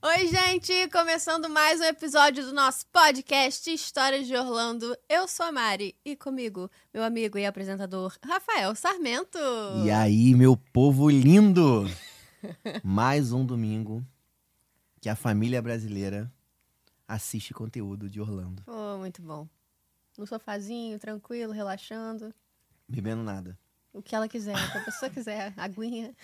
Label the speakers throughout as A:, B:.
A: Oi, gente! Começando mais um episódio do nosso podcast Histórias de Orlando. Eu sou a Mari e comigo, meu amigo e apresentador Rafael Sarmento.
B: E aí, meu povo lindo! Mais um domingo que a família brasileira assiste conteúdo de Orlando,
A: Pô, muito bom. No sofazinho, tranquilo, relaxando.
B: bebendo nada.
A: O que ela quiser, o que a pessoa quiser. Aguinha.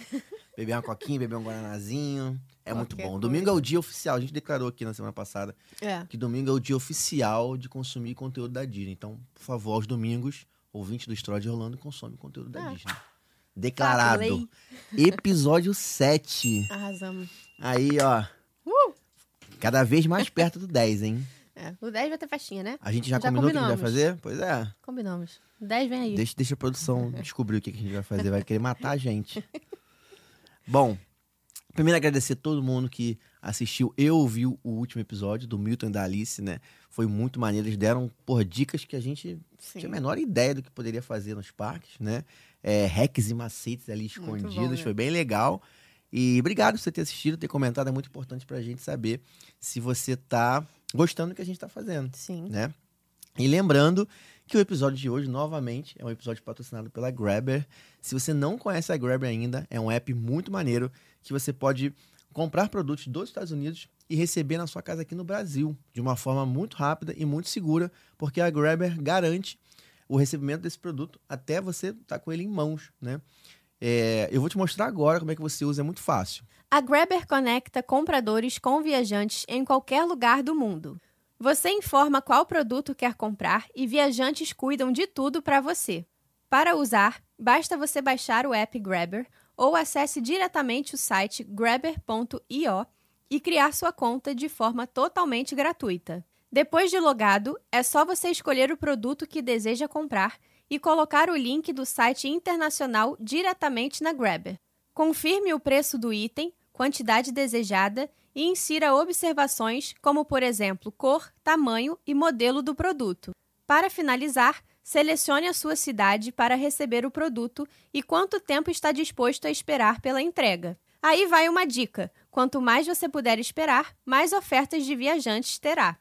B: Beber uma coquinha, beber um guaranazinho, é muito
A: Qualquer
B: bom. Domingo é o dia oficial, a gente declarou aqui na semana passada
A: É.
B: que domingo é o dia oficial de consumir conteúdo da Disney. Então, por favor, aos domingos, ouvinte do História de Orlando consome conteúdo da
A: Ah.
B: Disney.
A: Falei.
B: Declarado. Episódio 7.
A: Arrasamos. Uh!
B: Aí, ó. Cada vez mais perto do 10, hein?
A: É. O 10 vai ter festinha, né?
B: A gente já,
A: Já
B: combinou o que a gente vai
A: combinamos.
B: fazer? Pois é.
A: Combinamos. O 10 vem aí.
B: Deixa, deixa a produção descobrir o que que a gente vai fazer. Vai querer matar a gente. Bom, primeiro agradecer a todo mundo que assistiu e ouviu o último episódio do Milton e da Alice, né? Foi muito maneiro. Eles deram, por dicas que a gente
A: Sim.
B: tinha a menor ideia do que poderia fazer nos parques, né? É, hacks e macetes ali
A: bom,
B: escondidos,
A: né?
B: foi bem legal. E obrigado por você ter assistido, ter comentado, é muito importante pra gente saber se você tá gostando do que a gente tá fazendo,
A: Sim.
B: né? E lembrando que o episódio de hoje, novamente, é um episódio patrocinado pela Grabber. Se você não conhece a Grabber ainda, é um app muito maneiro que você pode comprar produtos dos Estados Unidos e receber na sua casa aqui no Brasil, de uma forma muito rápida e muito segura, porque a Grabber garante o recebimento desse produto até você estar com ele em mãos, né? É, eu vou te mostrar agora como é que você usa, é muito fácil.
A: A Grabber conecta compradores com viajantes em qualquer lugar do mundo. Você informa qual produto quer comprar e viajantes cuidam de tudo para você. Para usar, basta você baixar o app Grabber ou acesse diretamente o site grabber.io e criar sua conta de forma totalmente gratuita. Depois de logado, é só você escolher o produto que deseja comprar e colocar o link do site internacional diretamente na Grabber. Confirme o preço do item, quantidade desejada e insira observações como, por exemplo, cor, tamanho e modelo do produto. Para finalizar, selecione a sua cidade para receber o produto e quanto tempo está disposto a esperar pela entrega. Aí vai uma dica: quanto mais você puder esperar, mais ofertas de viajantes terá.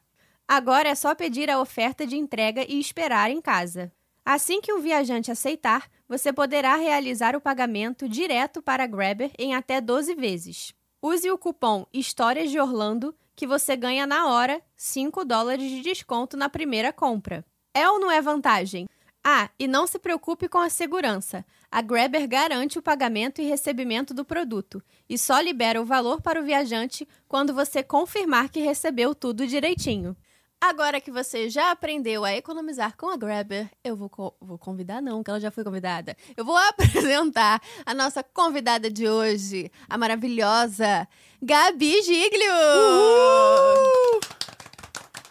A: Agora é só pedir a oferta de entrega e esperar em casa. Assim que o viajante aceitar, você poderá realizar o pagamento direto para a Grabber em até 12 vezes. Use o cupom Histórias de Orlando que você ganha na hora 5 dólares de desconto na primeira compra. É ou não é vantagem? Ah, e não se preocupe com a segurança. A Grabber garante o pagamento e recebimento do produto e só libera o valor para o viajante quando você confirmar que recebeu tudo direitinho. Agora que você já aprendeu a economizar com a Grabber, eu vou, co- vou convidar, não, que ela já foi convidada. Eu vou apresentar a nossa convidada de hoje, a maravilhosa Gabi Giglio!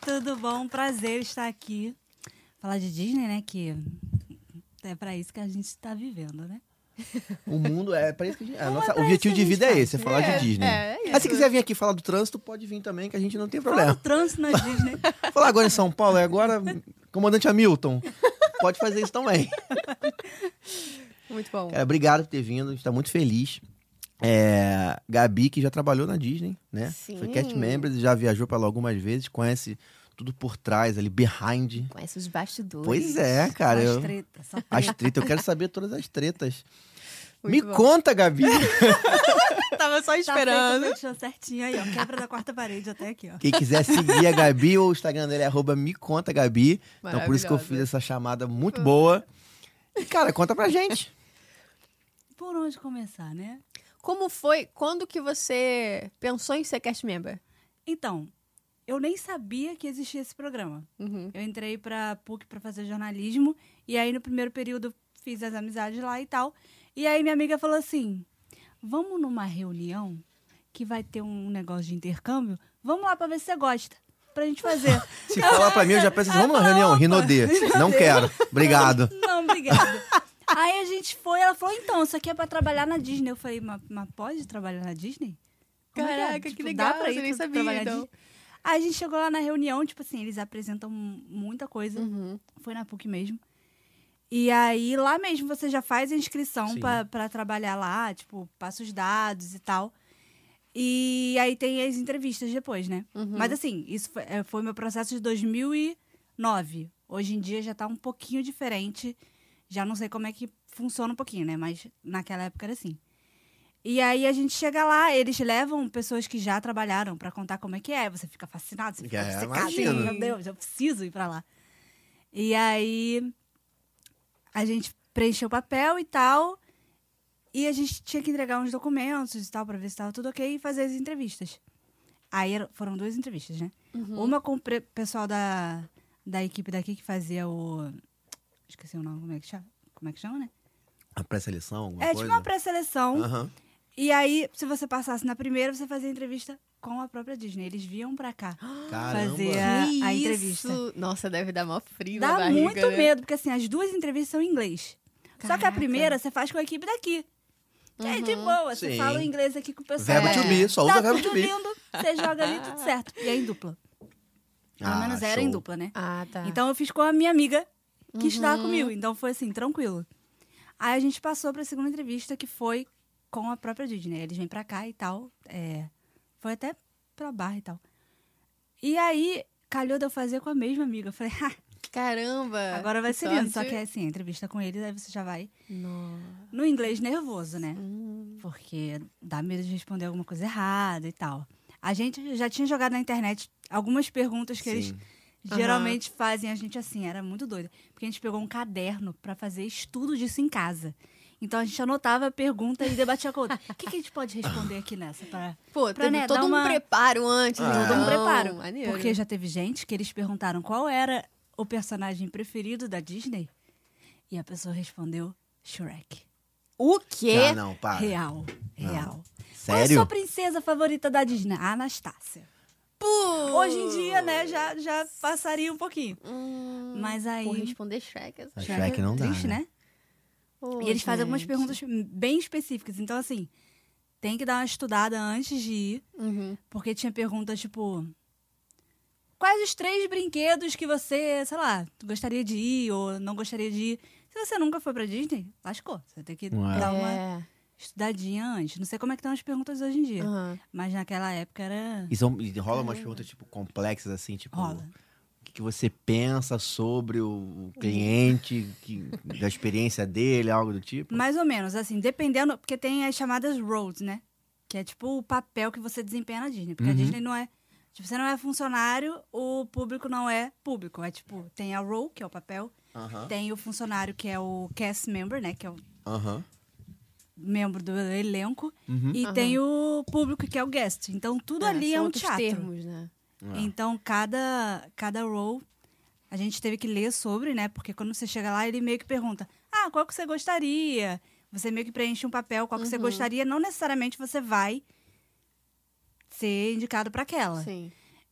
C: Tudo bom? Prazer estar aqui. Falar de Disney, né? Que é pra isso que a gente tá vivendo, né?
B: O mundo é para isso que a gente. a
C: Não, é
B: nossa-
C: pra
B: o objetivo
C: isso que a
B: de
C: gente
B: vida é
C: faz.
B: esse, é falar
A: É,
B: de Disney.
A: é, é
B: Mas
A: isso.
B: se quiser vir aqui falar do trânsito, pode vir também, que a gente não tem
C: Fala
B: problema.
C: do trânsito na Disney.
B: Falar agora em São Paulo, é agora comandante Hamilton. Pode fazer isso também.
A: Muito bom.
B: Cara, obrigado por ter vindo, a gente tá muito feliz. É, Gabi, que já trabalhou na Disney, né?
A: Sim.
B: Foi cast member, já viajou pra lá algumas vezes, conhece tudo por trás ali, behind.
A: Conhece os bastidores.
B: Pois é, cara.
C: Só as
B: eu-
C: treta, Tá só
B: As
C: treta.
B: tretas, eu quero saber todas as tretas.
A: Muito
B: Me
A: bom.
B: conta, Gabi.
A: Tava só
C: Tá feito,
A: esperando.
C: fechou certinho aí, ó. Quebra da quarta parede até aqui, ó.
B: Quem quiser seguir a Gabi, o Instagram dele é arroba me conta Gabi. Então por isso que eu fiz
A: Maravilhosa.
B: essa chamada muito
C: Ah.
B: boa. E, cara, conta pra gente.
C: Por onde começar, né?
A: Como foi? Quando que você pensou em ser cast member?
C: Então, eu nem sabia que existia esse programa.
A: Uhum.
C: Eu entrei pra PUC pra fazer jornalismo. E aí, no primeiro período, eu fiz as amizades lá e tal. E aí, minha amiga falou assim: Vamos numa reunião que vai ter um negócio de intercâmbio? Vamos lá pra ver se você gosta. Pra gente fazer.
B: Se
C: Ah.
B: falar pra mim, eu já penso, assim, vamos numa reunião, Rinodê. Não quero. Obrigado.
C: Não, obrigada. aí a gente foi, ela falou: Então, isso aqui é pra trabalhar na Disney. Eu falei: Mas, mas pode trabalhar na Disney? Como é é?
A: Caraca, que
C: Tipo,
A: legal,
C: dá pra ir
A: você nem
C: pra
A: sabia,
C: trabalhar na
A: então.
C: Disney?" Aí a gente chegou lá na reunião, tipo assim, eles apresentam muita coisa.
A: Uhum.
C: Foi na PUC mesmo. E aí, lá mesmo, você já faz a inscrição
B: Sim.
C: pra pra trabalhar lá, tipo, passa os dados e tal. E aí tem as entrevistas depois, né?
A: Uhum.
C: Mas assim, isso foi, é, foi meu processo de 2009. Hoje em dia já tá um pouquinho diferente. Já não sei como é que funciona um pouquinho, né? Mas naquela época era assim. E aí a gente chega lá, eles levam pessoas que já trabalharam pra contar como é que é. Você fica fascinado, você fica
B: É,
C: obcecado.
B: imagino.
C: Assim, Meu Deus, eu preciso ir pra lá. E aí a gente preencheu o papel e tal. E a gente tinha que entregar uns documentos e tal, pra ver se tava tudo ok e fazer as entrevistas. Aí era- foram duas entrevistas, né? Uma com o pre- pessoal da, da equipe daqui que fazia o. Esqueci o nome, como é que chama? Como é que chama, né?
B: A pré-seleção, alguma
C: é
B: coisa?
C: tipo uma pré-seleção.
B: Aham.
C: E aí, se você passasse na primeira, você fazia entrevista com a própria Disney. Eles vinham pra cá.
B: Caramba.
C: fazer a-
D: Que
C: entrevista.
D: isso? Nossa, deve dar mó frio na
C: Dá
D: barriga,
C: muito
D: né?
C: medo, porque assim, as duas entrevistas são em inglês. Só que a
D: Caraca.
C: primeira você faz com a equipe daqui. Que é de
D: Uhum.
C: boa, você
B: Sim.
C: fala o inglês aqui com o pessoal.
B: Verbo
C: é.
B: to be, só
C: tá
B: usa verbo
C: tudo
B: to be.
C: lindo, você joga ali, tudo certo. E é em dupla. Pelo
B: Ah,
C: menos era em
B: show.
C: dupla, né?
D: Ah, tá. Uhum.
C: Então eu fiz com a minha amiga que estudava comigo. Então foi assim, tranquilo. Aí a gente passou pra segunda entrevista que foi com a própria Disney. Eles vêm pra cá e tal. é, foi até pra barra e tal. E aí, calhou de eu fazer com a mesma amiga. Eu falei, "Ah,
D: Caramba.
C: agora vai
D: É, que
C: ser lindo. Só
D: sorte.
C: que é assim, a entrevista com eles, aí você já vai
D: Nossa.
C: no inglês nervoso, né?
D: Hum.
C: Porque dá medo de responder alguma coisa errada e tal. A gente já tinha jogado na internet algumas perguntas que eles
B: Sim.
D: Aham.
C: geralmente fazem a gente assim, era muito doida. Porque a gente pegou um caderno pra fazer estudo disso em casa. Então a gente anotava a pergunta e debatia com a outra. O que, que a gente pode responder aqui nessa? Pra...
D: Pô,
C: Pra,
D: teve
C: né,
D: todo
C: dar
D: um
C: uma-
D: preparo antes,
B: Ah.
D: então.
C: Todo um preparo.
D: Maneiro.
C: Porque já teve gente que eles perguntaram qual era o personagem preferido da Disney. E a pessoa respondeu Shrek.
D: O quê?
B: Ah, não, para.
C: Real.
D: Ah.
C: Real. Qual é a
B: Sério?
C: sua princesa favorita da Disney? A Anastácia.
D: Pô!
C: Hoje em dia, né, já, já passaria um pouquinho.
D: Hum,
C: Mas aí.
D: Vou responder Shrek. essa-
B: Shrek não dá,
C: Triste,
B: né?
C: né?
D: Pô,
C: E eles fazem algumas
D: gente.
C: perguntas bem específicas. Então, assim, tem que dar uma estudada antes de ir,
D: Uhum.
C: porque tinha perguntas tipo. Quais os três brinquedos que você, sei lá, gostaria de ir ou não gostaria de ir? Se você nunca foi pra Disney, lascou. Você tem que
B: Ué.
C: dar uma
D: É.
C: estudadinha antes. Não sei como é que estão as perguntas hoje em dia.
D: Aham.
C: Mas naquela época era.
B: E, são, e rola umas perguntas, tipo, complexas, assim, tipo...
C: Ah. Rola.
B: O que, que você pensa sobre o, o cliente, que, da experiência dele, algo do tipo?
C: Mais ou menos, assim, dependendo, porque tem as chamadas roles, né? Que é tipo o papel que você desempenha na Disney. Porque
B: Uhum.
C: a Disney não é. Tipo, você não é funcionário, o público não é público. É tipo, tem a role, que é o papel,
B: Aham,
C: tem o funcionário, que é o cast member, né? Que é o
B: aham.
C: membro do elenco,
B: Uhum.
C: e tem o público, que é o guest. Então tudo
D: Ah,
C: ali é
D: são
C: um
D: outros
C: teatro.
D: termos, né?
B: Ah.
C: Então, cada, cada role a gente teve que ler sobre, né? Porque quando você chega lá, ele meio que pergunta: ah, qual que você gostaria? Você meio que preenche um papel, qual que você gostaria. Não necessariamente você vai ser indicado para aquela.
D: Sim.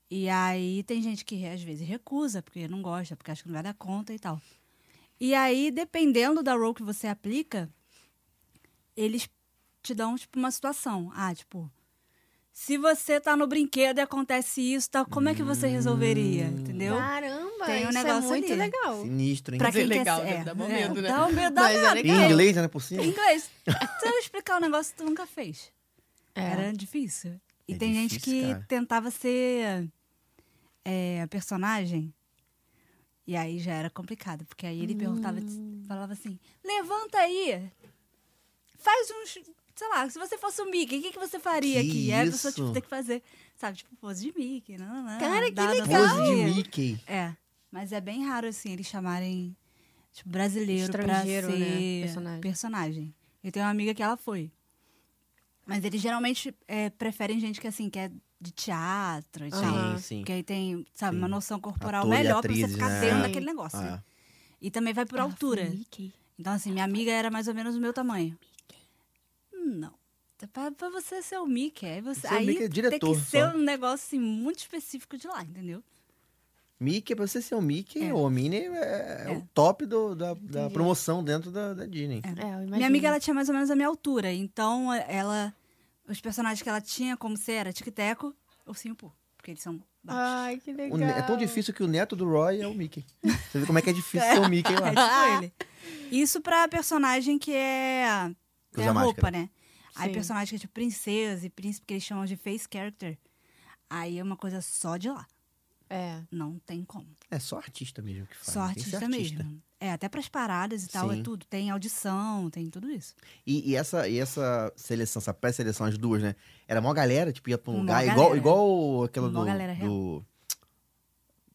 C: E aí tem gente que às vezes recusa, porque não gosta, porque acha que não vai dar conta e tal. E aí, dependendo da role que você aplica, eles te dão, tipo, uma situação. Ah, tipo, se você tá no brinquedo e acontece isso, tal, como é que você resolveria?
D: Hum.
C: Entendeu?
D: Ah. Caramba,
C: Tem um
D: isso é
C: negócio
D: muito
C: ali.
D: legal.
B: Ah, Sinistro, hein?
C: Pra
D: Dizer
C: quem
D: legal,
C: quer, é,
D: né? Dá bom medo, né?
C: Dá um medo, dá
D: Mas é
C: nada.
D: legal.
B: Em inglês, né, por cima?
C: Em inglês. Se eu explicar um negócio que tu nunca fez.
D: É.
C: Era difícil. E
B: É
C: tem gente
B: difícil,
C: que
B: cara.
C: tentava ser é, personagem. E aí já era complicado, porque aí ele perguntava,
B: Hum.
C: falava assim: levanta aí, faz uns. Sei lá, se você fosse o Mickey, o que, que você faria
B: Que
C: aqui? E aí a pessoa tipo,
B: isso?
C: tem que fazer, sabe? Tipo, pose de Mickey. Não, não, não,
D: Cara, que
C: dá- dá-
D: legal!
B: Pose de Mickey.
C: É, mas é bem raro, assim, eles chamarem tipo, brasileiro pra ser
D: Estrangeiro, né? Personagem.
C: personagem. Eu tenho uma amiga que ela foi. Mas eles geralmente é, preferem gente que, assim, que é de teatro e
D: Sim,
C: tal.
B: sim.
C: Porque aí tem, sabe, uma noção corporal
B: Ator e
C: melhor pra
B: atrizes,
C: você ficar
B: né?
C: dentro
D: Sim.
C: daquele negócio. né?
B: Ah,
C: E também vai por
D: Ela
C: altura.
D: foi Mickey.
C: Então, assim, minha amiga era mais ou menos o meu tamanho. Não. Então, Pra, pra você ser o Mickey, aí você.
B: Ser o
C: aí
B: Mickey é
C: tem
B: diretor
C: que ser
B: só.
C: um negócio assim, muito específico de lá, entendeu?
B: Mickey, pra você ser o Mickey
C: É.
B: ou o Minnie, é, é
C: É.
B: o top do- da, da
D: Entendi.
B: promoção dentro da, da Disney.
D: É, eu
C: Minha
D: imagino.
C: amiga, ela tinha mais ou menos a minha altura. Então, eh, ela... Os personagens que ela tinha como ser era Tic-Teco, Ursinho Poo. Porque eles são
B: Ah.
C: baixos.
D: Ai, que
B: O
D: legal.
B: ne- é tão difícil que o neto do Roy é o Mickey. Você vê como é que é difícil ser o Mickey
C: É
B: lá.
C: tipo ele. Isso pra personagem que é...
B: Que
C: é
B: usa
C: roupa,
B: máscara.
C: né? Aí
D: Sim.
C: personagem que é tipo princesa e príncipe, que eles chamam de face character. Aí é uma coisa só de lá.
D: É.
C: Não tem como.
B: É só artista mesmo que faz.
C: só
B: tem que ser
C: artista, mesmo. É, até pras paradas e tal,
B: Sim.
C: é tudo. Tem audição, tem tudo isso.
B: E, e essa, e essa seleção, essa pré-seleção, as duas, né? Era mó galera, tipo, ia pra um
C: Mó
B: lugar,
C: galera.
B: igual, igual aquela
C: Mó
B: do,
C: galera real.
B: do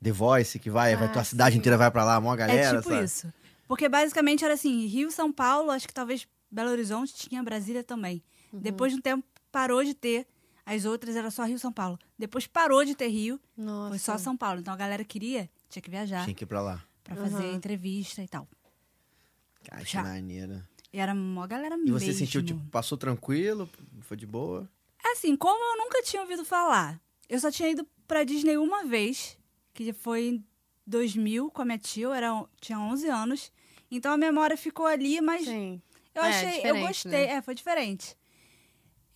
B: The Voice, que vai, vai
D: Ah,
B: tua cidade
D: sim.
B: inteira vai pra lá, mó galera,
C: é tipo
B: sabe?
C: isso. Porque basicamente era assim, Rio, São Paulo, acho que talvez Belo Horizonte tinha Brasília também. Depois de um tempo parou de ter. As outras era só Rio São Paulo. Depois parou de ter Rio,
D: Nossa.
C: foi só São Paulo. Então a galera queria, tinha que viajar
B: Tinha que ir pra lá.
C: pra fazer
D: Uhum.
C: entrevista e tal.
B: Cara, que
C: Já.
B: maneira.
C: E era mó galera
B: E
C: mesmo.
B: você sentiu, tipo, passou tranquilo, foi de boa?
C: Assim, como eu nunca tinha ouvido falar, eu só tinha ido pra Disney uma vez, que foi em 2000 com a minha tia, eu era, tinha 11 anos. Então a memória ficou ali, mas
D: Sim.
C: eu
D: É,
C: achei, eu
D: diferente,
C: gostei, é, foi diferente.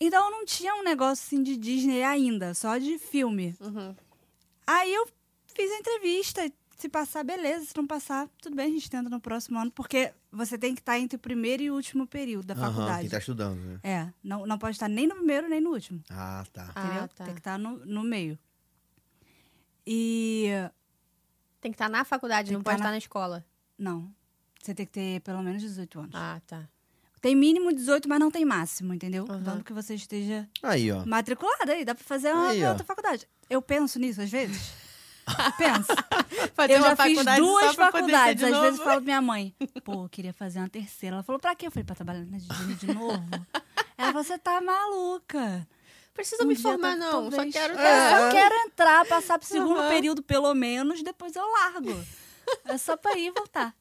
C: Então eu não tinha um negócio assim de Disney ainda, só de filme.
D: Uhum.
C: Aí eu fiz a entrevista, se passar, beleza, se não passar, tudo bem, a gente tenta no próximo ano, porque você tem que estar entre o primeiro e o último período da
B: Aham,
C: faculdade.
B: Quem tá estudando, né?
C: É, não, não pode estar nem no primeiro nem no último.
B: Ah, tá.
D: Ah,
C: Entendeu?
D: tá.
C: Tem que estar no, no meio. E.
D: Tem que estar na faculdade,
C: Tem
D: não
C: que tá
D: pode
C: na-
D: estar na... escola.
C: Não. Você tem que ter pelo menos 18 anos.
D: Ah, tá.
C: Tem mínimo 18, mas não tem máximo, entendeu?
D: Aham.
C: Tanto que você esteja
B: Aí, ó.
C: matriculada aí, dá pra fazer uma
B: Aí, ó.
C: outra faculdade. Eu penso nisso às vezes. penso.
D: Fazer
C: eu
D: uma
C: já fiz
D: faculdade
C: duas
D: só pra poder ser
C: faculdades.
D: de
C: Às
D: novo.
C: vezes eu falo pra minha mãe, pô, eu queria fazer uma terceira. Ela falou, pra quê? Eu falei, pra trabalhar na Disney de novo. Ela falou, você tá maluca.
D: Preciso
C: Um
D: me
C: dia,
D: formar,
C: tal-
D: não.
C: talvez.
D: Só quero.
C: É,
D: dar-
C: eu só quero entrar, passar pro segundo
D: Aham.
C: período, pelo menos, depois eu largo. É só pra ir e voltar.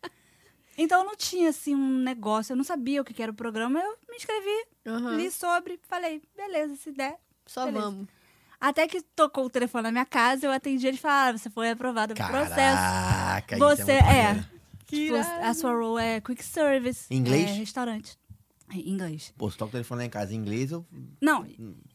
C: Então eu não tinha, assim, um negócio, eu não sabia o que que era o programa, eu me inscrevi,
D: Aham.
C: li sobre, falei, beleza, se der.
D: Só
C: Uhum. Beleza.
D: vamos.
C: Até que tocou o telefone na minha casa, eu atendi ele e falei, ah, você foi aprovado pro processo.
B: Caraca, isso
C: Você
B: é, muito
C: é.
B: maneiro.
C: Tipo, a sua role é quick service.
B: Em inglês?
C: É, restaurante. Em inglês.
B: Pô, se toca o telefone lá em casa em inglês, eu...
C: Não,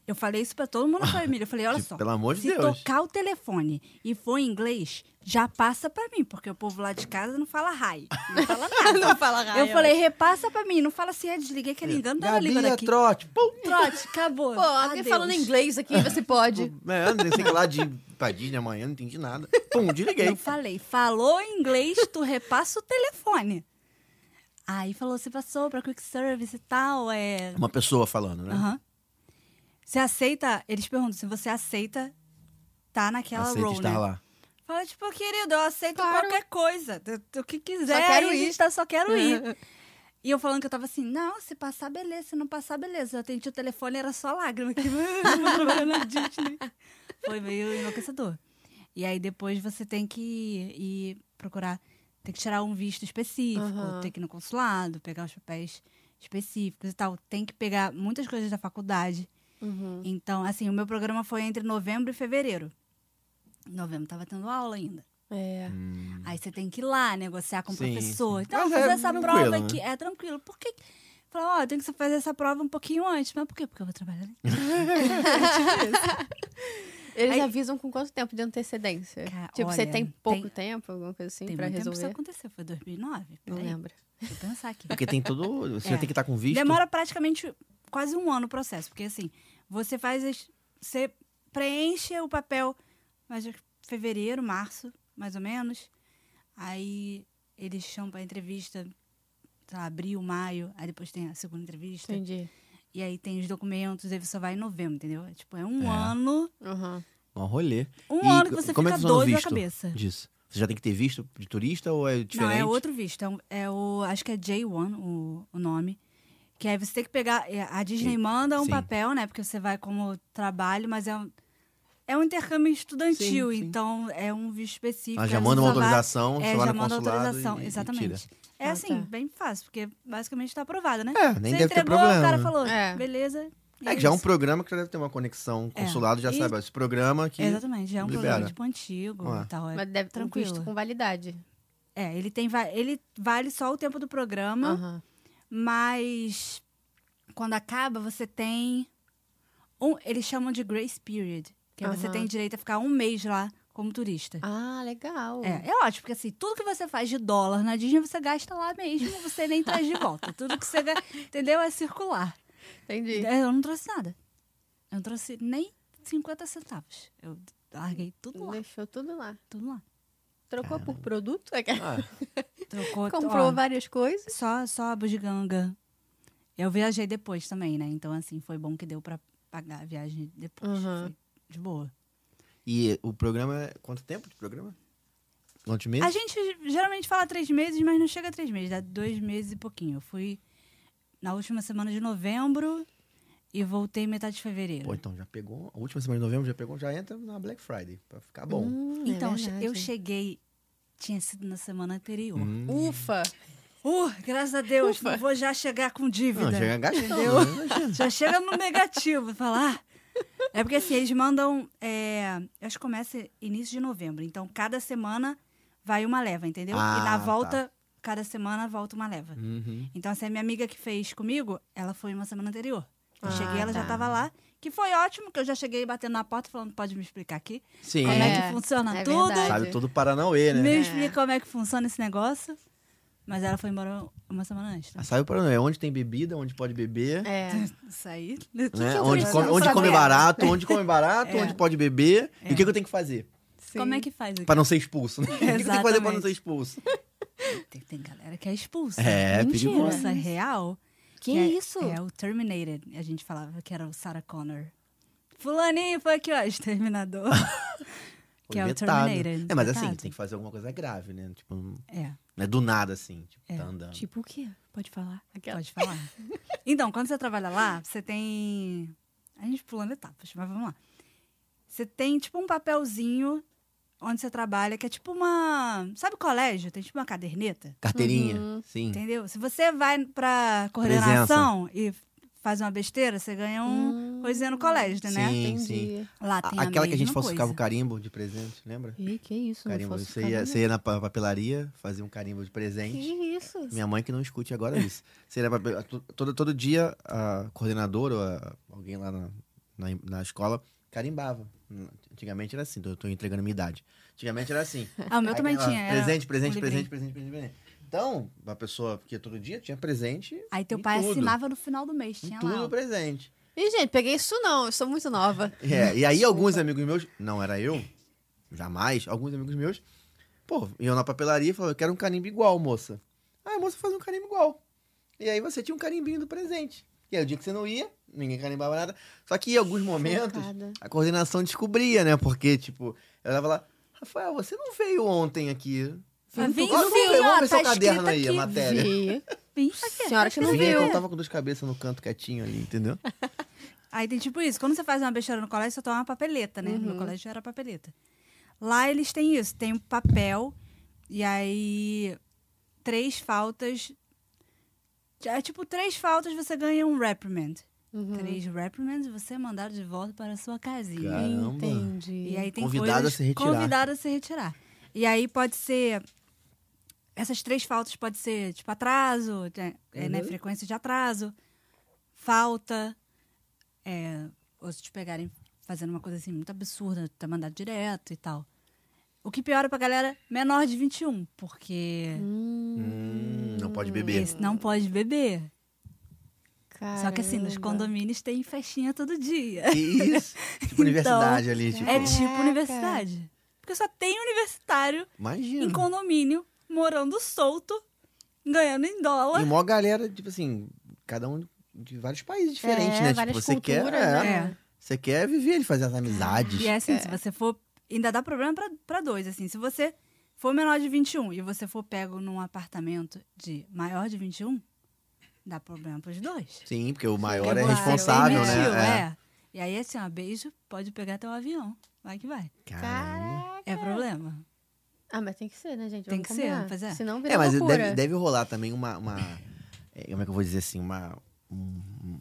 C: eu falei isso pra todo mundo na família. Eu falei, olha
B: tipo,
C: só.
B: pelo amor de
C: Se
B: Deus.
C: tocar o telefone e for em inglês, já passa pra mim, porque o povo lá de casa não fala hi. Não fala nada.
D: Não fala raio.
C: eu falei, repassa pra mim, não fala assim, é, desliguei aquele engano da língua
B: Gabi, é
C: daqui.
B: trote. Pum.
C: Trote, acabou.
D: Pô, alguém
C: Adeus.
D: falando inglês aqui, você pode.
B: É, André, sei que lá de pra Disney amanhã, não entendi nada. Pum, desliguei.
C: Não falei. Falou em inglês, tu repassa o telefone. Aí falou, você passou pra quick service e tal, é...
B: Uma pessoa falando, né?
C: Aham. Você aceita... Eles perguntam se você aceita tá naquela
B: Aceita
C: role,
B: estar
C: né?
B: lá.
C: Fala, tipo, querido, eu aceito
D: Claro.
C: qualquer coisa. do- O que quiser.
D: Só quero
C: aí a
D: ir.
C: gente tá, só quero ir. E eu falando que eu tava assim, não, se passar, beleza. Se não passar, beleza. Eu atendi o telefone, era só lágrima. Que eu trabalhando na Disney. né? Foi meio enlouquecedor. E aí, depois, você tem que ir, ir procurar... Tem que tirar um visto específico.
D: Aham.
C: Tem que ir no consulado, pegar os papéis específicos e tal. Tem que pegar muitas coisas da faculdade.
D: Uhum.
C: Então, assim, o meu programa foi entre novembro e fevereiro. Em novembro tava tendo aula ainda.
D: É.
B: Uhum. Hum,
C: Aí você tem que ir lá negociar com o
B: Sim,
C: professor.
B: sim.
C: Então,
B: Mas
C: fazer
B: é
C: essa
B: tranquilo,
C: prova
B: né?
C: aqui. É tranquilo. Por que. Falar, ó, eu tenho que fazer essa prova um pouquinho antes. Mas por quê? Porque eu vou trabalhar. né?
D: Eles
C: Aí-
D: avisam com quanto tempo de antecedência?
C: Cara,
D: tipo, você
C: olha,
D: tem pouco
C: tem-
D: tempo, alguma coisa assim,
C: Tem
D: pra
C: muito tempo que isso
D: resolver?
C: aconteceu. Foi 2009.
D: Não
C: Peraí,
D: lembro.
C: deixa eu pensar aqui.
B: Porque tem todo. Você
C: É.
B: vai ter que estar com visto.
C: Demora praticamente quase um ano o processo. Porque, assim, você faz... as- Você preenche o papel mas acho que fevereiro, março, mais ou menos. Aí eles chamam pra entrevista, sei lá, abril, maio. Aí depois tem a segunda entrevista.
D: Entendi.
C: E aí tem os documentos, aí você só vai em novembro, entendeu? É, Tipo, é um
B: É.
C: ano.
D: Uhum.
B: Um rolê.
C: Um
B: E
C: ano que
B: co-
C: você
B: como é
C: fica
B: que funciona o
C: doido na
B: visto?
C: cabeça.
B: Disso. Você já tem que ter visto de turista ou é diferente?
C: Não, é outro visto. É, um- é o. Acho que é J1 o, o nome. Que aí você tem que pegar. é, A Disney
B: Sim.
C: manda um
B: Sim.
C: papel, né? Porque você vai como trabalho, mas é um. É um intercâmbio estudantil,
B: Sim, sim.
C: então é um visto específico.
B: Ela Ah, já
C: aí
B: manda
C: você
B: uma
C: só vai-
B: autorização,
C: É,
B: você vai
C: já
B: no
C: manda
B: consulado.
C: autorização,
B: e- e tira.
C: exatamente. É
D: Ah,
C: assim,
D: tá.
C: bem fácil, porque basicamente está aprovada, né?
B: É, nem
C: você
B: deve ter
C: entregou, o cara
B: problema. né?
C: falou,
D: É.
C: beleza. e
B: É que já é um
C: isso. É.
B: programa que já deve ter uma conexão. O consulado já
C: E-
B: sabe, ó, esse programa aqui.
C: Exatamente, já é um programa
B: libera.
C: tipo antigo
B: Ah.
C: e tal. É,
D: Mas deve ter um
C: tranquilo.
D: visto com validade.
C: É, ele tem va- ele vale só o tempo do programa,
D: Aham.
C: mas quando acaba você tem um, eles chamam de grace period, que é você
D: Aham.
C: tem direito a ficar um mês lá como turista.
D: Ah, legal.
C: É, é ótimo, porque assim, tudo que você faz de dólar na Disney, você gasta lá mesmo, você nem traz de volta. Tudo que você gasta, entendeu? É circular.
D: Entendi.
C: Eu não trouxe nada. Eu não trouxe nem 50 centavos. Eu larguei tudo lá.
D: Deixou tudo lá.
C: Tudo lá.
D: Trocou por produto? Aquela-
B: Ah,
C: Trocou
D: Comprou
C: ó,
D: várias coisas.
C: Só, só a bugiganga. Eu viajei depois também, né? Então, assim, foi bom que deu pra pagar a viagem depois.
D: Uhum.
C: Foi de boa.
B: e o programa, é- quanto tempo de programa? Quantos meses?
C: A gente geralmente fala três meses, mas não chega a três meses, dá dois meses e pouquinho. Eu fui na última semana de novembro e voltei metade de fevereiro.
B: Pô, então já pegou, a última semana de novembro já pegou, já entra na Black Friday, pra ficar bom.
D: Hum, é
C: então, che- eu
D: verdade.
C: cheguei. Tinha sido na semana anterior.
B: Hum.
D: Ufa!
C: Uh, graças a Deus,
D: Ufa.
C: não vou já chegar com dívida.
B: Não, já
C: Entendeu?
B: gastou, né? Imagina.
C: Já chega no negativo, falar. É porque assim, eles mandam. É, eu acho que começa início de novembro. Então, cada semana vai uma leva, entendeu?
B: Ah,
C: e na volta, cada semana volta uma leva.
B: Uhum.
C: Então, assim, a minha amiga que fez comigo, ela foi uma semana anterior. Eu
D: Ah,
C: cheguei, ela já
D: tá.
C: tava lá. Que foi ótimo, que eu já cheguei batendo na porta falando, pode me explicar aqui?
B: Sim, né?
C: Como é
D: É,
C: que funciona
D: é
C: tudo?
D: verdade.
B: sabe todo o Paranauê, né?
C: Me
D: É.
C: explica como é que funciona esse negócio. Mas ela foi embora uma semana antes. né?
B: Ah, Sabe o Paranauê, onde tem bebida, onde pode beber,
D: É.
C: Isso aí.
B: né?
D: que eu
B: onde,
D: preciso
B: come, onde
D: saber?
B: come barato, onde come barato,
C: É.
B: onde pode beber, e o que, que eu tenho que fazer?
D: sim.
C: Como é que faz aqui?
B: Pra não ser expulso, né? O que, que eu tenho que fazer pra não ser
C: Exatamente.
B: expulso?
C: Tem, tem galera que é expulsa.
B: É, é
D: Mentira.
B: perigoso.
C: Expulsa real.
D: Que
C: é,
D: isso?
C: É o Terminated. A gente falava que era o Sarah Connor. Fulaninho foi aqui, ó, Exterminador. que é o
B: Vetado.
C: Terminator.
B: É, mas assim,
C: Vetado.
B: tem que fazer alguma coisa grave, né? Tipo, não
C: é.
B: é do nada, assim. Tipo,
C: É,
B: tá andando.
D: Tipo o quê?
C: Pode falar?
D: Aquela.
C: Pode falar. então, quando você trabalha lá, você tem. A gente pulando etapas, mas vamos lá. Você tem tipo um papelzinho onde você trabalha, que é tipo uma. Sabe colégio? Tem tipo uma caderneta?
B: Carteirinha,
C: Uhum.
B: sim.
C: Entendeu? Se você vai pra coordenação e faz uma besteira, você ganha
D: Hum.
C: um coisinha no colégio, né?
B: Hum, Sim, sim.
D: Entendi.
C: Lá
B: A-
C: tem a
B: Aquela que a gente
C: mesma
B: falsificava o
C: coisa.
B: carimbo de presente, lembra?
D: Ih, que isso? Não
B: Carimbo.
D: fosse
B: Você ia, você ia na pa- papelaria, fazia um carimbo de presente.
D: Que isso?
B: Minha mãe que não escute agora isso. Seria pra- to- todo, todo dia a coordenadora ou a- alguém lá na, na, na escola carimbava. Antigamente era assim, tô, tô entregando a minha idade. Antigamente era assim.
C: Ah, o meu
B: Aí
C: também
B: aquela,
C: tinha. era
B: Presente, presente,
C: um
B: presente,
C: livrinho.
B: presente, presente, presente. Então, a pessoa, porque todo dia tinha presente.
C: Aí teu
B: em
C: pai
B: tudo.
C: assinava no final do mês,
B: Em
C: tinha
B: tudo
C: lá. ó.
B: presente.
D: Ih, gente, peguei isso não. Eu sou muito nova.
B: É, e aí alguns amigos meus, não era eu, jamais, alguns amigos meus, pô, iam na papelaria e falavam, eu quero um carimbo igual, moça. Aí a moça fazia um carimbo igual. E aí você tinha um carimbinho do presente. E aí o dia que você não ia, ninguém carimbava nada. Só que em alguns momentos,
D: Chocada.
B: a coordenação descobria, né? Porque, tipo, ela tava lá, Rafael, você não veio ontem aqui. Você
C: Mas
B: não
C: vem
B: tocou? Não
C: sim,
B: veio, vamos
C: ó,
B: ver seu
C: tá
B: caderno
C: escrito
B: aí, a
C: aqui,
B: matéria.
D: Vi.
C: Vim aqui.
D: Senhora que não
B: Vinha,
D: viu.
B: então
C: é.
B: tava com duas cabeças no canto quietinho ali, entendeu?
C: Aí tem tipo isso, quando você faz uma besteira no colégio, você toma uma papeleta, né? No
D: Uhum.
C: meu colégio era papeleta. Lá eles têm isso, tem um papel, e aí três faltas. É tipo, três faltas você ganha um reprimand.
D: Uhum.
C: Três reprimands você é mandado de volta para a sua casinha.
B: Cara. Caramba.
D: Entendi.
C: E aí tem
B: Convidado a
C: coisas,
B: se retirar.
C: Convidado a se retirar. E aí pode ser... Essas três faltas pode ser, tipo, atraso, né, é,
B: Uhum.
C: né, frequência de atraso, falta, é, ou se te pegarem fazendo uma coisa assim muito absurda, tá mandado direto e tal. O que piora pra galera menor de 21, porque
B: Hum, não pode beber.
C: esse não pode beber. Só que assim, nos
D: Caramba.
C: condomínios tem festinha todo dia.
B: Que Isso. Tipo universidade ali, tipo.
C: É tipo
D: Caraca.
C: universidade. Porque só tem universitário
B: Imagina.
C: em condomínio, morando solto, ganhando em
B: E
C: dólar.
B: mó galera, tipo assim, cada um de vários países diferentes,
D: É,
B: né? Tipo,
D: várias
B: você quer.
D: culturas,
B: é,
D: né?
B: Você quer viver ele, fazer as amizades.
C: E é assim, se você for. Ainda dá problema pra, pra dois, assim. Se você for menor de 21 e você for pego num apartamento de maior de 21, dá problema pros dois.
B: Sim, porque o maior
D: Porque
B: é
D: o maior
B: responsável,
C: Permitiu,
B: né?
C: é. E aí, assim, ó, beijo, pode pegar teu avião. Vai que vai.
B: Caramba.
C: É problema.
D: Ah, mas tem que ser, né, gente?
C: Tem
D: Vamos
C: que ser,
D: combinar.
C: pois é.
D: Senão vira
B: É, mas
D: loucura.
B: deve, deve rolar também uma. uma- é, como é que eu vou dizer assim? Uma, um-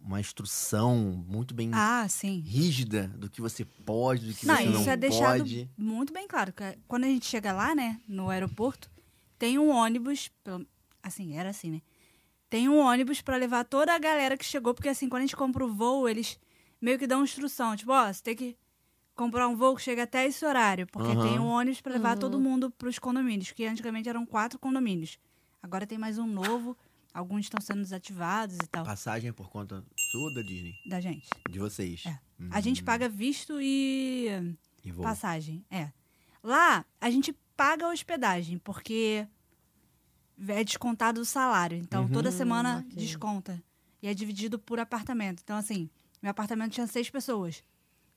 B: uma instrução muito bem
C: Ah, sim.
B: rígida do que você pode, do que
C: não,
B: você
C: isso
B: não
C: é
B: pode.
C: deixado muito bem claro. que é, Quando a gente chega lá, né, no aeroporto, tem um ônibus, pelo- assim, era assim, né? Tem um ônibus pra levar toda a galera que chegou, porque assim, quando a gente compra o voo, eles meio que dão instrução, tipo, ó, você tem que comprar um voo que chega até esse horário, porque
B: Aham.
C: tem um ônibus pra levar todo mundo pros condomínios, que antigamente eram quatro condomínios. Agora tem mais um novo, Alguns estão sendo desativados e tal.
B: Passagem é por conta sua da Disney?
C: Da gente.
B: De vocês?
C: É. A
B: Hum.
C: gente paga visto e
B: E voo.
C: passagem. É. Lá, a gente paga a hospedagem, porque é descontado o salário. Então,
B: Uhum.
C: toda semana
D: Ok.
C: desconta. E é dividido por apartamento. Então, assim, meu apartamento tinha seis pessoas.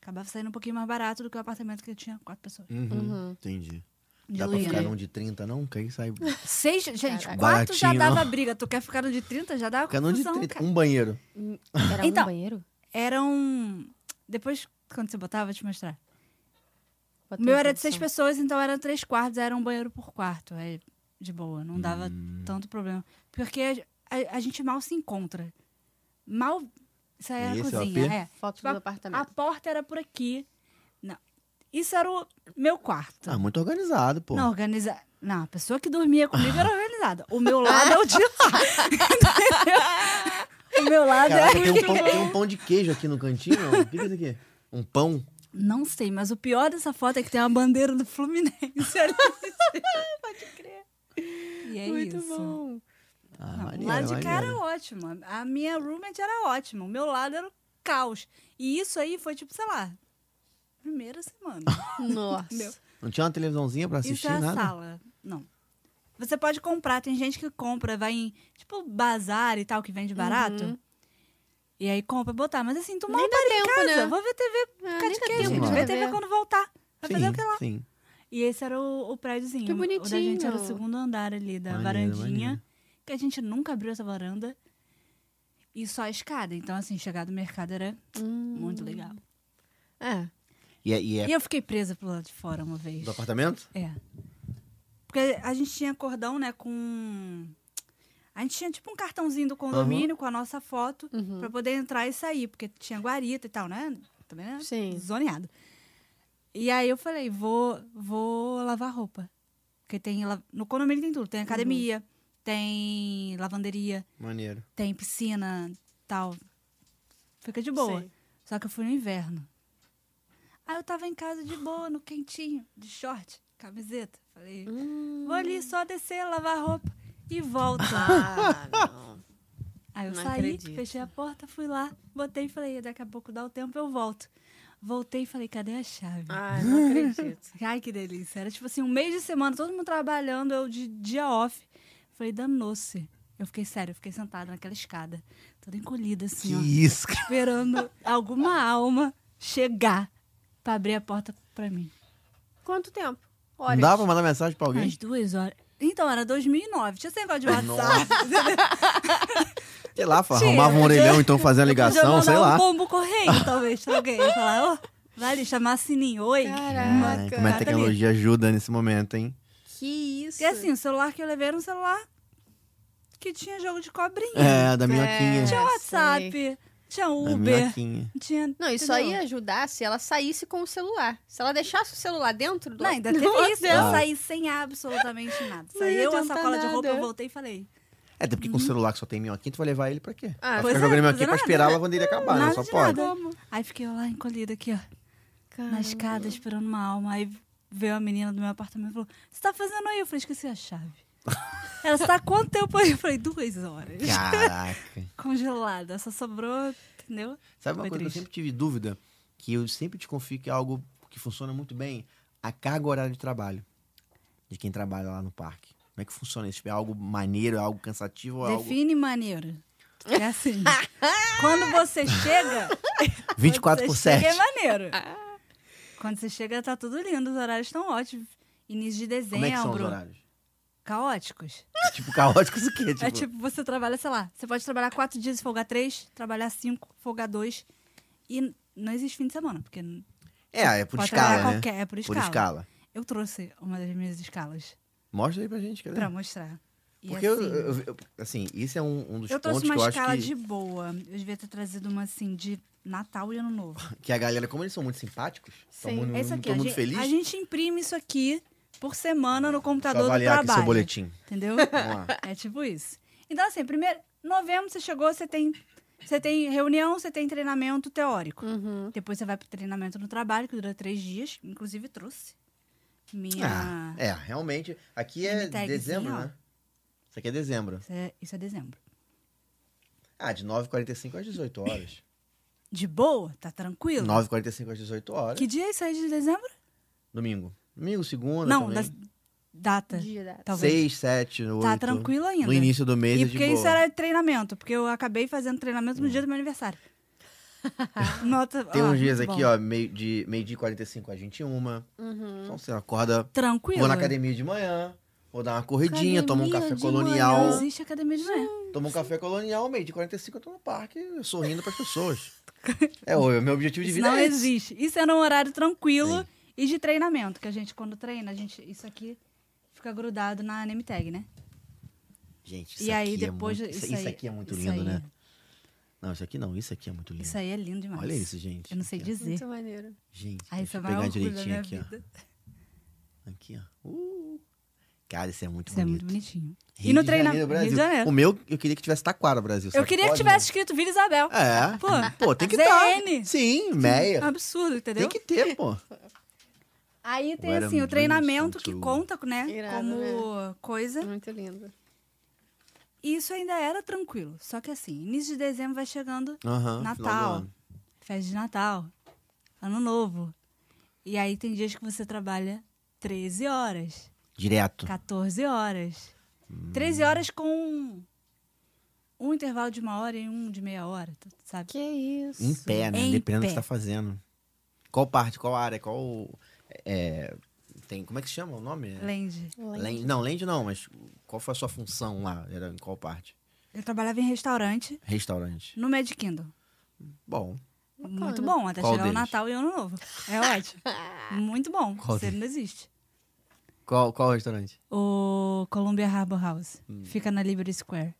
C: Acabava saindo um pouquinho mais barato do que o apartamento que tinha quatro pessoas.
B: Uhum,
D: Uhum.
B: Entendi. Dá pra
C: Diluía,
B: ficar
C: né?
B: num de 30, não? Que aí sai.
C: Seis, gente,
D: Caraca.
C: quatro já
B: Baratinho,
C: dava briga. Tu quer ficar no de 30? Já dava
B: Fica num de
C: confusão,
B: 30.
C: cara.
B: Um banheiro.
D: Era
C: Então-
D: um banheiro?
C: Eram... um- Depois, quando você botava, vou te mostrar.
D: Bota
C: O meu
D: aí,
C: era de seis
D: produção.
C: pessoas, então era três quartos, era um banheiro por quarto. É de boa, não dava
B: Hum.
C: tanto problema. Porque a, a gente mal se encontra. Mal. Isso aí era a
B: Esse é o
C: cozinha,
B: AP?
C: é.
D: Foto
C: Tipo,
D: do
C: A
D: apartamento.
C: porta era por aqui. Não. Isso era o meu quarto.
B: Ah, muito organizado, pô.
C: Não, organiza... Não, a pessoa que dormia comigo era organizada. O meu lado é o de lá. Entendeu? o meu lado
B: Caraca,
C: é.
B: tem um, pão, tem um pão de queijo aqui no cantinho. ó. O que que é isso aqui? Um pão?
C: Não sei, mas o pior dessa foto é que tem uma bandeira do Fluminense ali.
D: Pode crer.
C: E é
D: Muito
C: isso.
D: bom.
B: Ah,
C: Não,
B: maneiro,
C: o lado de
B: maneiro.
C: cá era ótimo. A minha roommate era ótima. O meu lado era o caos. E isso aí foi tipo, sei lá, primeira semana.
D: Nossa.
C: Meu.
B: Não tinha uma televisãozinha pra
C: isso
B: assistir
C: é a
B: nada?
C: sala. Não. Você pode comprar. Tem gente que compra, vai em, tipo, bazar e tal, que vende barato.
D: Uhum.
C: E aí compra, botar. Mas assim, tu mal
D: Nem dá
C: para em
D: tempo,
C: casa.
D: né?
C: Vou ver TV.
D: Ah,
C: Ficar
D: nem
C: de
D: dá
C: queijo.
D: tempo de
C: é Ver
B: Vamos
C: TV
D: TV.
C: quando voltar.
B: né?
C: Vai
B: Sim,
C: fazer o que lá.
B: sim.
C: E esse era o, o prédiozinho.
D: Que
C: O da gente era o
D: bonitinho.
C: segundo andar ali, da
B: Maneiro,
C: varandinha.
B: maneiro.
C: Que a gente nunca abriu essa varanda. E só a escada. Então, assim, chegar do mercado era
D: Hum.
C: muito legal.
D: É.
B: E é, e é
C: E eu fiquei presa pro lado de fora uma vez.
B: do apartamento?
C: É. Porque a gente tinha cordão, né, com... A gente tinha, tipo, um cartãozinho do condomínio com a nossa foto
D: Uhum.
C: pra poder entrar e sair. Porque tinha guarita e tal, né? Também né?
D: Sim.
C: zoneado. E aí eu falei, vou, vou lavar roupa. Porque tem la- no condomínio tem tudo, tem academia,
D: Uhum.
C: tem lavanderia,
B: Maneiro.
C: tem piscina, tal. Fica de boa.
D: Sei.
C: Só que eu fui no inverno. Aí eu tava em casa de boa, no quentinho, de short, camiseta. Falei,
D: Hum.
C: vou ali só descer, lavar roupa e volto.
D: Ah, não.
C: Aí eu
D: Não
C: saí,
D: acredito.
C: fechei a porta, fui lá, botei e falei, daqui a pouco dá o tempo, eu volto. Voltei e falei, cadê a chave?
D: Ai, Ah, não acredito.
C: Ai, que delícia. Era tipo assim, um mês de semana, todo mundo trabalhando, eu de dia off. Falei, danou-se. Eu fiquei sério, eu fiquei sentada naquela escada, toda encolhida assim, ó,
B: Que isso, cara.
C: esperando alguma alma chegar pra abrir a porta pra mim.
D: Quanto tempo?
B: Não
D: Horas.
B: dá pra mandar mensagem pra alguém?
C: Umas duas horas. Então, era 2009. Tinha esse negócio de WhatsApp. tá
B: Sei lá, fa-
C: Tira.
B: arrumava um orelhão, então fazia a
C: Podia
B: ligação,
C: mandar
B: sei lá.
C: um pombo correio, talvez, pra alguém. Falar, ó, vai ali chamar sininho, oi.
B: Ai,
D: Caraca.
B: como é que a tecnologia ajuda nesse momento, hein?
D: Que isso?
C: E assim, o celular que eu levei era um celular que tinha jogo de cobrinha.
B: É, da minhoquinha.
C: Tinha
D: É,
C: WhatsApp, tinha
B: Da
C: Uber,
B: minhoquinha.
C: tinha.
D: Não, isso aí
C: entendeu?
D: ia ajudar se ela saísse com o celular. Se ela deixasse o celular dentro do.
C: Não, ainda teve
D: do
C: isso.
D: hotel.
C: Eu saí sem absolutamente nada.
D: Não
C: Saí
D: ia
C: eu, a
D: adiantar
C: sacola de roupa, eu
D: nada.
C: voltei e falei.
B: É, até porque com o celular que só tem minhoquinha, tu vai levar ele pra
D: Ah,
B: quê? Ah, vai
C: Uhum. pois
B: ficar
C: é,
B: jogando
C: não
B: minhoquinha pra
C: fazer
B: esperar a lavanderia acabar, né?
C: nada
B: Só
C: de
B: pode.
C: nada. Aí fiquei lá encolhida aqui, ó,
D: Caramba.
C: na escada, esperando uma alma. Aí veio a menina do meu apartamento e falou: O que você tá fazendo aí? Eu falei: Esqueci a chave. Ela, você tá há quanto tempo aí? Eu falei: Duas horas.
B: Caraca.
C: Congelada, só sobrou, entendeu?
B: Sabe uma coisa que eu
C: Foi triste.
B: sempre tive dúvida? Que eu sempre desconfio que é algo que funciona muito bem? A carga horária de trabalho de quem trabalha lá no parque. Como é que funciona isso? É algo maneiro, é algo cansativo, ou é algo...
C: Define maneiro. É assim. quando você chega.
B: 24 por Ah.
C: você chega
B: 7.
C: É maneiro. Quando você chega, tá tudo lindo. Os horários estão ótimos. Início de dezembro.
B: Como é que são os horários?
C: Caóticos.
B: tipo, caóticos o quê? Tipo,
C: É tipo, você trabalha, sei lá, você pode trabalhar quatro dias e folgar três, trabalhar cinco, folgar dois. E n- não existe fim de semana, porque n-
B: é, é por
C: pode
B: escala,
C: trabalhar
B: né?
C: qualquer. É por
B: Por
C: escala.
B: escala.
C: Eu trouxe uma das minhas escalas
B: Mostra aí pra gente, cadê?
C: pra mostrar. E
B: É. Porque eu-
C: assim,
B: eu, eu- assim, isso é um, um dos
C: eu
B: pontos
C: trouxe
B: que
C: uma
B: eu acho
C: escala
B: que,
C: de boa. Eu devia ter trazido uma assim de Natal e Ano Novo.
B: que a galera, como eles são muito simpáticos,
D: Sim.
B: estão
C: Essa aqui,
B: muito,
C: a
B: muito
C: gente,
B: feliz.
C: a gente imprime isso aqui por semana no
B: Só
C: computador do
B: avaliar aqui seu
C: trabalho.
B: boletim.
C: Entendeu?
B: Vamos lá.
C: é tipo isso. Então, assim, primeiro, novembro você chegou, você tem, você tem reunião, você tem treinamento teórico.
D: Uhum.
C: Depois você vai pro treinamento no trabalho, que dura três dias. Inclusive, trouxe minha.
B: Ah, é, realmente. Aqui é
C: Hashtagzinho,
B: dezembro,
C: ó.
B: né? Isso aqui é dezembro.
C: Isso é, isso é dezembro.
B: Ah, de 9h45 às 18 horas.
C: De boa? Tá tranquilo?
B: 9h45 às 18 horas.
C: Que dia é isso aí de dezembro?
B: Domingo. Domingo, segunda.
C: Não,
B: também.
C: das- data.
D: Dia da-
C: Talvez.
B: 6, 7, 8.
C: Tá tranquilo ainda.
B: No início do mês
C: E
B: é de
C: porque
B: boa. Hum.
C: isso era treinamento, porque eu acabei fazendo treinamento no dia do meu aniversário. Nota,
B: Tem
C: ó,
B: uns dias
C: Ah, bom.
B: aqui, ó, meio de meio dia e 45 às 21.
D: Uhum.
B: Então você acorda,
C: Tranquilo.
B: vou na academia de manhã, vou dar uma corridinha, tomo um
D: Academia
B: café
D: de
C: Não
B: colonial.
D: manhã.
C: existe academia de manhã.
B: Tomo um café colonial, meio de 45 eu tô no parque sorrindo pras pessoas. É, o meu objetivo de
C: Isso
B: vida
C: não
B: é esse.
C: existe. Isso é num horário tranquilo e de treinamento, que a gente, quando treina, a gente, isso aqui fica grudado na name tag, né?
B: Gente, isso
C: E aí,
B: aqui
C: depois
B: é muito,
C: isso
B: isso,
C: aí-
B: aqui é muito
C: isso
B: lindo,
C: aí-
B: né? Não, isso aqui não, isso aqui é muito lindo.
C: Isso aí é lindo demais.
B: Olha isso, gente.
C: Eu não sei
B: Aqui, ó.
C: dizer.
D: Muito maneiro.
B: Gente,
C: Ah, isso
B: deixa
C: é
B: eu
C: o maior
B: pegar
C: orgulho da
B: direitinho
C: minha
B: aqui, ó.
C: vida.
B: Aqui, ó. Uh. Cara, isso é muito
C: Isso é
B: bonito.
C: muito bonitinho.
B: Rio
C: E no
B: de
C: treina-
B: Janeiro,
C: Rio
B: Brasil.
C: de Janeiro.
B: O meu, eu queria que tivesse Taquara, Brasil. só
C: Eu queria que
B: pode,
C: tivesse escrito Vila Isabel.
B: né? É.
C: Pô, tá
B: Pô, tem que
C: ZN.
B: ter. Sim, Meia.
C: Absurdo, Ah, entendeu?
B: Tem que ter, pô.
C: Aí tem
B: Agora, é
C: assim, o
B: Bruno
C: treinamento que
B: Santu.
C: conta, né?
D: Irado,
C: como coisa.
D: Muito lindo.
C: E isso ainda era tranquilo. Só que assim, início de dezembro vai chegando
B: Aham, Ah, final do
C: Natal.
B: ano.
C: Festa de Natal. Ano novo. E aí tem dias que você trabalha 13 horas,
B: Direto.
C: 14 horas. 13 horas com um intervalo de uma hora e um de meia hora, tu- sabe?
D: Que isso.
B: Em pé, né?
C: Em
B: Dependendo do que
C: pé.
B: você tá fazendo. Qual parte, qual área, qual. É, tem, como é que se chama o nome?
C: Lende.
B: Land. Não, land não, mas qual foi a sua função lá? Era em qual parte?
C: Eu trabalhava em restaurante
B: Restaurante.
C: no Mad Kingdom.
B: Bom,
D: Bacana.
C: Muito bom, até
B: Qual
C: chegar o
B: deles?
C: Natal e o Ano Novo. É ótimo. Muito bom.
B: Qual
C: Você
B: deles?
C: não existe.
B: qual, qual restaurante?
C: O Columbia Harbor House.
B: Hum.
C: Fica na Liberty Square.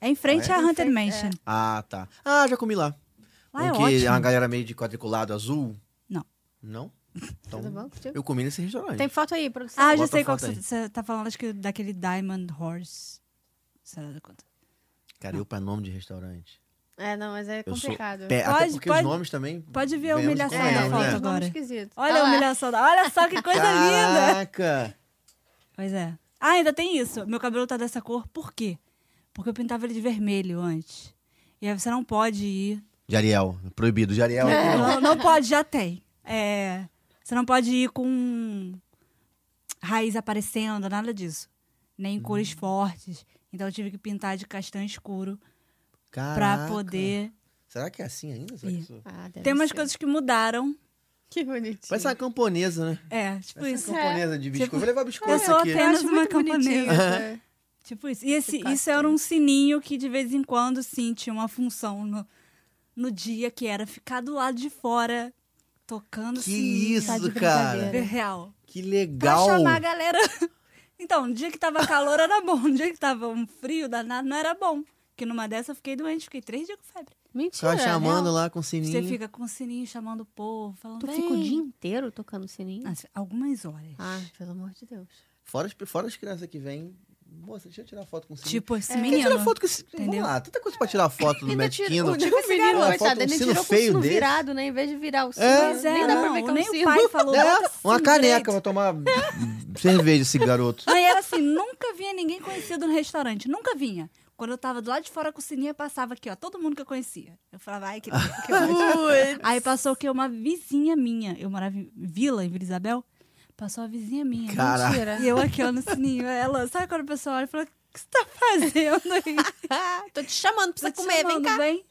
C: É em frente
B: Ah,
C: à
D: é?
C: Haunted
D: Em frente,
C: Mansion.
B: Ah, tá. Ah, já comi lá.
C: Lá
B: um
C: é
B: que
C: ótimo.
B: é uma galera meio de quadriculado azul.
C: Não.
B: Não? Então,
D: Tudo bom contigo?
B: eu comi nesse restaurante.
D: Tem foto aí, produção.
C: Ah, já
B: Bota
C: sei
B: a
C: qual que
B: foto
C: você você tá falando. Acho que daquele Diamond Horse. Sei lá da conta.
B: Cara, eu pra é nome de restaurante.
D: É, não, mas é
B: Eu sou
D: complicado.
B: pé.
C: Pode-
B: Até porque
C: pode-
B: os nomes também.
C: pode ver a
B: venhamos e
D: É,
C: humilhação
B: convenhamos,
C: da foto
D: é,
B: né?
C: agora.
D: esquisito. Tá
C: Olha a
D: lá.
C: humilhação. da- Olha só que coisa linda.
B: Caraca!
C: Pois é. Ah, ainda tem isso. Meu cabelo tá dessa cor. Por quê? Porque eu pintava ele de vermelho antes. E aí você não pode ir
B: De Ariel. Proibido. De Ariel. aqui não.
C: Não, não pode, já tem. É, você não pode ir com raiz aparecendo, nada disso.
B: Hum.
C: Nem cores fortes. Então eu tive que pintar de castanho escuro
B: Caraca.
C: pra poder.
B: Será que é assim ainda? Será que isso-
D: Ah, deve
C: Tem umas
D: ser.
C: coisas que mudaram.
D: Que bonitinho.
B: Parece uma camponesa, né?
C: É, tipo
B: Parece
C: isso.
B: uma camponesa de biscoito.
C: Tipo,
B: Vou levar biscoito
C: eu sou
B: aqui.
D: Eu
C: apenas
D: acho
C: uma
D: muito bonitinho.
B: né?
C: camponesa.
D: essa-
C: Tipo isso. E esse,
D: Esse
C: isso era um sininho que de vez em quando, sim, tinha uma função no, no dia que era ficar do lado de fora, tocando
B: Que
C: sininho,
B: isso,
C: tá de
B: cara.
C: brincadeira. Real.
B: Que
C: Pra
B: legal.
C: chamar a galera. Então, no dia que tava calor era bom, no dia que tava um frio danado não era bom. Porque numa dessa eu fiquei doente, fiquei três dias com febre.
D: Mentira.
B: Ficava
D: né?
B: chamando lá com o sininho.
C: Você fica com o sininho chamando o povo, falando.
D: Tu
C: "Vem".
D: fica o dia inteiro tocando sininho?
C: Nossa, Algumas horas.
D: Ah, pelo amor de Deus.
B: Fora, as, fora as crianças que vêm. Moça, deixa eu tirar foto com o sininho.
C: Tipo,
D: É,
C: esse
B: Quem
C: menino.
B: tira foto com esse... Vamos
C: Entendeu?
B: lá, tanta coisa pra tirar foto do Mad
D: tira-
B: Kingdom.
D: o tipo esse
B: Pô,
D: garoto,
B: foto
D: coitado,
B: com um
D: ele
B: sino
D: tirou com o
B: feio
D: sino
B: desse.
D: virado, né? Em vez de virar o sino,
C: Pois é,
D: nem dá pra
C: não,
D: ver que é um
C: nem o
D: sino.
C: pai falou.
B: É,
C: "Bota
B: uma
C: sino
B: caneca
C: direito".
B: pra tomar cerveja esse garoto.
C: Aí era assim, nunca vinha ninguém conhecido no restaurante. Nunca vinha. Quando eu tava do lado de fora com o sininho, eu passava aqui, ó, todo mundo que eu conhecia. Eu falava, ai, que, que ótimo. Aí passou o quê? Uma vizinha minha. Eu morava em Vila, em Vila Isabel. Passou a vizinha minha.
B: Caraca.
D: Mentira.
C: E eu aqui, ó, no sininho. Ela, sabe quando o pessoal olha e fala, o que você tá fazendo aí?
D: "Ah, Tô te chamando,
C: Tá
D: precisa
C: te
D: comer, vem
C: chamando,
D: cá.
C: vem."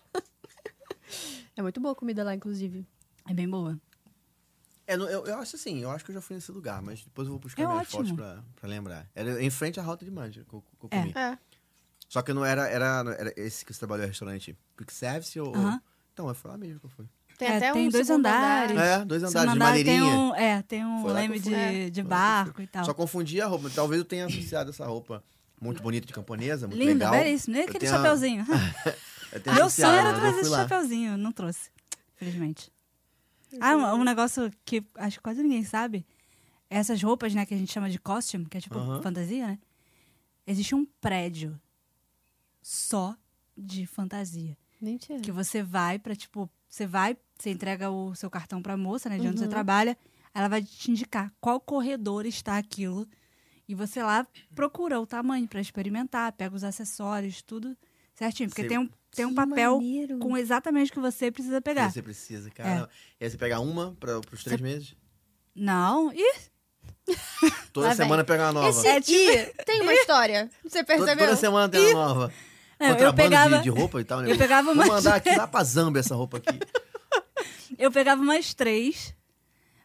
D: É muito boa a comida lá, inclusive.
C: É bem boa.
B: É, não, eu, eu acho assim, eu acho que eu já fui nesse lugar, mas depois eu vou buscar
C: É
B: minhas
C: ótimo.
B: fotos pra, pra lembrar. Era em frente à Rota de Manja que eu, que eu
C: É.
B: comi.
D: É.
B: Só que não era, era, não era esse que você trabalhou no restaurante Quick Service ou...
C: Aham.
B: Então, foi lá mesmo que eu fui.
D: Tem
C: É,
D: até
C: tem
D: um
C: dois
D: segundo
C: andares.
D: andar.
B: É, dois
C: Segundo
B: andares de
C: andar tem
B: maneirinha.
C: um, É, tem um
B: Foi lá que eu
C: lembro
B: fui. É. Foi lá
C: de, de
B: que eu
C: barco e tal.
B: Só confundi a roupa. Talvez eu tenha associado essa roupa
C: Hum.
B: muito bonita de camponesa, muito
C: Lindo,
B: legal.
C: belíssimo. Nem
B: Eu
C: aquele
B: tenho a-
C: chapeuzinho.
B: Eu tenha
C: Meu
B: associado,
C: sonho era
B: mas eu
C: trazer
B: fui
C: esse
B: lá.
C: chapeuzinho, não trouxe, infelizmente. Ah, um, um negócio que acho que quase ninguém sabe. Essas roupas, né, que a gente chama de costume, que é tipo
B: Aham.
C: fantasia, né? Existe um prédio só de fantasia.
D: Mentira.
C: Que você vai pra, tipo, você vai, você entrega o seu cartão pra moça, né, de onde você trabalha, ela vai te indicar qual corredor está aquilo. E você lá procura o tamanho para experimentar, pega os acessórios, tudo certinho. Porque
B: Sei.
C: tem um, tem um
D: Que
C: papel
D: maneiro.
C: com exatamente o que você precisa pegar. É. Tá
B: Você precisa, é cara. E aí você pega uma para os três meses?
C: Não, e
B: Toda
D: Lá vem.
B: semana pega uma nova.
D: Esse
C: É tipo-
D: I tem uma história. Você
B: Toda-
D: percebeu?
B: Toda semana tem uma nova.
C: Não, eu
B: Contrabando de-
C: pegava-
B: de, roupa e tal. né?
C: eu
B: Vou
C: pegava uma-
B: mandar aqui lá pra Zambia essa roupa aqui.
C: eu pegava mais três,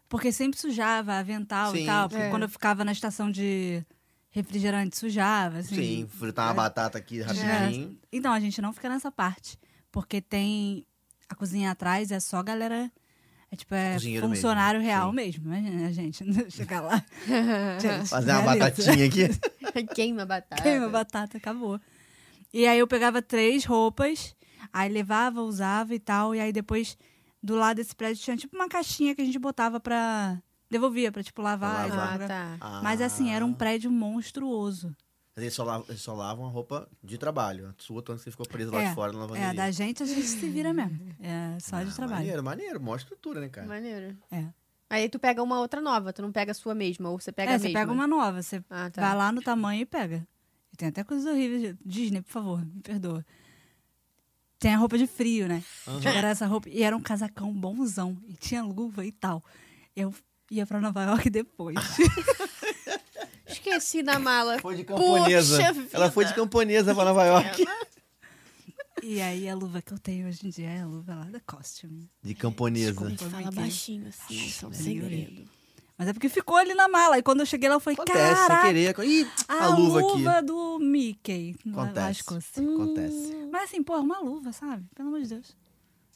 C: porque sempre sujava avental
B: Sim,
C: e tal. Porque
D: sim.
C: quando eu ficava na estação de refrigerante, sujava, assim.
B: Sim, fritar uma batata
C: É.
B: aqui rapidinho.
C: Então, a gente não fica nessa parte. Porque tem a cozinha atrás, é só galera. É tipo, é
B: Cozinheiro
C: funcionário
B: mesmo,
C: real
B: sim.
C: mesmo. Imagina a gente chegar lá. gente,
B: Fazer uma
C: beleza.
B: batatinha aqui.
D: Queima a batata.
C: Queima a batata, acabou. E aí eu pegava três roupas, aí levava, usava e tal. E aí depois, do lado desse prédio, tinha tipo uma caixinha que a gente botava pra. Devolvia pra, tipo, lavar.
B: Pra lavar.
D: Ah,
C: jogar.
D: tá.
C: Mas assim, era um
B: Ah.
C: prédio monstruoso.
B: Mas eles só lavam, eles só lavam a roupa de trabalho. A sua, tanto que você ficou presa lá
C: É,
B: de fora na
C: É,
B: lavanderia.
C: da gente a gente se vira mesmo. É só de
B: Ah,
C: trabalho.
B: Maneiro, maneiro. Mó estrutura, né, cara?
D: Maneiro.
C: É.
D: Aí tu pega uma outra nova, tu não pega a sua mesma, ou você pega
C: é,
D: a
C: você
D: mesma.
C: pega uma nova, você
D: Ah, tá.
C: vai lá no tamanho e pega. E tem até coisas horríveis. Disney, por favor, me perdoa. Tem a roupa de frio, né?
B: Aham.
C: Era essa roupa. E era um casacão bonzão. E tinha luva e tal. Eu ia pra Nova York depois.
D: Esqueci da mala.
B: Foi de camponesa.
D: Poxa
B: Ela foi de camponesa pra Nova York.
C: e aí a luva que eu tenho hoje em dia é a luva lá da Costume.
B: De camponesa.
D: Como que
C: Foi
D: fala
C: muito.
D: baixinho assim, isso é um segredo.
C: Mas é porque ficou ali na mala. E quando eu cheguei lá, eu falei,
B: Acontece, sem
C: caraca,
B: querer. Ih,
C: a,
B: a luva aqui.
C: luva do Mickey. lá-
B: Acontece.
C: Lascou-se.
B: Acontece.
C: Mas assim, pô, uma luva, sabe? Pelo amor de Deus.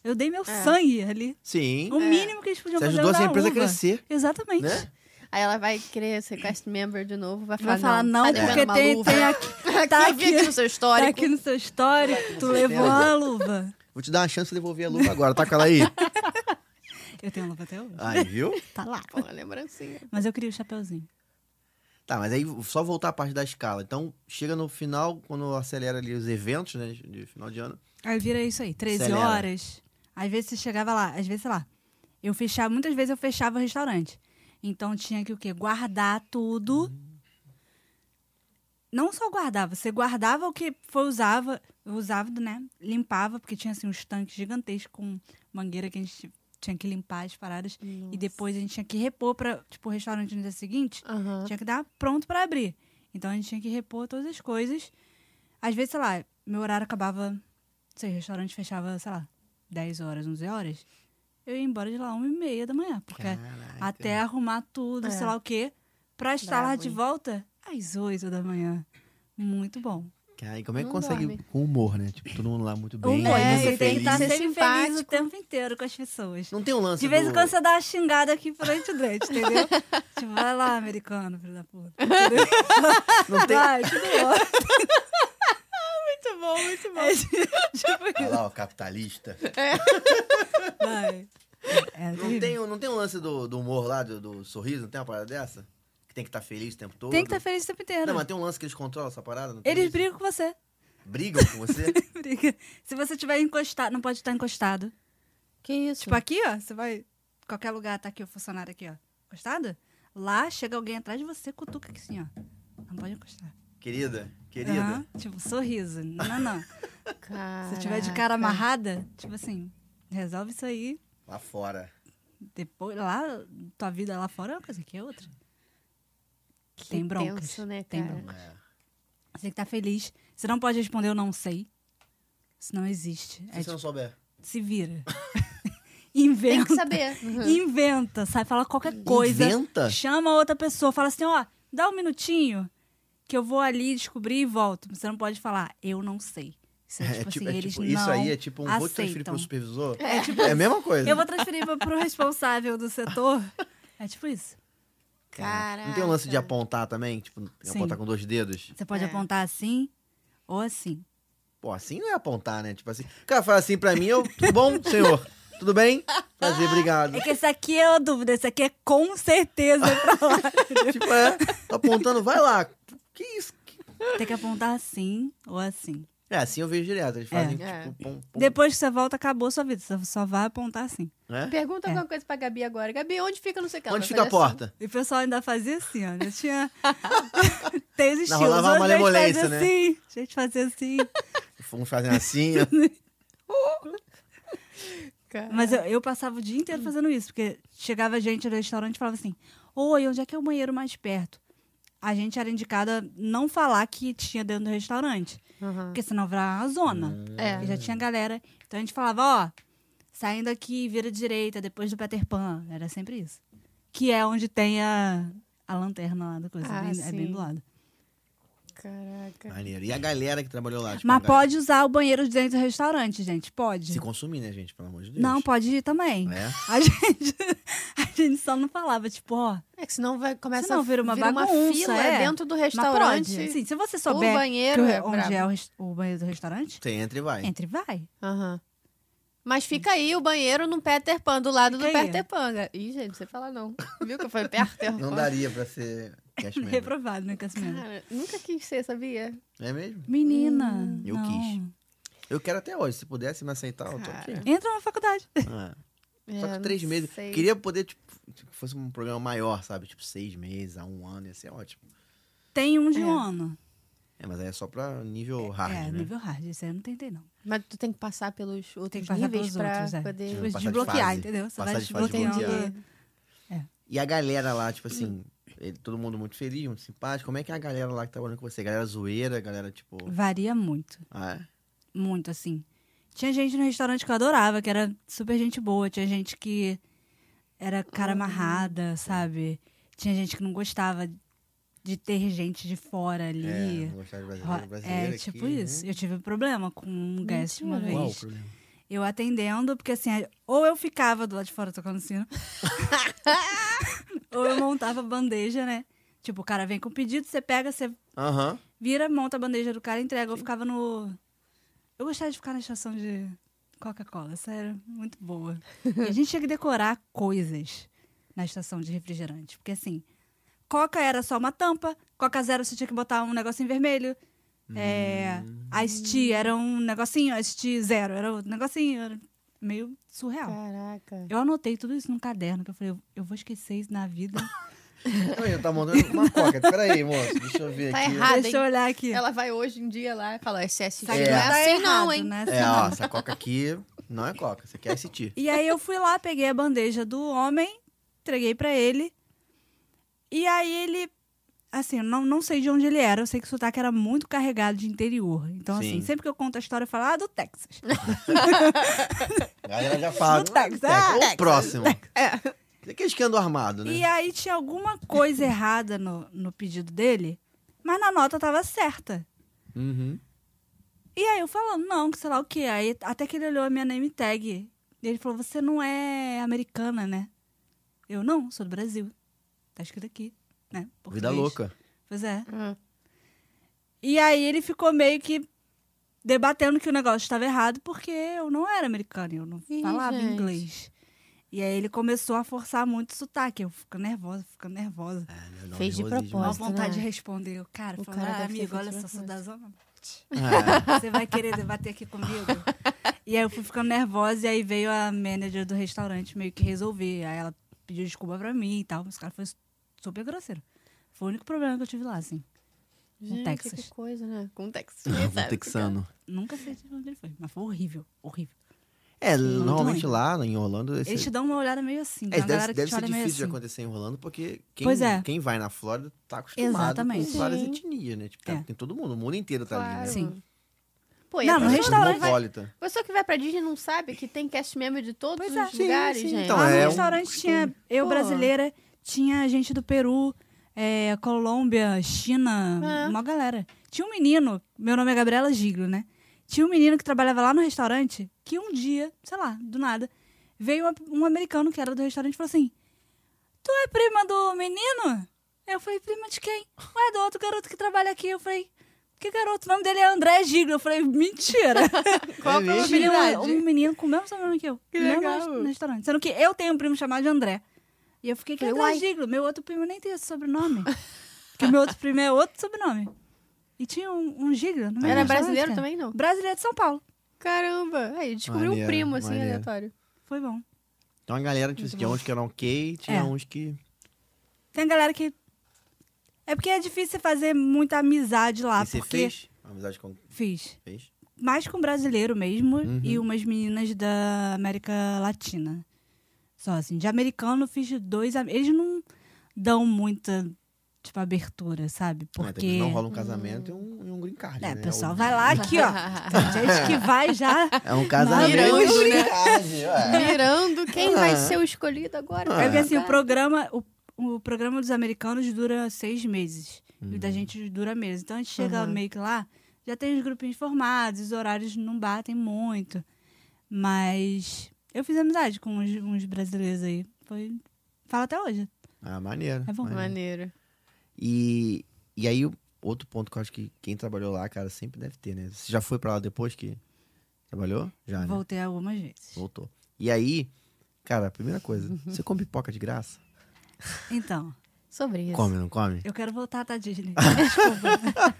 C: Eu dei meu
D: É.
C: sangue ali.
B: Sim.
C: O mínimo que eles podiam
B: É. Você
C: fazer
B: ajudou
C: era
B: essa
C: dar
B: empresa a
C: luva.
B: crescer,
C: Exatamente.
B: né?
D: Aí ela vai querer ser cast member de novo, vai falar,
C: Vai falar não,
D: tá devendo
C: porque
D: uma
C: tem,
D: luva.
C: tem aqui,
D: Tá
C: tá
D: eu vi aqui
C: aqui,
D: no seu
C: tá
D: histórico.
C: aqui no seu histórico, tu levou
B: certeza.
C: a luva.
B: Vou te dar uma chance de devolver a luva agora. Tá com ela aí?
C: Eu tenho luva até hoje.
B: Aí, viu?
C: Tá lá.
D: Pô, uma lembrancinha.
C: Mas eu queria o chapeuzinho.
B: Tá, mas aí só voltar à parte da escala. Então, chega no final, quando acelera ali os eventos, né? De final de ano.
C: Aí vira isso aí, 13
B: Acelera.
C: horas. Às vezes você chegava lá, às vezes, sei lá, eu fechava, muitas vezes eu fechava o restaurante. Então tinha que o quê? Guardar tudo. Não só guardar, você guardava o que foi usava, usava, né? Limpava, porque tinha assim uns tanques gigantescos com mangueira que a gente tinha que limpar as paradas. E depois a gente tinha que repor para tipo, o restaurante no dia seguinte.
D: Aham.
C: Então, Tinha que dar pronto pra abrir. Então a gente tinha que repor todas as coisas. Às vezes, sei lá, meu horário acabava. Não sei, o restaurante fechava, sei lá, 10 horas, 11 horas. Eu ia embora de lá 1 e meia da manhã. Porque
B: Ah, Caraca.
C: até arrumar tudo,
D: É.
C: sei lá o quê, pra estar lá
D: Bravo,
C: de
D: hein?
C: volta às 8 da manhã. Muito bom.
B: Cara, e como é que
D: Não
B: consegue
D: dorme.
B: com humor, né? Tipo, todo mundo lá muito
C: O
B: bem.
C: humor,
D: É,
B: todo mundo
C: você tem que
B: feliz.
C: estar
D: Ser
C: sempre feliz o
D: simpático.
C: tempo inteiro com as pessoas.
B: Não tem um lance
C: De vez em
B: do-
C: quando você dá uma xingada aqui frente do dente, entendeu? tipo, vai lá, americano, filho da puta. Entendeu?
B: Não tem...
C: Vai, tudo bom.
D: Muito bom, muito bom.
C: É, tipo
B: Olha
C: isso.
B: lá, ó, capitalista.
C: Vai. É,
B: Não tem, um- não tem um lance do, do humor lá, do, do sorriso? Não tem uma parada dessa? Que tem que estar feliz o tempo todo?
C: tem que estar feliz o tempo inteiro.
B: Não, mas tem um lance que eles controlam essa parada? Não tem
C: Eles
B: isso?
C: brigam com você.
B: Brigam com você?
C: Briga. Se você tiver encostado, não pode estar encostado.
D: Que isso?
C: Tipo aqui, ó, você vai. Qualquer lugar tá aqui o funcionário aqui, ó. Encostado? Lá chega alguém atrás de você, cutuca aqui assim, ó. Não pode encostar.
B: Querida, querida.
C: Aham. Tipo, sorriso. Não, não.
D: Caraca.
C: Se tiver de cara amarrada, tipo assim, resolve isso aí.
B: Lá fora.
C: Depois, lá, tua vida lá fora é uma coisa que é outra.
D: Que
C: tem broncas.
D: tenso, né,
C: Tem
D: cara?
C: broncas.
B: É.
C: Você tem que estar feliz. Você não pode responder eu não sei. Isso não
B: Se
C: existe. É,
B: você
C: tipo,
B: não souber.
C: se vira.
D: Tem
C: Inventa.
D: que saber. Uhum.
C: Inventa, sai, fala qualquer coisa. Tipo
B: Inventa?
C: Chama outra pessoa, fala assim, ó, dá um minutinho que eu vou ali descobrir e volto. Você não pode falar, eu não sei. Isso é, tipo, assim,
B: é
C: eles
B: tipo-
C: não
B: isso aí é tipo um vou te transferir
C: aceitam. tipo
B: pro supervisor. É, a mesma coisa.
C: Eu vou transferir pro, pro responsável do setor. É tipo isso.
B: Caraca. Não tem um lance de
D: Caraca.
B: apontar também? Tipo,
C: Sim.
B: apontar com dois dedos?
C: Você pode
D: É.
C: apontar assim ou assim.
B: Pô, assim não é apontar, né? Tipo assim. O cara fala assim pra mim, eu, tudo bom, senhor? Tudo bem? Prazer, obrigado.
C: É que esse aqui é uma dúvida, esse aqui é com certeza pra lá.
B: Tipo, é, tô apontando, vai lá. Que isso?
C: Tem que apontar assim ou assim.
B: É, assim eu vejo direto. Eles fazem
D: É.
B: tipo. Pum, pum,
C: Depois que você volta, acabou a sua vida. Você só vai apontar assim.
B: né?
D: Pergunta
C: É.
D: alguma coisa pra Gabi agora. Gabi, onde fica não sei o que? Ela
B: Onde
D: vai
B: fica a
D: fazer assim?
B: porta?
C: E o pessoal ainda fazia assim, ó. Ainda tinha. Tem os
B: Não,
C: estilos.
B: rolava uma
C: Hoje a gente faz
B: malemolência, né?
C: assim. A gente fazia assim.
B: Fomos fazendo assim. ó.
D: assim.
C: Mas eu, eu passava o dia inteiro fazendo isso, porque chegava gente no restaurante e falava assim: Oi, onde é que é o banheiro mais perto? A gente era indicada não falar que tinha dentro do restaurante,
D: Aham.
C: porque senão virava uma zona.
D: É.
C: E já tinha galera. Então a gente falava: Ó, saindo aqui, vira direita, depois do Peter Pan. Era sempre isso. Que é onde tem a, a lanterna lá da coisa,
D: Ah,
C: bem- é bem
D: sim.
C: do lado.
D: Caraca.
B: Maneiro. E a galera que trabalhou lá? tipo, a
C: Mas
B: galera-
C: pode usar o banheiro de dentro do restaurante, gente, pode.
B: Se consumir, né, gente? Pelo amor de Deus.
C: Não, pode ir também.
B: Né?
C: A gente, a gente só não falava, tipo, ó,
D: É que senão vai, começa
C: Senão
D: a
C: vira uma
D: uma
C: bagunça,
D: fila
C: é.
D: dentro do
C: mas
D: restaurante.
C: pode. Sim, se você
D: o
C: souber
D: banheiro
C: que-
D: é
C: onde
D: brabo.
C: é o, res- o banheiro do restaurante,
B: Você entra e vai.
C: entre e vai.
D: Aham. Mas fica aí o banheiro no Peter Pan, do lado
C: Fica
D: do
C: aí.
D: Peter Pan. Ih, gente, não sei falar não. Viu que eu falei Peter Pan?
B: Não daria pra ser cash member.
C: Reprovado, né, Cassimiro?
D: Cara, nunca quis ser, sabia?
B: É mesmo?
C: Menina.
D: Hum.
B: Eu
C: não.
B: quis. Eu quero até hoje. Se pudesse me aceitar, eu tô aqui.
D: Cara.
C: Entra na faculdade.
B: Ah, Só que
D: É,
B: três
D: não
B: meses.
D: sei.
B: Queria poder, tipo, tipo, que fosse um programa maior, sabe? Tipo, seis meses a um ano, ia ser ótimo.
C: Tem um de
D: É.
C: um ano.
B: É, mas aí é só pra nível hard,
C: é,
B: né?
C: nível hard. Isso aí eu não tentei, não.
D: Mas tu tem que passar pelos outros
C: Tem que passar
D: níveis
C: pelos
D: pra
C: outros, é.
D: poder...
B: Sim.
C: Tipo,
B: passar de
C: desbloquear,
B: fase.
C: entendeu? Você
B: Passar
C: vai
B: de né? fase,
C: desbloqueando.
D: desbloquear.
B: E a galera lá, tipo assim, eh, todo mundo muito feliz, muito simpático. Como é que é a galera lá que tá trabalhando com você? Galera zoeira, galera, tipo.
C: Varia muito.
B: Ah, é?
C: muito, assim. Tinha gente no restaurante que eu adorava, que era super gente boa. Tinha gente que era cara amarrada, sabe? Tinha gente que não gostava de ter gente de fora ali.
B: É, não gostar de
C: Ó,
B: brasileiro,
C: É,
B: brasileiro
C: tipo
B: aqui,
C: isso. Eu tive um problema com um guest uma
D: Mentira.
C: vez.
B: Né? Qual o problema?
C: Eu atendendo, porque assim, ou eu ficava do lado de fora tocando sino, ou eu montava a bandeja, né? Tipo, o cara vem com o pedido, você pega, você
B: Aham.
C: Vira, monta a bandeja do cara, entrega. Eu ficava no. Eu gostava de ficar na estação de Coca-Cola, sério, muito boa. E a gente tinha que decorar coisas na estação de refrigerante. Porque assim, Coca era só uma tampa, Coca Zero você tinha que botar um negocinho vermelho.
B: Hum.
C: É, Ice Tea era um negocinho, Ice Tea Zero era outro negocinho, era meio surreal.
D: Caraca.
C: Eu anotei tudo isso num caderno, que eu falei, eu- eu vou esquecer isso na vida.
B: Não, eu tava tá montando uma coca. Peraí, moço. Deixa eu ver
D: Tá
B: aqui.
D: errado,
C: Deixa eu
D: hein?
C: olhar aqui.
D: Ela vai hoje em dia lá e fala, esse é assim,
C: Sabe
D: não
C: que
D: é
C: tá
D: assim não,
C: errado,
D: hein?
C: né?
B: É, ó, essa coca aqui não é coca. Você quer assistir.
C: E aí eu fui lá, peguei a bandeja do homem, entreguei pra ele. E aí ele, assim, eu não, não sei de onde ele era, eu sei que o sotaque era muito carregado de interior. Então, assim,
B: Sim. É.
C: sempre que eu conto a história, eu falo, ah, do Texas.
B: A galera já fala.
C: No Texas,
B: "Ah,
C: ah,
B: Ou
C: Texas,
B: o próximo.
D: É.
B: Aqueles que andam armado, né?
C: E é- aí tinha alguma coisa errada no, no pedido dele, mas na nota tava certa.
B: Uhum.
C: E aí eu falando, não, que sei lá o quê. Aí até que ele olhou a minha name tag. E ele falou, você não é americana, né? Eu não, sou do Brasil. Tá escrito aqui, né?
B: Vida
C: Português.
B: louca.
C: Pois é.
D: Hum.
C: E aí ele ficou meio que debatendo que o negócio estava errado porque eu não era americana, eu não
D: Ih,
C: falava
D: gente.
C: inglês. E aí ele começou a forçar muito o sotaque, eu fico nervosa, ficando nervosa.
B: Ah, não, não,
D: Fez de
B: nervosismo.
C: Uma
D: propósito. É. Gosto,
C: vontade
D: né?
C: de responder, eu, cara,
D: O
C: falando,
D: cara
C: ah,
D: deve ter feito
C: amigo, olha só,
D: propósito.
C: sou da zona. norte.
B: Ah,
C: Você vai querer debater aqui comigo? e aí eu fui ficando nervosa e aí veio a manager do restaurante meio que resolver. Aí ela pediu desculpa pra mim e tal, mas o cara foi super grosseiro. Foi o único problema que eu tive lá, assim.
D: Gente,
C: Texas.
D: que coisa, né? Com Texas.
B: um
D: sabe?
B: texano.
C: Nunca sei de onde ele foi, mas foi horrível, horrível.
B: É,
C: Muito
B: normalmente
C: ruim.
B: lá em Orlando. Esse...
C: Eles te dão uma olhada meio assim,
B: É,
C: tem uma
B: deve,
C: galera que
B: deve
C: te
B: ser
C: olha meio
B: difícil de
C: assim.
B: acontecer em Orlando, porque quem,
C: Pois é.
B: quem vai na Flórida tá acostumado
C: Exatamente.
B: com várias
D: Sim.
B: etnias, né? Tipo,
C: É.
B: tem todo mundo, o mundo inteiro tá ali,
D: Claro.
B: né?
C: Sim.
D: Pô, e
C: Não,
D: a
C: no
B: Ela é
D: pessoa
C: restaurante-
D: vai-
B: cosmopolita.
D: Pessoa que vai pra Disney não sabe que tem cast member de todos
C: Pois
D: os
C: é.
D: lugares,
B: Sim, sim.
D: gente.
B: Então,
C: Lá no
B: é um
C: restaurante tinha eu
D: Pô.
C: brasileira, tinha gente do Peru, é, Colômbia, China,
D: É.
C: uma galera. Tinha um menino, meu nome é Gabriela Giglio, né? Tinha um menino que trabalhava lá no restaurante, que um dia, sei lá, do nada, veio uma- um americano que era do restaurante e falou assim, tu é prima do menino? Eu falei, prima de quem? Ué, do outro garoto que trabalha aqui. Eu falei, que garoto? O nome dele é André Giglio. Eu falei, mentira.
D: Qual a
B: É mesmo?
C: Tinha
D: probabilidade?
C: um, um menino com o mesmo sobrenome que eu.
D: Que
C: no mesmo
D: legal.
C: res- No restaurante. Sendo que eu tenho um primo chamado de André. E eu fiquei que
D: Falei,
C: André
D: uai.
C: Giglo. Meu outro primo nem tem esse é sobrenome. Porque meu outro primo é outro sobrenome. E tinha um, um giga no meu
D: Era
C: restaurante,
D: brasileiro
C: cara.
D: é também, não?
C: Brasileiro de São Paulo.
D: Caramba! Aí, descobri um
B: Maneiro,
D: primo, assim,
B: maneiro.
D: aleatório.
C: Foi bom.
B: Então a galera, tipo, tinha uns que eram ok, tinha
C: É.
B: uns que.
C: Tem galera que. É porque é difícil você fazer muita amizade lá.
B: e você
C: Ah, porque
B: fez? Uma amizade com.
C: Fiz.
B: Fez?
C: Mais com brasileiro mesmo
B: Uhum.
C: e umas meninas da América Latina. Só assim. De americano, fiz dois. am- Eles não dão muita, tipo, abertura, sabe?
B: Ah, então,
C: Porque.
B: não rola um casamento e um, e um green card.
C: É,
B: né?
C: o pessoal
B: um-
C: vai lá aqui, ó. Tem gente que vai já.
B: É um casamento.
D: Não,
B: e um
D: virando,
B: green card, ué.
D: Mirando quem vai
B: Ah.
D: ser o escolhido agora.
B: Ah.
D: pra
C: É porque assim, o
D: casar.
C: programa, o, o programa dos americanos dura seis meses. E o da gente dura meses. Então a gente chega
D: Aham.
C: meio que lá, já tem os grupinhos formados, os horários não batem muito. Mas eu fiz amizade com uns, uns brasileiros aí. Foi. Fala até hoje.
B: Ah, maneiro.
C: É bom.
B: maneiro.
D: Maneiro.
B: E, e aí, outro ponto que eu acho que quem trabalhou lá, cara, sempre deve ter, né? Você já foi pra lá depois que trabalhou? Já, né?
C: Voltei algumas vezes.
B: Voltou. E aí, cara, primeira coisa, você come pipoca de graça?
C: Então,
D: Sobre isso.
B: Come, não come? Tá
C: eu quero voltar da Disney. Desculpa.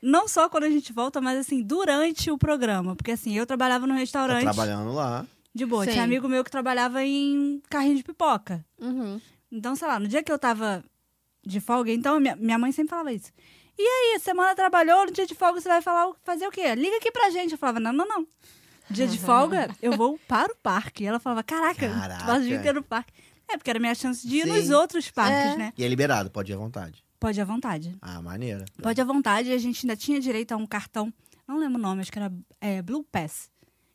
C: Não só quando a gente volta, mas assim, durante o programa. Porque assim, eu trabalhava num
B: Tá
C: restaurante.
B: trabalhando lá.
C: De boa.
D: Sim.
C: Tinha amigo meu que trabalhava em carrinho de pipoca.
D: Uhum.
C: Então, sei lá, no dia que eu tava de folga, então, minha, minha mãe sempre falava isso. E aí, semana trabalhou, no dia de folga você vai falar, o- fazer o quê? Liga aqui pra gente. Eu falava, não, não, não. Dia
B: Uhum.
C: de folga, eu vou para o parque. E ela falava, caraca,
B: Caraca.
C: tu passa o dia inteiro no parque. É, porque era minha chance de ir
B: Sim.
C: nos outros parques,
D: É.
C: né?
B: E é liberado, pode ir à vontade.
C: Pode ir à vontade.
B: Ah, maneira.
C: Pode à vontade, a gente ainda tinha direito a um cartão, não lembro o nome, acho que era é, Blue Pass,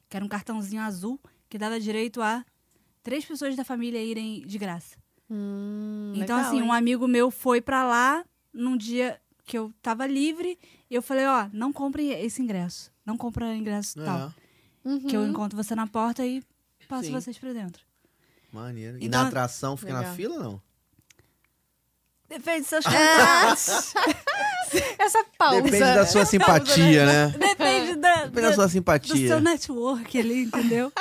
C: que era um cartãozinho azul que dava direito a três pessoas da família irem de graça.
D: Hum,
C: então,
D: legal,
C: assim,
D: hein?
C: um amigo meu foi pra lá num dia que eu tava livre e eu falei: Ó, não compre esse ingresso, não compra ingresso tal,
B: É,
D: Uhum.
C: que eu encontro você na porta e passo
B: Sim.
C: vocês pra dentro.
B: maneiro. E
C: Então-
B: na atração fica na
D: Legal.
B: fila ou não?
C: Depende dos seus contatos.
D: Essa pausa.
B: Depende da sua
D: Essa
B: simpatia, né?
C: Depende da,
B: Depende da
C: da-
B: sua
C: do seu
B: simpatia.
C: network ali, entendeu?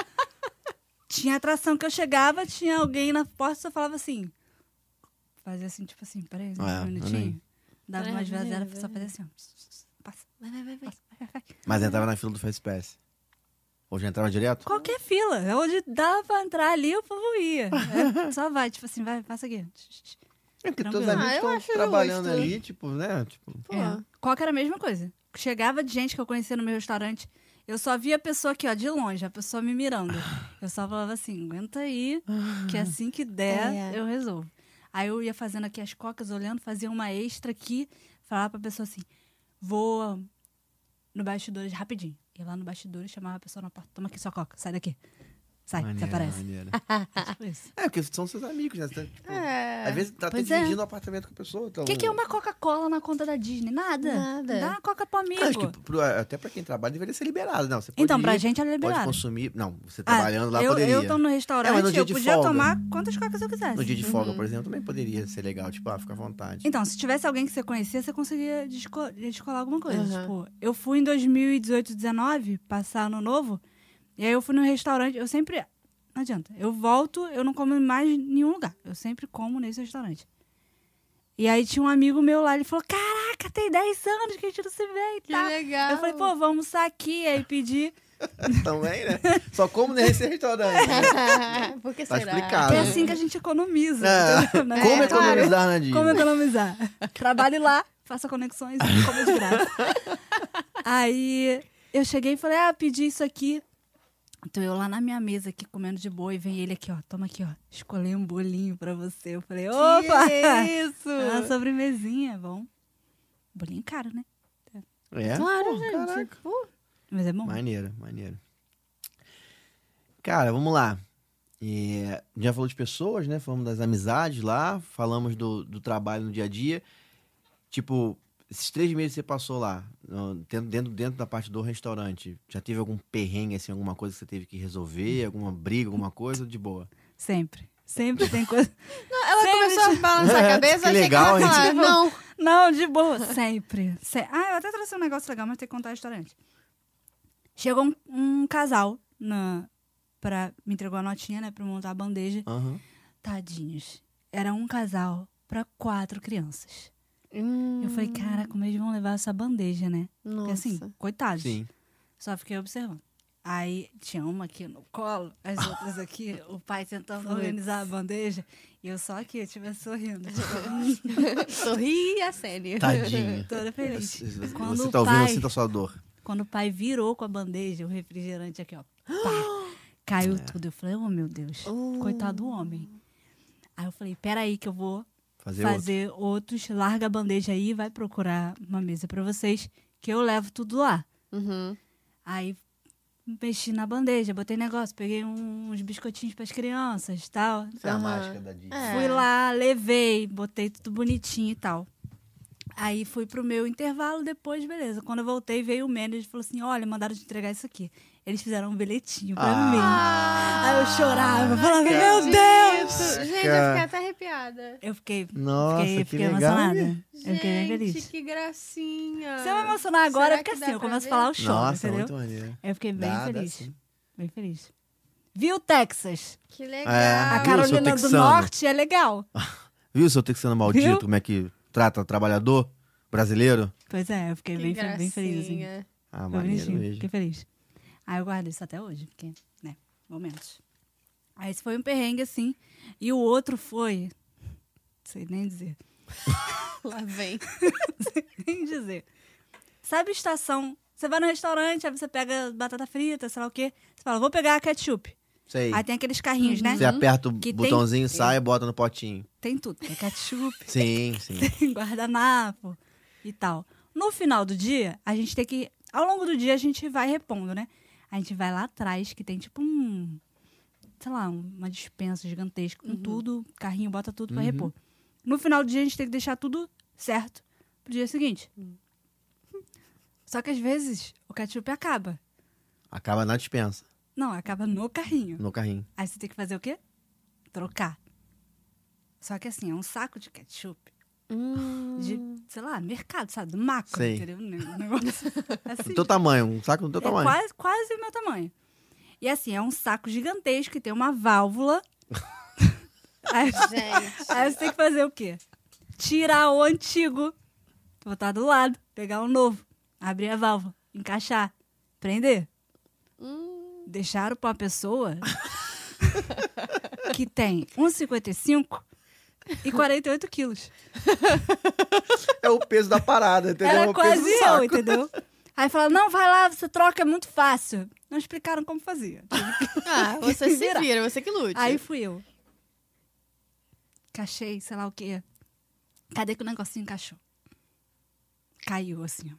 C: tinha atração que eu chegava, tinha alguém na porta, só falava assim. Fazia assim, tipo assim, peraí,
B: Ah,
C: um
B: é,
C: minutinho. Dava
D: Peraí,
C: umas
D: peraí,
C: vazadas,
D: peraí.
C: só fazia assim, ó. Passa, vai, vai, vai, vai.
B: Mas entrava na fila do Fast Pass. Ou já entrava direto?
C: Qualquer fila, onde dava pra entrar ali, o povo ia. É, só vai, tipo assim, vai, passa aqui.
B: É porque
C: Tranquilo.
B: todos os amigos
D: Ah, eu
B: estão
D: acho
B: trabalhando
D: justo.
B: ali, tipo, né? Tipo,
D: Pô.
C: É. Coca era a mesma coisa. Chegava de gente que eu conhecia no meu restaurante, eu só via a pessoa aqui, ó, de longe, a pessoa me mirando. Eu só falava assim, aguenta aí, que assim que der,
D: É.
C: eu resolvo. Aí eu ia fazendo aqui as cocas, olhando, fazia uma extra aqui, falava pra pessoa assim, vou no bastidores rapidinho. Ia lá no bastidores, chamava a pessoa na porta, toma aqui sua coca, sai daqui. Sai,
B: maneiro,
C: você aparece.
B: maneiro.
C: Tipo isso.
B: É, porque são seus amigos, né? Você tá, tipo,
D: É.
B: Às vezes tá até
C: Pois é.
B: dividindo o apartamento com a pessoa. Então...
C: O que, que é uma Coca-Cola na conta da Disney? Nada.
D: Nada.
C: Dá uma Coca pro amigo.
B: Acho que pro- é, até pra quem trabalha deveria ser liberado, não. Você pode
C: Então,
B: ir,
C: pra gente era
B: Pode
C: liberado.
B: consumir. Não, você
C: Ah,
B: trabalhando lá
C: eu,
B: poderia.
C: Eu tô no restaurante,
B: É, mas no dia
C: eu
B: de
C: podia
B: folga.
C: tomar quantas cocas eu quisesse.
B: No dia de folga, por exemplo, também poderia ser legal. Tipo, ah, fica à vontade.
C: Então, se tivesse alguém que você conhecia, você conseguia desco- descolar alguma coisa.
D: Aham.
C: Tipo, eu fui em 2018, 19, passar ano novo, e aí eu fui no restaurante, eu sempre... Não adianta, eu volto, eu não como em mais nenhum lugar. Eu sempre como nesse restaurante. E aí tinha um amigo meu lá, ele falou, caraca, tem 10 anos que a gente não se vê e
D: Que
C: tal.
D: legal.
C: Eu falei, pô, vamos almoçar aqui, aí pedi. Então,
B: também, né? Só como nesse restaurante. né?
D: Por que
B: Tá
D: será?
B: explicado.
C: Que é assim que a gente economiza.
B: É.
C: entendeu? né? Na
B: Como
C: verdade.
B: economizar na Disney?
C: Como economizar? Trabalhe lá, faça conexões e coma de graça. Aí eu cheguei e falei, ah, pedi isso aqui. Então eu lá na minha mesa aqui comendo de boa e vem ele aqui, ó, toma aqui, ó, escolhi um bolinho pra você. Eu falei, opa! é
D: Que isso!
C: Uma sobremesinha, é bom. Bolinho caro, né?
B: É?
D: Claro,
B: Pô,
D: gente.
B: caraca.
D: Pô,
C: Mas é bom.
B: Maneiro, maneiro. Cara, vamos lá. É, já falou de pessoas, né? Falamos das amizades lá, falamos do, do trabalho no dia a dia. Tipo, esses três meses que você passou lá, no- dentro, dentro, dentro da parte do restaurante, já teve algum perrengue, assim, alguma coisa que você teve que resolver, alguma briga, alguma coisa? De boa.
C: Sempre. Sempre tem coisa.
D: Ela começou a balançar a cabeça,
B: Que
D: achei
B: legal,
D: que ela ia falar,
C: hein?
D: não.
C: Não, de boa. Sempre. Se- Ah, eu até trouxe um negócio legal, mas tem que contar a história antes. Chegou um, um casal na, pra, me entregou a notinha, né? Pra eu montar a bandeja.
B: Aham.
C: Tadinhos. Era um casal pra quatro crianças.
D: Hum,
C: Eu falei, cara, como eles vão levar essa bandeja, né? Porque
D: nossa.
C: assim, coitados.
B: Sim.
C: Só fiquei observando. Aí tinha uma aqui no colo, as outras aqui, o pai tentando
D: Putz.
C: organizar a bandeja. E eu só aqui, eu estive sorrindo.
D: Sorri
A: É
D: a série.
B: Tadinho.
C: Toda feliz.
B: Você, você
C: Quando
B: tá
C: o
B: ouvindo,
C: pai-
B: sinta a sua dor.
C: Quando o pai virou com a bandeja, o refrigerante aqui, ó. pá, caiu tudo. Eu falei, oh meu Deus,
D: Oh.
C: coitado do homem. Aí eu falei, peraí que eu vou
B: Fazer, outro.
C: fazer outros. Larga a bandeja aí, vai procurar uma mesa pra vocês, que eu levo tudo lá.
D: Uhum.
C: Aí mexi na bandeja, botei negócio, peguei uns biscoitinhos pras crianças e tal.
B: Isso é a
D: Aham.
B: mágica da Disney.
D: É.
C: Fui lá, levei, botei tudo bonitinho e tal. Aí fui pro meu intervalo, depois, beleza. Quando eu voltei, veio o manager e falou assim: olha, mandaram te entregar isso aqui. Eles fizeram um bilhetinho pra
B: Ah.
C: mim. Aí eu chorava, falava, meu
D: Gente,
C: Deus!
D: Gente, eu fiquei até arrepiada.
C: Eu fiquei,
B: Nossa,
C: fiquei,
B: que
C: fiquei
B: legal.
C: emocionada.
B: hein?
C: Eu fiquei bem
D: Gente,
C: feliz.
D: que gracinha.
C: Se eu me emocionar agora,
D: Será
C: porque
D: que dá
C: assim, eu
D: pra
C: começo a
D: ver?
C: falar, eu choro,
B: Nossa,
C: entendeu?
B: muito assim. maneiro.
C: Eu fiquei bem
B: Dá, dá
C: feliz.
B: sim.
C: Bem feliz. Viu, Texas?
D: Que legal.
B: É,
C: A
B: Viu, seu
C: Carolina do
B: texano?
C: Norte é legal.
B: Viu, seu texano maldito,
C: Viu?
B: como é que trata o trabalhador brasileiro?
C: Pois é, eu fiquei
D: que
C: bem, fe- bem feliz. assim.
D: gracinha.
B: Ah,
C: Foi
B: maneiro
C: bonitinho,
B: mesmo.
C: Fiquei feliz. Aí eu guardo isso até hoje, porque, né, momentos. Aí esse foi um perrengue, assim. E o outro foi. Não sei nem dizer.
D: Lá vem.
C: Nem dizer. Sabe estação? Você vai no restaurante, aí você pega batata frita, sei lá o quê. Você fala, vou pegar ketchup.
B: Sei.
C: Aí tem aqueles carrinhos, né?
B: Você aperta o
C: Que tem-
B: botãozinho, sai e bota no potinho.
C: Tem tudo. Tem ketchup,
B: Sim, sim.
C: tem guardanapo e tal. No final do dia, a gente tem que. Ao longo do dia, a gente vai repondo, né? A gente vai lá atrás, que tem tipo um. Sei lá, uma dispensa gigantesca com tudo, carrinho, bota tudo pra
B: Uhum.
C: repor. No final do dia, a gente tem que deixar tudo certo pro dia seguinte. Só que às vezes o ketchup acaba.
B: Acaba na dispensa,
C: Não, acaba no carrinho.
B: no carrinho.
C: Aí você tem que fazer o quê? Trocar. Só que assim, é um saco de ketchup
D: Hum.
C: de, sei lá, mercado, sabe? Do macro,
B: Sei.
C: entendeu? Um ne- um negócio assim.
B: Do teu tamanho, um saco do teu
C: é
B: tamanho.
C: quase, quase o meu tamanho. E assim, é um saco gigantesco que tem uma válvula. aí,
D: Gente.
C: aí você tem que fazer o quê? Tirar o antigo, botar do lado, pegar o novo, abrir a válvula, encaixar, prender.
D: Hum.
C: Deixaram pra uma pessoa que tem 1,55 e 48 quilos.
B: É o peso da parada, entendeu? é
C: Era
B: o peso
C: quase um.
B: do
C: eu,
B: saco.
C: entendeu? Aí falaram, não, vai lá, você troca, é muito fácil. Não explicaram como fazia.
D: Ah, você se
C: Vira.
D: vira, você que lute.
C: Aí fui eu. Cachei, sei lá o quê. Cadê que o negocinho encaixou? Caiu assim, ó,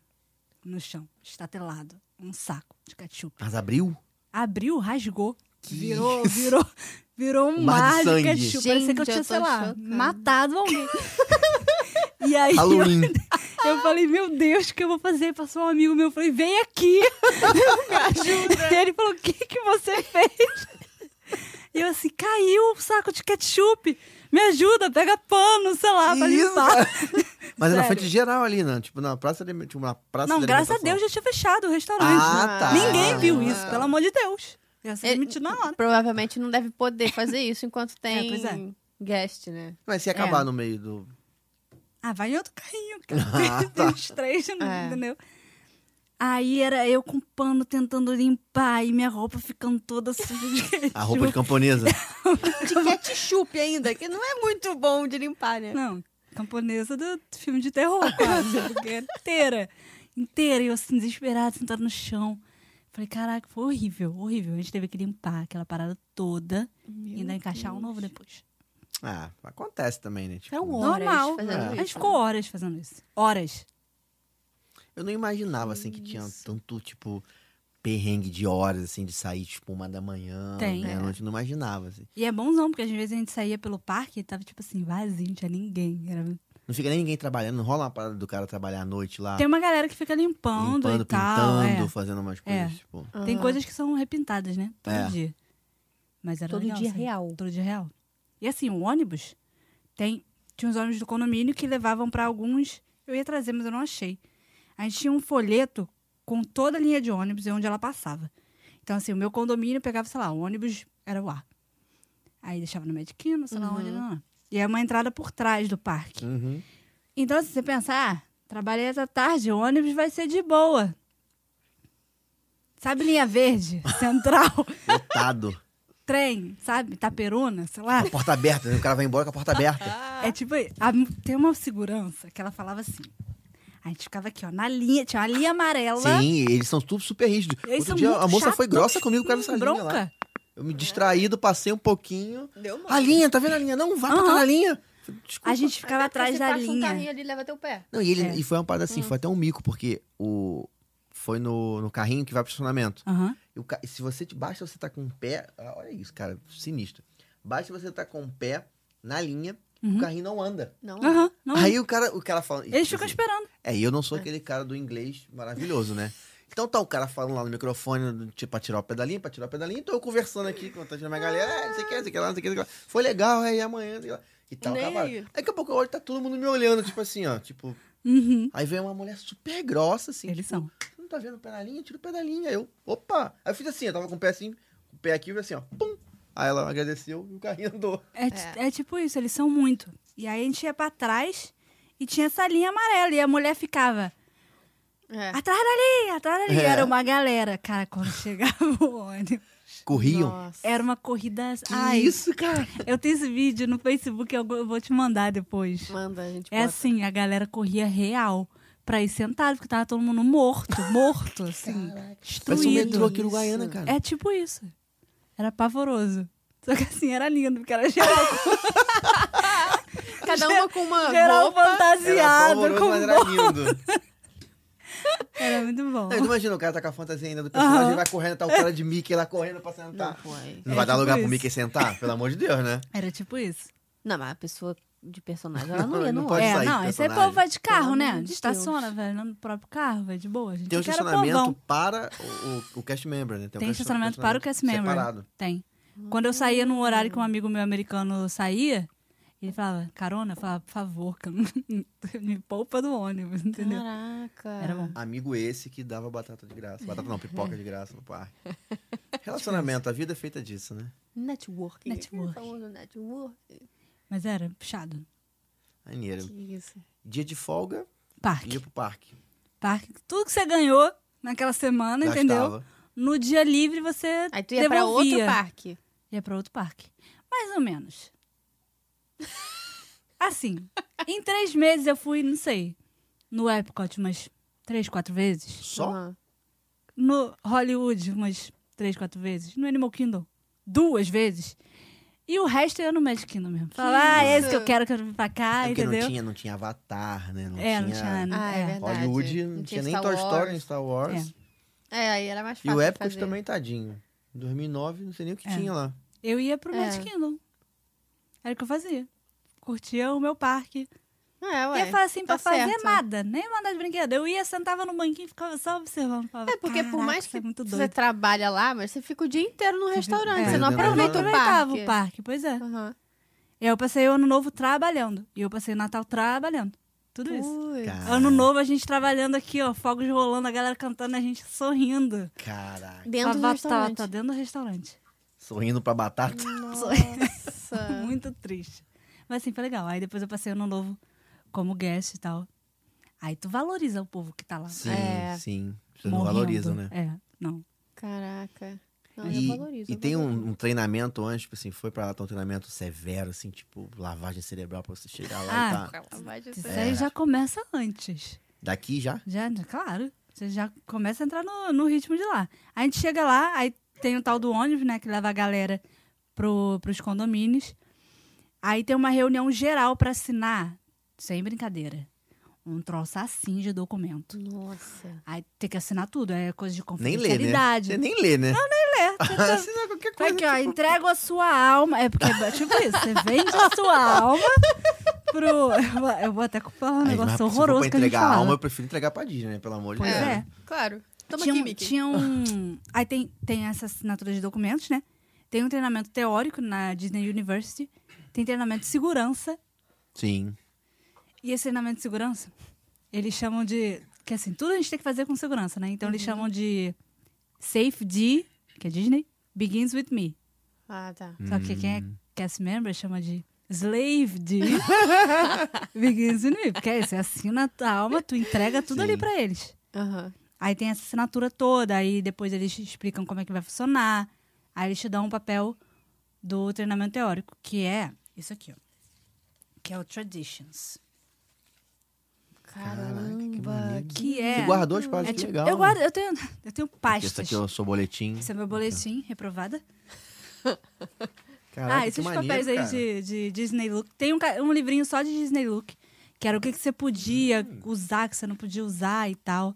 C: no chão, estatelado. Um saco de ketchup.
B: Mas abriu?
C: Abriu, rasgou.
B: Que
C: Virou,
B: isso?
C: virou, virou
B: Mar
C: um
B: de
C: mar, de
B: sangue.
C: ketchup. Parecia
D: Gente,
C: que eu tinha,
D: eu tô
C: sei lá,
D: chocada.
C: matado alguém. e aí, eu
B: Halloween.
C: eu falei, meu Deus, o que eu vou fazer? Passou um amigo meu, eu falei, vem aqui. Me ajuda. E ele falou, o que, que você fez? E eu assim, caiu o saco de ketchup. Me ajuda, pega pano, sei lá, pra
B: Isso,
C: limpar.
B: Mas é na
C: Sério.
B: frente geral ali, né? Tipo, na praça de tipo, na praça
C: Não,
B: de
C: graças a Deus
B: alimentação.
C: já tinha fechado o restaurante.
B: Ah, tá.
C: Ninguém viu
D: Ah.
C: isso, pelo amor de Deus. Eu
D: Ele-
C: assim, menti na hora.
D: Provavelmente não deve poder fazer isso enquanto tem
C: É, pois é.
D: guest, né?
B: Mas se acabar no meio do...
C: Ah, vai em outro carrinho. Que
B: Ah,
C: tem os três, não-
D: É.
C: entendeu? Aí era eu com pano tentando limpar e minha roupa ficando toda suja de ketchup.
B: A roupa de camponesa.
D: De ketchup ainda, que não é muito bom de limpar, né?
C: Não, camponesa do filme de terror, quase. porque era inteira. Inteira. E eu assim, desesperada, sentada no chão. Falei, caraca, foi horrível, horrível. A gente teve que limpar aquela parada toda e ainda encaixar um novo depois.
B: Ah, acontece também, né?
C: É
B: Tipo,
D: Era um
C: Normal.
D: fazendo
B: É.
D: isso.
C: A gente ficou horas fazendo isso. Horas.
B: Eu não imaginava, assim, que tinha tanto, tipo, perrengue de horas, assim, de sair, tipo, uma da manhã,
C: Tem. é.
B: meia-noite. Não imaginava, assim.
C: E é bonzão, porque às vezes a gente saía pelo parque e tava, tipo assim, vazio, não tinha ninguém. Era-
B: Não fica nem ninguém trabalhando. Não rola uma parada do cara trabalhar à noite
D: Ah.
B: lá.
C: Tem uma galera que fica limpando,
B: limpando,
C: e tal.
B: pintando,
C: é.
B: fazendo umas coisas,
C: É.
B: tipo...
C: Tem
D: Aham.
C: coisas que são repintadas, né? Todo
B: É.
C: dia. Mas era
D: Todo
C: legal, assim.
D: dia
C: sabe?
D: real.
C: Todo dia real. E assim, o ônibus tem. Tinha uns ônibus do condomínio que levavam pra alguns. Eu ia trazer, mas eu não achei. A gente tinha um folheto com toda a linha de ônibus e onde ela passava. Então, assim, o meu condomínio pegava, sei lá, o ônibus era o A. Aí deixava no Mediquino, sei lá onde. Não, não. E é uma entrada por trás do parque.
B: Uhum.
C: Então, se você pensar, ah, trabalhei essa tarde, o ônibus vai ser de boa. Sabe linha verde, central,
B: Lotado.
C: trem, sabe? Taperuna, sei lá.
B: A porta aberta, né? o cara vai embora com a porta aberta.
C: É tipo, a- tem uma segurança que ela falava assim. A gente ficava aqui, ó, na linha, tinha uma linha amarela.
B: Sim, eles são tudo super rígidos.
C: Eles
B: Outro
C: são
B: dia
C: muito
B: a moça
C: chatos, hum,
B: foi grossa comigo com essa linha
C: bronca.
B: lá. Eu me distraído, passei um pouquinho.
C: É,
A: Deu uma.
B: A linha, tá vendo a linha? Não, vai pra tá na linha. Desculpa.
C: A gente ficava atrás
A: tá
C: da
D: um
C: linha.
D: carrinho ali e leva teu pé.
B: Não, e, ele,
C: É.
B: e foi uma parada assim, foi até um mico, porque o foi no, no carrinho que vai pro estacionamento.
C: Aham.
B: E o ca- e se você te basta você tá com o pé, ah, olha isso, cara, sinistro. Basta você tá com o pé na linha,
C: Uhum.
B: o carrinho não anda.
D: Não.
C: Aham. não. é.
B: Aí o cara, o cara fala,
C: Eles
B: quer
C: ficam
B: dizer,
C: esperando.
B: É, e eu não sou aquele cara do inglês maravilhoso, né? Então tá o cara falando lá no microfone, tipo, pra tirar o pedalinho, pra tirar o pedalinho, então eu conversando aqui com a minha galera, é, não sei o que, não sei o que lá, não sei o que, não sei o que lá. Foi legal, aí amanhã, sei lá. E tal,
A: Nem
B: tá,
A: aí.
B: parado. Daqui a pouco eu olho, tá todo mundo me olhando, tipo assim, ó, tipo...
C: Uhum.
B: Aí vem uma mulher super grossa, assim,
C: Eles são.
B: você não tá vendo o pé na linha? Tira o pé da linha. Aí eu, opa! Aí eu fiz assim, eu tava com o pé assim, o pé aqui, e assim, ó, pum! Aí ela agradeceu e o carrinho andou.
C: É, ti- é tipo isso, eles são muito. E aí a gente ia pra trás e tinha essa linha amarela. E a mulher ficava
A: É.
C: atrás da linha, atrás da linha.
B: É.
C: Era uma galera. Cara, quando chegava o ônibus,
B: Corriam?
A: Nossa.
C: era uma corrida.
B: Que
C: Ai,
B: isso, cara?
C: eu tenho esse vídeo no Facebook, eu go- eu vou te mandar depois.
A: Manda, a
B: Tipo,
A: gente
C: É
A: bota.
C: assim, a galera corria real pra ir sentado, porque tava todo mundo morto, morto, assim,
B: Parece um
C: destruído.
B: metrô aqui no
A: Isso.
B: Guaiana, cara.
C: É tipo isso. Era pavoroso. Só que assim, era lindo, porque era geral,
D: Cada uma com uma
C: geral
D: roupa.
C: fantasiado.
B: pavoroso,
C: com
B: mas era lindo.
C: Era muito bom.
B: Não, imagina, o cara tá com a fantasia ainda do personagem,
C: Aham.
B: ele vai correndo, tá o cara de Mickey lá correndo pra sentar.
A: Não foi.
B: Não
C: É
B: vai dar
C: tipo
B: lugar
C: isso.
B: pro Mickey sentar? Pelo amor de Deus, né?
C: Era tipo isso.
A: Não, mas a pessoa de personagem, ela não
B: Não,
A: ia,
B: não
A: não
B: Pode
C: é,
B: sair
C: não,
B: do
C: esse aí o
B: personagem.
C: povo vai de carro,
A: Pelo
C: né?
A: amor de
C: Estaciona,
A: Deus.
C: velho, no próprio carro, vai de boa. Gente.
B: Tem um
C: Aqui era
B: estacionamento
C: povão.
B: para o, o, o cast member, né?
C: Tem estacionamento para o cast member.
B: Separado.
C: Tem. Quando eu saía num horário que um amigo meu americano saía, ele falava, carona, eu falava, por favor, que eu não- me poupa do ônibus, entendeu?
A: Caraca.
C: Era bom.
B: Amigo esse que dava batata de graça. Batata não, pipoca de graça no parque. Relacionamento, a vida é feita disso, né?
A: Networking.
D: é
C: Networking.
A: O famoso networking.
C: Mas era puxado.
B: Maneiro.
A: Que isso.
B: Dia de folga,
C: Parque.
B: ia pro parque.
C: Parque. Tudo que você ganhou naquela semana, entendeu?
B: Gastava.
C: No dia livre você
D: Aí tu ia pra outro
C: devolvia.
D: parque.
C: Ia pra outro parque. Mais ou menos. assim, em três meses eu fui, não sei, no Epcot umas três, quatro vezes.
B: Só?
A: Aham.
C: No Hollywood umas três, quatro vezes. No Animal Kingdom duas vezes. E o resto eu ia no Magic Kingdom mesmo. Falar, ah, esse que eu quero, que eu quero vir pra cá,
B: é porque
C: Ah, entendeu?
B: não tinha, não tinha Avatar, né? Não
C: É,
B: tinha...
C: não tinha nada.
A: Ah, é,
C: É.
A: verdade.
B: Hollywood, não, tinha, nem
D: Star
B: Toy Story, nem
D: Wars.
B: Star Wars.
C: É.
D: É, aí era mais
B: E
D: fácil.
B: o
D: de
B: Epcot
D: fazer.
B: também, tadinho. Em 2009, não sei nem o que
C: É.
B: tinha lá.
C: Eu ia pro
A: É.
C: Magic Kingdom. Era o que eu fazia. Curtia o meu parque.
D: É,
C: Eu
D: ué.
C: ia falar assim,
D: tá
C: pra fazer
D: certo.
C: nada, nem mandar de brinquedo. Eu ia, sentava no banquinho e ficava só observando. Falava,
D: É, porque por
C: "Caraca,
D: mais
C: isso
D: que
C: é muito
D: você
C: doido.
D: trabalha lá, mas você fica o dia inteiro no restaurante.
C: É.
D: Você não
B: Perdendo
C: Eu não
D: aproveita o
C: aproveitava
D: parque.
C: o parque, pois é.
D: Aham.
C: Eu passei o ano novo trabalhando. E eu passei o Natal trabalhando. Tudo isso.
A: Ui.
B: Cara,
C: Ano novo, a gente trabalhando aqui, ó, fogos rolando, a galera cantando, a gente sorrindo.
B: Caraca.
D: Dentro do
C: Batata
D: restaurante.
C: dentro do restaurante.
B: Sorrindo pra batata. Ah.
D: Nossa.
C: Muito triste. Mas assim, foi legal. Aí depois eu passei o ano novo como guest e tal. Aí tu valoriza o povo que tá lá.
B: Sim,
A: É.
B: sim. Vocês não
C: morrendo.
B: valorizam, né?
C: É, não.
D: Caraca.
C: Ah,
D: Não,
B: E,
D: eu valorizo.
B: e
D: eu
B: tem
D: valorizo.
B: um, um treinamento antes, tipo assim, foi pra lá, tem um treinamento severo, assim, tipo, lavagem cerebral pra você chegar lá
C: Ah,
B: e tá.
D: Ela vai de
C: Isso
D: certo.
C: aí já começa antes.
B: Daqui já?
C: Já, já, claro. Você já começa a entrar no, no ritmo de lá. A gente chega lá, aí tem o tal do ônibus, né? Que leva a galera pro, pros condomínios. Aí tem uma reunião geral pra assinar, sem brincadeira, um troço assim de documento.
A: Nossa.
C: Aí tem que assinar tudo, é coisa de
B: Nem lê, né?
C: confidencialidade.
B: Você nem lê, né? Não, nem lê. Assina qualquer
C: Tá
B: coisa.
C: aqui, ó, entrega a sua alma. É porque, é tipo isso, você vende a sua alma pro... Eu vou, eu vou até falar um
B: Aí, mas
C: negócio
B: se for pra
C: horroroso que a gente
B: entregar a
C: falava.
B: alma, eu prefiro entregar pra Disney, né? Pelo amor de
C: Pois
B: Deus.
C: é.
D: Claro. Toma
C: tinha,
D: aqui,
C: um-
D: Mickey.
C: tinha um. Aí tem, tem essa assinatura de documentos, né? Tem um treinamento teórico na Disney University. Tem treinamento de segurança.
B: Sim.
C: E esse treinamento de segurança, eles chamam de. Que assim, tudo a gente tem que fazer com segurança, né? Então eles chamam de Safe D, que é Disney, begins with me.
A: Ah, tá.
B: Hum.
C: Só que quem é cast member chama de Slaved begins in me. Porque aí você assina a alma, tu entrega tudo
B: Sim.
C: ali pra eles.
A: Aham.
C: Aí tem essa assinatura toda, aí depois eles te explicam como é que vai funcionar. Aí eles te dão um papel do treinamento teórico, que é isso aqui, ó. Que é o Traditions.
B: Caraca, que
A: Caramba.
B: maneiro.
C: Que
B: Você
C: é.
B: guardou os quase
C: é
B: que
C: tipo-
B: legal.
C: Eu guardo, eu tenho, eu tenho pastas.
B: Esse aqui é o seu boletim.
C: Esse é meu boletim, reprovada.
B: Caraca,
C: ah,
B: que
C: esses
B: maneiro,
C: papéis aí
B: cara.
C: de, de Disney Look. Tem um, ca- um livrinho só de Disney Look, que era o que, que você podia
B: Hum.
C: usar, que você não podia usar e tal.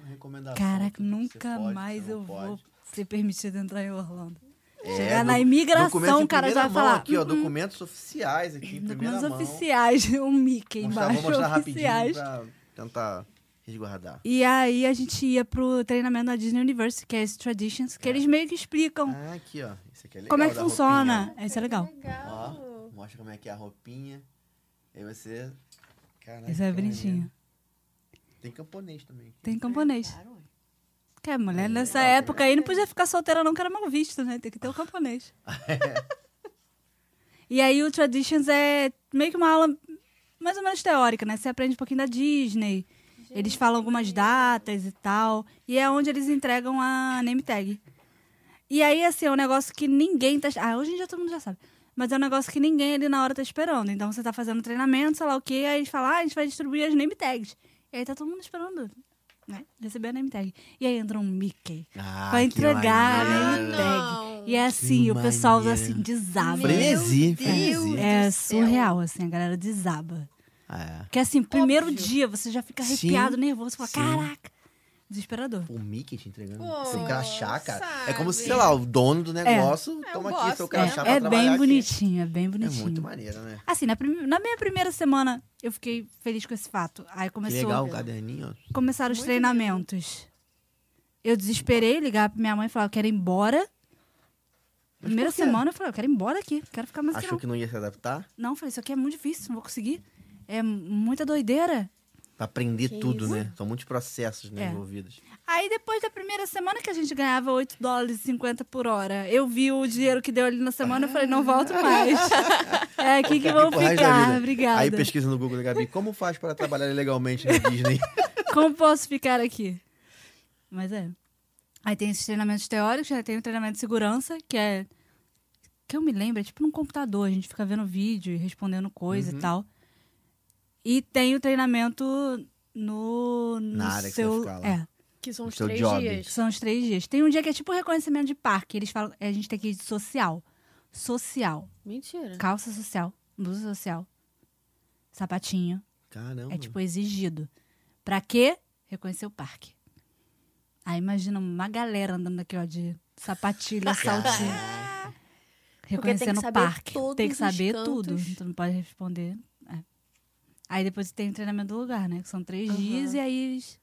B: Uma recomendação, tudo
C: Caraca,
B: que Tá você
C: nunca
B: pode,
C: mais
B: você não
C: eu vou
B: pode.
C: ser permitida entrar em Orlando.
B: É,
C: Chegar
B: do-
C: na imigração,
B: documento
C: o
B: em
C: cara já
B: primeira mão
C: vai falar. "Uh-uh."
B: Aqui, ó, documentos oficiais aqui, em primeira
C: Documentos
B: mão.
C: oficiais, um Mickey
B: Mostrar, vou
C: embaixo,
B: mostrar rapidinho
C: oficiais.
B: pra tentar resguardar.
C: E aí a gente ia pro treinamento da Disney University, que é esse Traditions, que eles meio que explicam
B: Ah, aqui, ó. Isso aqui é legal.
C: Então, como é que
B: da
C: funciona.
B: roupinha.
C: Isso é legal.
B: Ó, mostra como é que é a roupinha. Aí você... Caraca,
C: Isso é
B: que maneiro.
C: bonitinho.
B: Tem camponês também. aqui.
C: Tem camponês.
A: Claro, ué.
C: Que a mulher nessa
B: legal,
C: época aí não podia ficar solteira não, que era mal visto, né? Tem que ter o camponês. e aí o Traditions é meio que uma aula mais ou menos teórica, né? Você aprende um pouquinho da Disney. Eles falam algumas datas e tal. E é onde eles entregam a name tag. E aí, assim, é um negócio que ninguém tá... Ah, hoje em dia todo mundo já sabe. Mas é um negócio que ninguém ali na hora tá esperando. Então você tá fazendo treinamento, sei lá o quê, aí eles falam, ah, a gente vai distribuir as name tags. E aí tá todo mundo esperando, né? Receber a name tag. E aí entra um Mickey
B: Ah,
C: pra
B: que
C: entregar a
B: maneiro.
C: name tag. E é assim,
B: Que
C: o pessoal
B: maneiro.
C: assim desaba.
B: Frenesi,
A: Meu Deus
B: frenesi.
A: do
C: É
A: céu.
C: surreal, assim, a galera desaba.
B: Ah, é.
C: Porque assim, primeiro
A: Óbvio.
C: dia você já fica arrepiado,
B: Sim,
C: nervoso, fala,
B: sim.
C: caraca, desesperador.
B: O Mickey te entregando
A: Pô,
B: seu crachá, cara. É como se,
A: sabe?
B: sei lá, o dono do negócio
D: É, eu
B: toma aqui
D: gosto,
B: seu
D: né?
B: crachá pra
C: É, é
B: trabalhar
C: bem
B: aqui.
C: bonitinho, é bem
B: É
C: bonitinho.
B: muito maneiro, né?
C: Assim, na, prim- na minha primeira semana eu fiquei feliz com esse fato. Aí
B: Que
C: começou,
B: legal o caderninho, ó.
C: começaram os
A: Muito
C: treinamentos. Eu desesperei ligar pra minha mãe e falar, eu quero ir embora. Primeira
B: por quê?
C: semana eu falei, eu quero ir embora aqui, não quero ficar mais aqui
B: Achou
C: não.
B: que não ia se adaptar?
C: Não, eu falei, isso aqui é muito difícil, não vou conseguir. É muita doideira.
B: Pra aprender
A: Que
B: tudo,
A: isso.
B: né? São muitos processos né,
C: É.
B: envolvidos.
C: Aí depois da primeira semana que a gente ganhava 8 dólares e 50 por hora, eu vi o dinheiro que deu ali na semana e falei, não volto mais. É aqui que vão
B: Pro resto da
C: ficar,
B: vida.
C: obrigada.
B: Aí pesquisa no Google, Gabi, como faz pra trabalhar ilegalmente na Disney?
C: Como posso ficar aqui? Mas é. Aí tem esses treinamentos teóricos, aí tem o treinamento de segurança, que é. Que eu me lembro, é tipo num computador, a gente fica vendo vídeo e respondendo coisa
B: Uhum.
C: e tal. E tem o treinamento no. no
B: Na área que você
C: seu,
B: vai ficar lá.
C: É,
A: Que são
B: O
A: os
B: seu
A: três
B: job.
C: que
A: dias.
C: são os três dias. Tem um dia que é tipo reconhecimento de parque, eles falam. A gente tem que ir de social. Social.
A: Mentira.
C: Calça social, blusa social, sapatinho.
A: Uhum.
B: Caramba.
C: É tipo exigido. Pra quê? Reconhecer o parque. Aí imagina uma galera andando aqui, ó, de sapatilha, saltinho.
A: Porque tem que
C: Reconhecendo o
A: saber
C: parque.
A: todos
C: Tem que
A: os
C: saber
A: cantos.
C: tudo. Tu não pode responder. É. Aí depois tem o treinamento do lugar, né? Que são três
A: Aham.
C: dias e aí eles-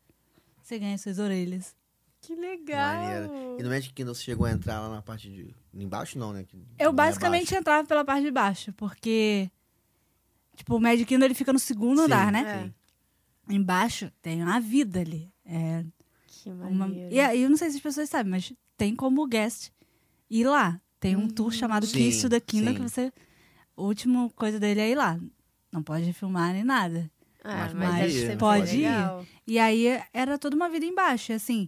C: você ganha suas orelhas.
A: Que
B: Maneiro. E no Magic Kingdom você chegou a entrar lá na parte de... Embaixo não, né? Que não
C: Eu
B: é
C: basicamente
B: baixo.
C: entrava pela parte de baixo, porque. Tipo, o Magic Kingdom ele fica no segundo
B: Sim,
C: andar, né?
B: sim.
C: Embaixo tem a vida ali. É
A: Que
C: Uma-
A: maneiro.
C: E é- aí, eu não sei se as pessoas sabem, mas tem como guest ir lá. Tem um
A: Hum,
C: tour chamado
B: Sim,
C: Kiss to the Kingdom,
B: sim.
C: que você... A última coisa dele é ir lá. Não pode filmar nem nada.
A: Ah,
B: Mas
A: mas
B: pode
A: deve
B: ir,
A: ser
C: pode
A: bem
C: ir.
A: legal.
C: E aí, era toda uma vida embaixo. E assim,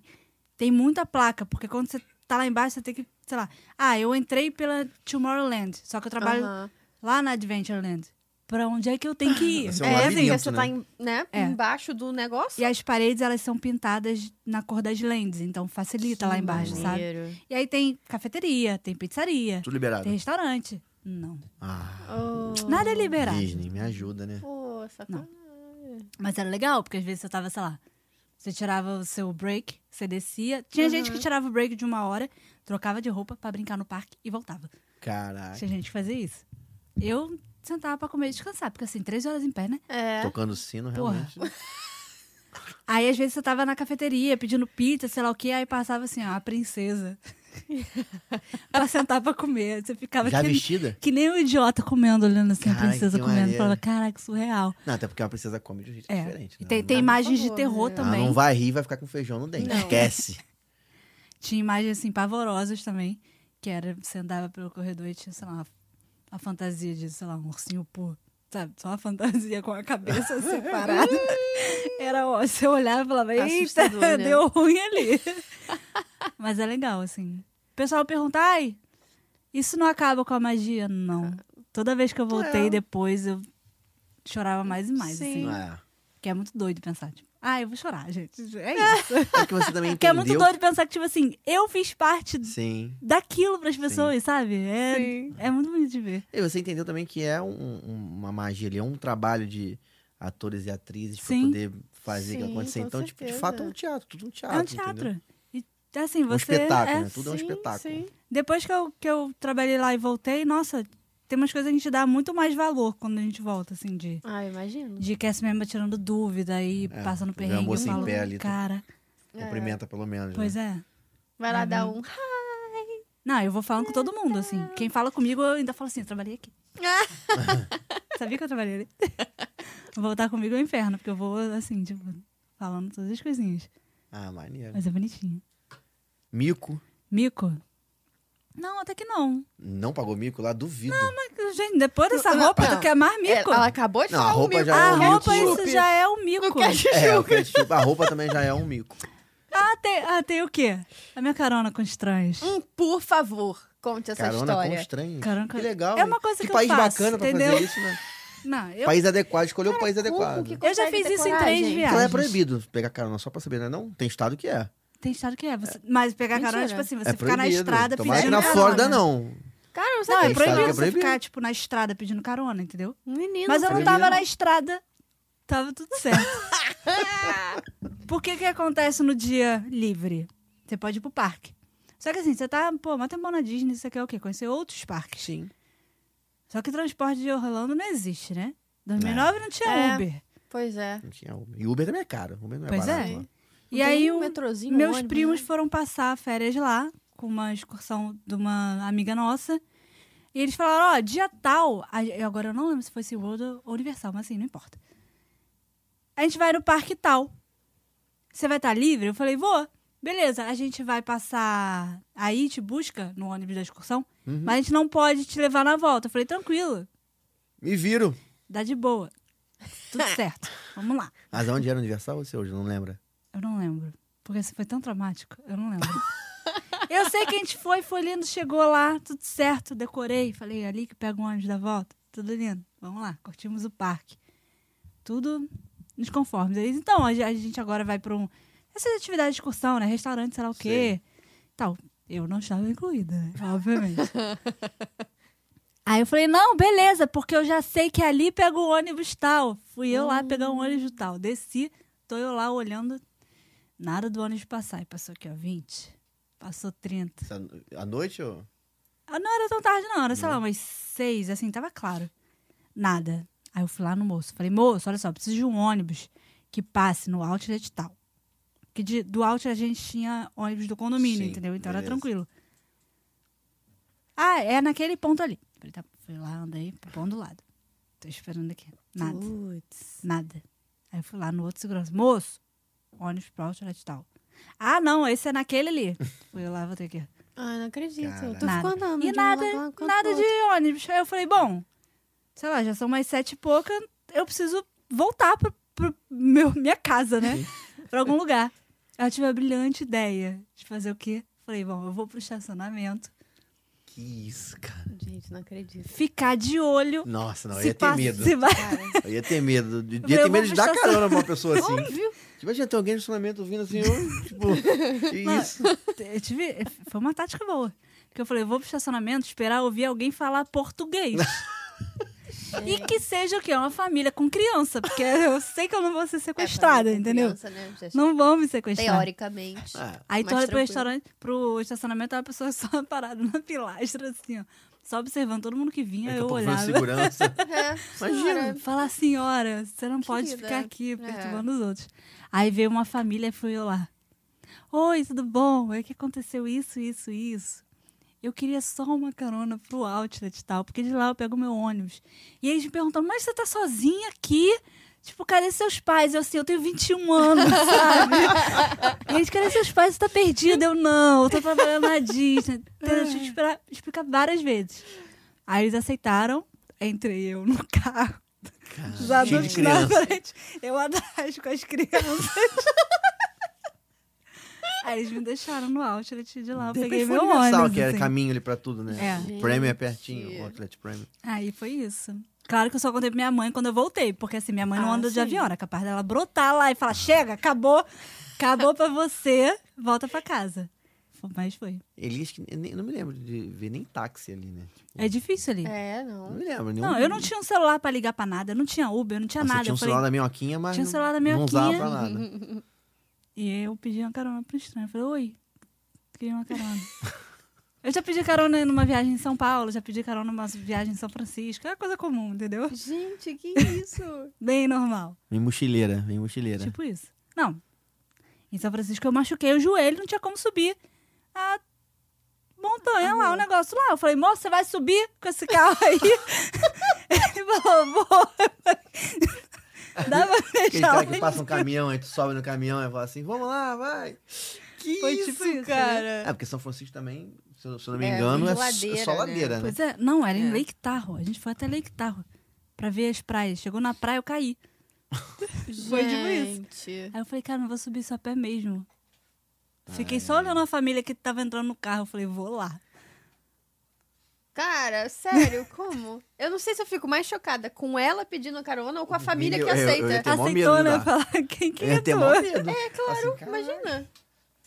C: tem muita placa, porque quando você tá lá embaixo, você tem que, sei lá... Ah, eu entrei pela Tomorrowland, só que eu trabalho
A: Aham.
C: lá na Adventureland. Pra onde é que eu tenho que ir?
B: Você Tem um
A: É,
B: labirinto,
A: porque você tá
B: né?
A: em- né,
C: É.
A: embaixo do negócio.
C: E as paredes, elas são pintadas na cor das lentes, então facilita lá embaixo, sabe?
A: sabe?
C: E aí tem cafeteria, tem pizzaria,
B: Tudo liberado.
C: É. Tem restaurante. Não.
B: Ah,
C: Nada é liberado.
B: Disney, me ajuda, né?
A: Oh, Pô, sacanagem.
C: Mas era legal, porque às vezes você tava, sei lá, você tirava o seu break, você descia. Tinha gente que tirava o break de uma hora, trocava de roupa pra brincar no parque e voltava.
B: Caraca.
C: Tinha gente que fazia isso. Eu sentava pra comer e descansar, porque assim, três horas em pé, né?
A: É.
B: Tocando sino,
C: Porra.
B: realmente.
C: Aí às vezes você tava na cafeteria pedindo pizza, sei lá o que, aí passava assim, ó, a princesa. pra sentar pra comer. Você ficava
B: Já
C: que,
B: vestida?
C: que nem um idiota comendo, olhando assim,
B: Caraca,
C: a princesa
B: que
C: comendo.
B: maneiro.
C: Falava, caraca, surreal.
B: Não, até porque uma princesa come de um jeito
C: É.
B: diferente.
C: E
B: né?
C: tem,
B: Não
C: tem
B: dá-
C: imagens
A: favor,
C: de terror
A: né?
B: Ela
C: também.
B: não vai rir, vai ficar com feijão no dente.
A: Não.
B: Esquece.
C: Tinha imagens assim pavorosas também, que era você andava pelo corredor e tinha, sei lá, uma a fantasia de, sei lá, um ursinho pô, sabe? Só uma fantasia com a cabeça separada. Era, ó, você olhava e falava, eita,
A: Assustador, né?
C: deu ruim ali. Mas é legal, assim. O pessoal pergunta, ai, isso não acaba com a magia? Não. Toda vez que eu voltei
A: É.
C: depois, eu chorava mais e mais,
A: Sim.
C: assim.
B: É.
C: Que é muito doido pensar, tipo, ah, eu vou chorar, gente. É isso.
B: É que você também
C: Que é
B: entendeu.
C: muito doido pensar que, tipo assim, eu fiz parte
B: Sim.
C: daquilo pras pessoas, sabe? É,
A: Sim.
C: é muito bonito de ver.
B: E você entendeu também que é um- um- uma magia ali, é um trabalho de atores e atrizes pra
C: Sim.
B: poder fazer aquilo
A: Sim,
B: acontecer.
A: com
B: Então, tipo, de
A: certeza.
B: fato é um teatro, tudo um teatro.
C: é um
B: entendeu?
C: teatro. E assim,
B: Um
C: você.
B: espetáculo,
C: é-
B: né? Tudo é um
A: Sim,
B: espetáculo.
A: Sim.
C: Depois que eu, que eu trabalhei lá e voltei, nossa, tem umas coisas que a gente dá muito mais valor quando a gente volta, assim, de,
A: Ah, imagino.
C: de cast member tirando dúvida e
B: É,
C: passando
B: vê a
C: perrengue. Eu
B: moça em
C: falo,
B: pé ali, tá?
C: cara,
A: É.
B: Cumprimenta, pelo menos.
C: pois
B: né?
C: é.
A: Vai lá dar um.
C: Não, eu vou falando com todo mundo, assim. Quem fala comigo, eu ainda falo assim, eu trabalhei aqui. Sabia que eu trabalhei ali? Voltar comigo é um inferno, porque eu vou, assim, tipo, falando todas as coisinhas.
B: Ah, maneiro.
C: Mas é bonitinho.
B: Mico.
C: Mico? Não, até que não.
B: Não pagou mico lá? Duvido.
C: Mas, gente, depois dessa
A: Não,
C: roupa,
A: não.
C: tu quer mais
A: É,
C: mico?
A: Ela acabou de
B: Não, a
A: falar
B: roupa
A: o mico.
B: já é
C: A
B: um
C: Ah, roupa,
B: mico.
C: isso já é o
A: No
C: mico.
B: É, o
A: ketchup.
B: ketchup, a roupa também já é um mico.
C: Ah tem, ah, tem o quê? A minha carona com estranhos.
A: Hum, por favor, conte essa
B: Carona com
A: história.
B: estranho.
C: Carona com-
B: Que legal.
C: É uma
B: hein?
C: coisa que eu
B: país
C: faço,
B: bacana pra
C: entendeu?
B: fazer isso, né?
C: Não, eu, é
B: País adequado. Escolheu o país adequado.
A: que
C: eu já
A: consegue
C: fiz
A: ter
C: isso em
A: coragem?
C: três viagens.
B: Então é proibido pegar carona só pra saber, né? Não, tem estado que é.
C: Tem estado que é. você- mas pegar carona é
A: Mentira.
C: tipo assim, você
B: é
C: ficar
B: proibido.
C: na estrada
B: Tomara
C: pedindo
B: que na
C: carona.
B: Flórida não.
A: Cara, não
C: Não,
A: sabe
C: é
B: Tem estado
C: proibido
B: que é
C: você ficar,
B: proibido.
C: tipo, na estrada pedindo carona, entendeu?
A: Menino,
C: Mas eu não
B: sabia.
C: tava na estrada, tava tudo certo. Por que que acontece no dia livre? Você pode ir pro parque. Só que assim, você tá, pô, mata mão na Disney, você quer o quê? Conhecer outros parques.
B: Sim.
C: Só que transporte de Orlando não existe, né? 2009 não tinha
A: É.
C: Uber.
A: Pois é.
B: Não tinha Uber. E Uber também é caro. Uber não é
C: Pois
B: barato.
C: é.
B: lá.
C: E
A: Tem
C: aí,
A: um
C: o-
A: metrozinho, um
C: meus
A: ônibus,
C: primos
A: né?
C: foram passar férias lá com uma excursão de uma amiga nossa. E eles falaram, ó, dia tal... a- eu Agora eu não lembro se foi SeaWorld ou Universal, mas assim, não importa. A gente vai no parque tal. Você vai estar livre? Eu falei, vou. Beleza, a gente vai passar... Aí te busca no ônibus da excursão. Mas a gente não pode te levar na volta. Eu falei, tranquilo,
B: Me viro.
C: dá de boa. Tudo certo, vamos lá.
B: Mas onde era o Universal ou se hoje? Não lembra?
C: Eu não lembro. Porque isso foi tão traumático. Eu não lembro. eu sei que a gente foi, foi lindo, chegou lá, tudo certo, decorei. Falei, é ali que pega o ônibus da volta. Tudo lindo. Vamos lá, curtimos o parque. Tudo nos conformes. Eles, então, a ge- a gente agora vai para um. Essas atividades de excursão, né? Restaurante, sei lá o quê. Tal. Eu não estava incluída, né? Obviamente. Aí eu falei, não, beleza, porque eu já sei que ali pega o ônibus tal. Fui eu lá pegar o ônibus tal. Desci, tô eu lá olhando. Nada do ônibus passar. E passou aqui, ó, 20. Passou 30.
B: Essa- À noite ou?
C: Ah, Não era tão tarde, não. Era, sei lá, umas seis, assim, tava claro. Nada. Aí eu fui lá no moço. Falei, moço, olha só, preciso de um ônibus que passe no outlet tal. Porque de- do outlet a gente tinha ônibus do condomínio,
B: Sim,
C: entendeu? Então era
B: beleza.
C: tranquilo. Ah, é naquele ponto ali. Falei, tá, fui lá, andei pro ponto do lado. Tô esperando aqui. Nada.
A: Putz.
C: Nada. Aí eu fui lá no outro segurança. Moço, ônibus pro outlet tal. Ah, não, esse é naquele ali. fui lá, voltei aqui.
A: Ai, Ah, não acredito. Eu Tô
B: Caraca.
A: ficando andando.
C: E
A: de um
C: nada,
A: lado a outro.
C: nada de ônibus. Aí eu falei, bom, sei lá, já são mais sete e pouca, eu preciso voltar pro, pro meu, minha casa, né? pra algum lugar. Aí Eu tive a brilhante ideia de fazer o quê? Falei, bom, eu vou pro estacionamento,
B: Que isso, cara.
A: Gente, não acredito.
C: ficar de olho.
B: Nossa, não, eu
C: se
B: ia ter
C: passa-
B: medo.
C: se vai-
B: Eu ia ter medo. Eu ia
C: falei, eu
B: ter
C: vou
B: medo de dar
C: prestar-
B: carona pra uma pessoa assim.
A: Óbvio.
B: Tipo, imagina, tem alguém no estacionamento vindo assim, ô, tipo, que
C: Não,
B: isso?
C: eu tive, foi uma tática boa. Porque eu falei, eu vou pro estacionamento esperar ouvir alguém falar português. e que seja o quê? Uma família com criança. Porque eu sei que eu não vou ser
A: É, pra
C: sequestrada,
A: mim, com
C: entendeu?
A: criança, né, já-
C: Não é vão me sequestrar.
A: Teoricamente.
B: Ah,
C: Aí
A: Mais
C: tu olha pro
A: tranquilo.
C: restaurante, pro estacionamento, a pessoa só parada na pilastra, assim, ó. Só observando todo mundo É que vinha,
B: daqui a
C: eu assim,
B: pouco vem um
C: olhava.
B: segurança.
A: É,
B: Imagina.
A: senhora.
C: Fala, senhora, você não pode
A: Querida,
C: ficar aqui
A: é.
C: perturbando os outros. Aí veio uma família e fui eu lá. Oi, tudo bom? É que aconteceu isso, isso, isso. Eu queria só uma carona pro outlet e tal, porque de lá eu pego meu ônibus. E eles me perguntam, mas você tá sozinha aqui? Tipo, cadê seus pais? Eu assim, eu tenho 21 anos, sabe? e eles, cadê seus pais? Você tá
A: É.
C: perdida? Eu, não, eu tô trabalhando na Disney. Então, Eu tive que esperar- explicar várias vezes. Aí eles aceitaram, entrei eu no carro.
B: Cara,
C: Os
B: cheio
C: adultos
B: de
C: na
B: criança.
C: frente, eu atrás com as crianças. Aí eles me deixaram no outlet de lá, eu
B: De repente
C: peguei
B: foi
C: meu
B: Universal,
C: ônibus.
B: que era
C: assim.
B: caminho ali pra tudo, né?
C: É.
B: O prêmio é
A: Gente.
B: pertinho, o Outlet Prêmio.
C: Aí foi isso. Claro que eu só contei pra minha mãe quando eu voltei, porque assim, minha mãe não
A: Ah,
C: anda de
A: sim.
C: avião, era capaz dela brotar lá e falar: chega, acabou, acabou pra você, volta pra casa. Mas foi.
B: Elias, que- eu nem- eu não me lembro de ver nem táxi ali, né? Tipo,
C: É difícil ali.
A: É,
B: Não
A: não.
B: me lembro. Nenhum...
C: Não, eu não tinha um celular pra ligar pra nada, eu não tinha Uber, eu não tinha
B: Nossa, eu
C: nada.
B: tinha um
C: eu falei,
B: celular da minhoquinha, mas
C: Tinha um
B: não-
C: celular da
B: não usava pra
C: minhoquinha.
B: nada.
C: E eu pedi uma carona pro estranho. Eu falei, oi, queria uma carona. eu já pedi carona numa viagem em São Paulo, já pedi carona numa viagem em São Francisco. É uma coisa comum, entendeu?
A: Gente, que isso?
C: Bem normal.
B: Vem mochileira, vem mochileira.
C: Tipo isso. Não. Em São Francisco eu machuquei o joelho, não tinha como subir a montanha lá, o negócio lá. Eu falei, moço, você vai subir com esse carro aí? Ele falou, vou. Eu falei, Dá pra
B: Aquele
C: deixar
B: cara
C: lá
B: que
C: em
B: passa um caminhão, aí tu sobe no caminhão e fala assim, vamos lá, vai. Que
C: Foi
B: isso,
C: tipo isso,
B: cara. É, porque São Francisco também, se eu, se eu não me
A: É,
B: engano, é,
A: muito
B: s- é só
A: ladeira,
B: ladeira, né?
C: Pois é, não, era em
A: É.
C: Lake Tahoe. A gente foi até Lake Tahoe pra ver as praias. Chegou na praia, eu caí. Foi tipo isso.
A: Gente.
C: Aí eu falei, cara, não vou subir só a pé mesmo.
B: Ah,
C: Fiquei
B: é.
C: só olhando a família que tava entrando no carro. Eu falei, vou lá.
A: Cara, sério, como? Eu não sei se eu fico mais chocada com ela pedindo carona ou com a família
B: Eu-
A: que
B: eu- eu-
A: aceita.
B: eu- Tem mó
C: Aceitou,
B: medo,
C: né?
B: tá?
C: Falar, quem que
B: Eu ia
C: é
B: ter
C: tu?
B: mó medo.
A: É,
B: Assim,
A: claro,
B: caralho.
A: imagina.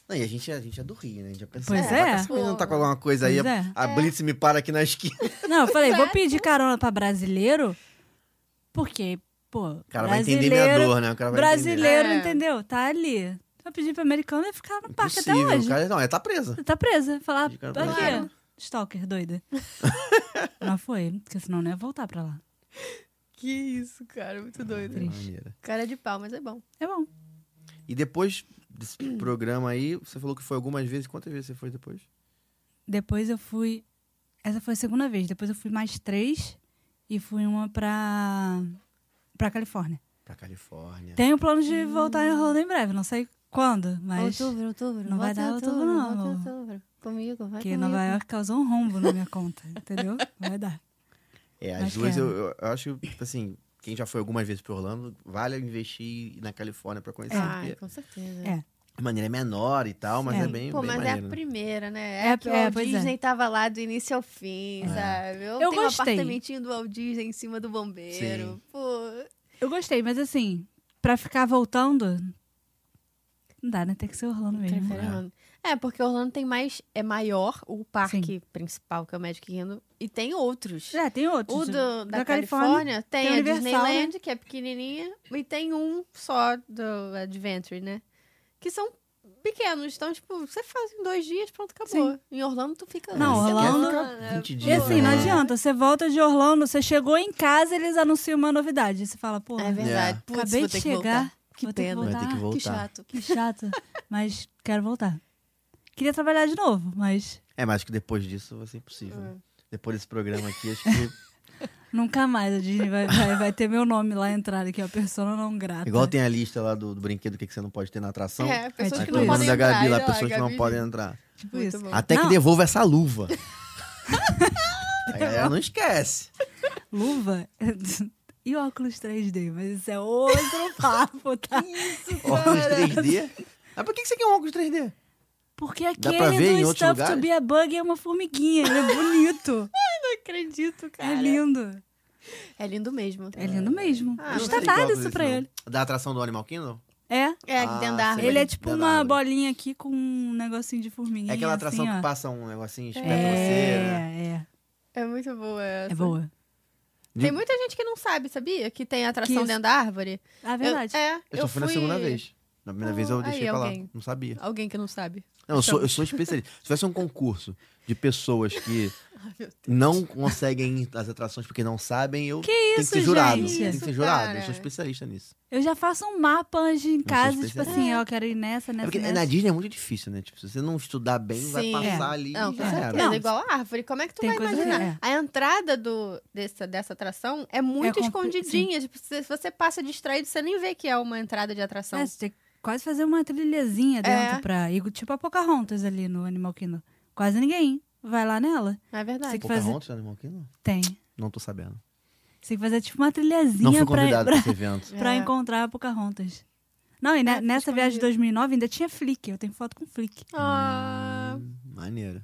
B: Não, e a gente, a gente é do Rio, né? A gente já pensou.
C: Pois
B: "Ah,
C: é.
B: vai que Esse menino tá com alguma coisa aí,
C: Pois é.
B: a Blitz me para aqui na esquina.
C: Não, eu falei, vou
A: Exato.
C: pedir carona pra brasileiro, porque, pô,
B: O cara vai entender
C: brasileiro,
B: minha dor, né? O cara vai entender.
C: brasileiro,
A: É.
C: entendeu? Tá ali. Eu pedi pra americano e ficar no parque até
B: Impossível,
C: hoje. né?
B: o cara, não, é tá presa.
C: Tá presa. Falar,
B: Pedi carona
C: pra
B: pra
C: quê?
A: brasileiro.
C: Stalker, doida. Não foi, porque senão não ia voltar pra lá.
A: Que isso, cara, muito doido.
C: Triste.
B: Maneira.
A: Cara de pau, mas é bom.
C: É bom.
B: E depois desse programa aí, você falou que foi algumas vezes. Quantas vezes você foi depois?
C: Depois eu fui. Essa foi a segunda vez. Depois eu fui mais três e fui uma pra. pra Califórnia.
B: Pra Califórnia.
C: Tenho um plano de voltar em Orlando em breve, não sei quando, mas.
A: Outubro, outubro.
C: não vai
A: volta
C: dar
A: em
C: outubro, não,
A: volta em
C: amor.
A: outubro. Comigo, vai
C: Porque
A: comigo.
C: Nova York causou um rombo na minha conta, entendeu? Vai dar.
B: É, as
C: Mas
B: duas
C: que é.
B: eu, eu- eu acho, tipo assim, quem já foi algumas vezes pra Orlando, vale investir na Califórnia pra conhecer.
A: Ah,
B: porque
A: com certeza.
C: É.
B: a maneira é menor e tal, mas é,
C: É.
B: bem,
A: Pô,
B: bem
A: mas é
B: maneiro.
A: a
B: né?
A: primeira, né?
C: É
A: É,
C: a
A: que o
C: pri- é,
A: Walt
C: pois é.
A: Disney tava lá do início ao fim,
B: É.
A: sabe? Eu,
C: Eu
A: tenho
C: gostei.
A: um apartamentinho do Walt Disney em cima do bombeiro.
B: Sim.
A: Pô,
C: Eu gostei, mas assim, pra ficar voltando. Não dá, né? Tem que ser Orlando mesmo.
A: prefiro Orlando. É, porque Orlando tem mais... É maior o parque principal, que é o Magic Kingdom. E tem outros.
C: Já, É, tem outros.
A: O do- da,
C: da
A: Califórnia, tem,
C: tem
A: a
C: Universal, né?
A: Disneyland, que é pequenininha, e tem um só do Adventure, né? Que são pequenos, então, tipo, você faz em dois dias, pronto, acabou. Em Orlando, tu fica
C: Não,
A: uma
C: Orlando-
A: semana,
B: 20
C: E
B: dias,
C: assim, não
A: É.
B: né?
C: adianta. Você volta de Orlando, você chegou em casa, eles anunciam uma novidade. Você fala, pô,
A: É verdade.
B: É.
A: Putz,
C: acabei
A: vou
C: de
A: ter que
C: chegar.
A: voltar. Que
C: vou ter que
A: pena.
B: Vai ter que
C: voltar.
B: voltar.
A: Que chato.
C: que chato, mas quero voltar. Queria trabalhar de novo, mas
B: É, mas acho que depois disso vai ser impossível. né?
A: É.
B: Depois desse programa aqui, acho que.
C: nunca mais a Disney vai, vai, vai ter meu nome lá entrado, que é a persona não grata.
B: Igual tem a lista lá do, do brinquedo que, que você não pode ter na atração.
A: É, pessoas
B: Aí
A: que
B: tem
A: não
B: o nome
A: podem
B: da
A: entrar.
B: Gabi lá,
A: olha
B: pessoas que não
A: Gabi.
B: podem entrar.
C: Tipo
A: Muito
C: isso.
A: bom.
B: Até que
C: Não.
B: devolva essa luva. a galera não esquece.
C: Luva e óculos 3D, mas isso é outro papo, tá?
B: Óculos 3D. Mas por que que você quer um óculos
A: Ah,
B: 3D?
C: Porque
B: pra
C: aquele
B: ver em
C: do
B: outros
C: Stuff
B: lugares?
C: to be a Bug é uma formiguinha, ele é bonito,
A: Não acredito, cara.
C: é lindo.
A: É lindo mesmo.
C: É lindo mesmo.
A: Ah,
C: A gente
A: mas
C: tá
B: Não tem
C: dado
B: óculos
C: isso
B: desse,
C: pra
B: não.
C: ele.
B: Da atração do Animal Kingdom?
C: É,
A: É,
B: Ah,
A: dentro da árvore.
B: sei.
C: ele é tipo
B: da
C: uma
B: árvore.
C: bolinha aqui com um negocinho de formiguinha.
B: É aquela atração
C: assim,
B: que
C: ó.
B: passa um negocinho espeta
C: É,
B: você, né?
C: é.
A: É muito boa essa.
C: É boa.
B: De-
A: Tem muita gente que não sabe, sabia? Que tem atração
C: Que isso.
A: dentro da árvore.
C: Ah, verdade.
A: Eu, é,
B: Eu só fui na segunda vez. Na primeira
A: Ah,
B: vez eu
A: aí,
B: deixei pra lá.
A: alguém.
B: Não sabia.
A: Alguém que não sabe.
B: Não, eu, sou, eu sou especialista. Se tivesse um concurso de pessoas que
A: Ai, meu Deus.
B: não conseguem ir às atrações porque não sabem, eu
C: Que
B: tenho que
C: isso,
B: ser jurado.
C: gente?
B: Tem que
A: Isso,
B: ser jurado. Eu
A: cara.
B: sou especialista nisso.
C: Eu já faço um mapa antes em casa, tipo
B: especialista.
C: assim, ó, eu quero ir nessa,
B: É
C: nessa,
B: porque na
C: nessa.
B: Disney é muito difícil, né? Tipo, se você não estudar bem, vai
A: Sim.
B: passar
C: É.
B: ali
A: Não,
B: e
A: com
B: já era.
A: certeza.
C: Não.
A: É igual a árvore. Como é que tu
C: Tem
A: vai
C: coisa que
A: imaginar?
C: é.
A: A entrada do, dessa, dessa atração é muito
C: compli-
A: escondidinha. Tipo, se se você passa distraído, você nem vê que é uma entrada de atração.
C: É, você tem que quase fazer uma trilhazinha dentro
A: É.
C: pra ir, tipo a Pocahontas ali no Animal Kingdom. Quase ninguém vai lá nela.
A: É verdade.
C: Tem que fazer-
B: Pocahontas, Animal Kingdom?
C: Tem.
B: Não tô sabendo.
C: Você tem que fazer tipo uma
B: Não
C: trilhazinha
B: fui
C: pra,
B: convidado
C: pra,
B: pra esse evento.
C: pra
A: É.
C: encontrar a Pocahontas. Não, e
A: É,
C: ne-
A: tá
C: nessa
A: escondido.
C: viagem de 2009 ainda tinha Flick. Eu tenho foto com Flick.
A: Ah,
B: Hum, maneiro.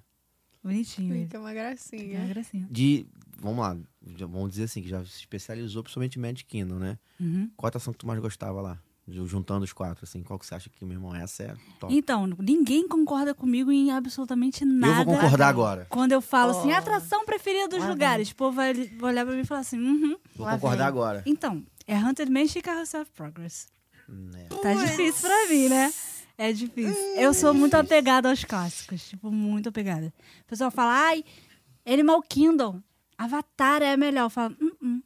C: Bonitinho. ele.
A: fica uma
C: É uma
A: gracinha.
C: gracinha.
B: De. Vamos lá. já Vamos dizer assim, que já se especializou principalmente em Magic Kingdom, né?
C: Uhum.
B: Qual atração que tu mais gostava lá? Ju- Juntando os quatro, assim. Qual que você acha que, meu irmão, essa é top?
C: Então, ninguém concorda comigo em absolutamente nada.
B: Eu vou concordar agora.
C: Quando eu falo assim,
A: Oh.
C: atração preferida dos
A: Lá vem.
C: lugares, o povo vai li- vai olhar pra mim e falar assim, uhum.
B: Vou
A: Lá
B: concordar
A: vem.
B: agora.
C: Então, é Haunted Mansion e Carousel of Progress.
B: Hum, é.
C: Tá difícil pra mim, né? É difícil. Eu sou muito
A: Hum.
C: apegada aos clássicos. Tipo, muito apegada. O pessoal fala, ai, Animal Kingdom, Avatar é melhor. Eu falo, "Hum, hum,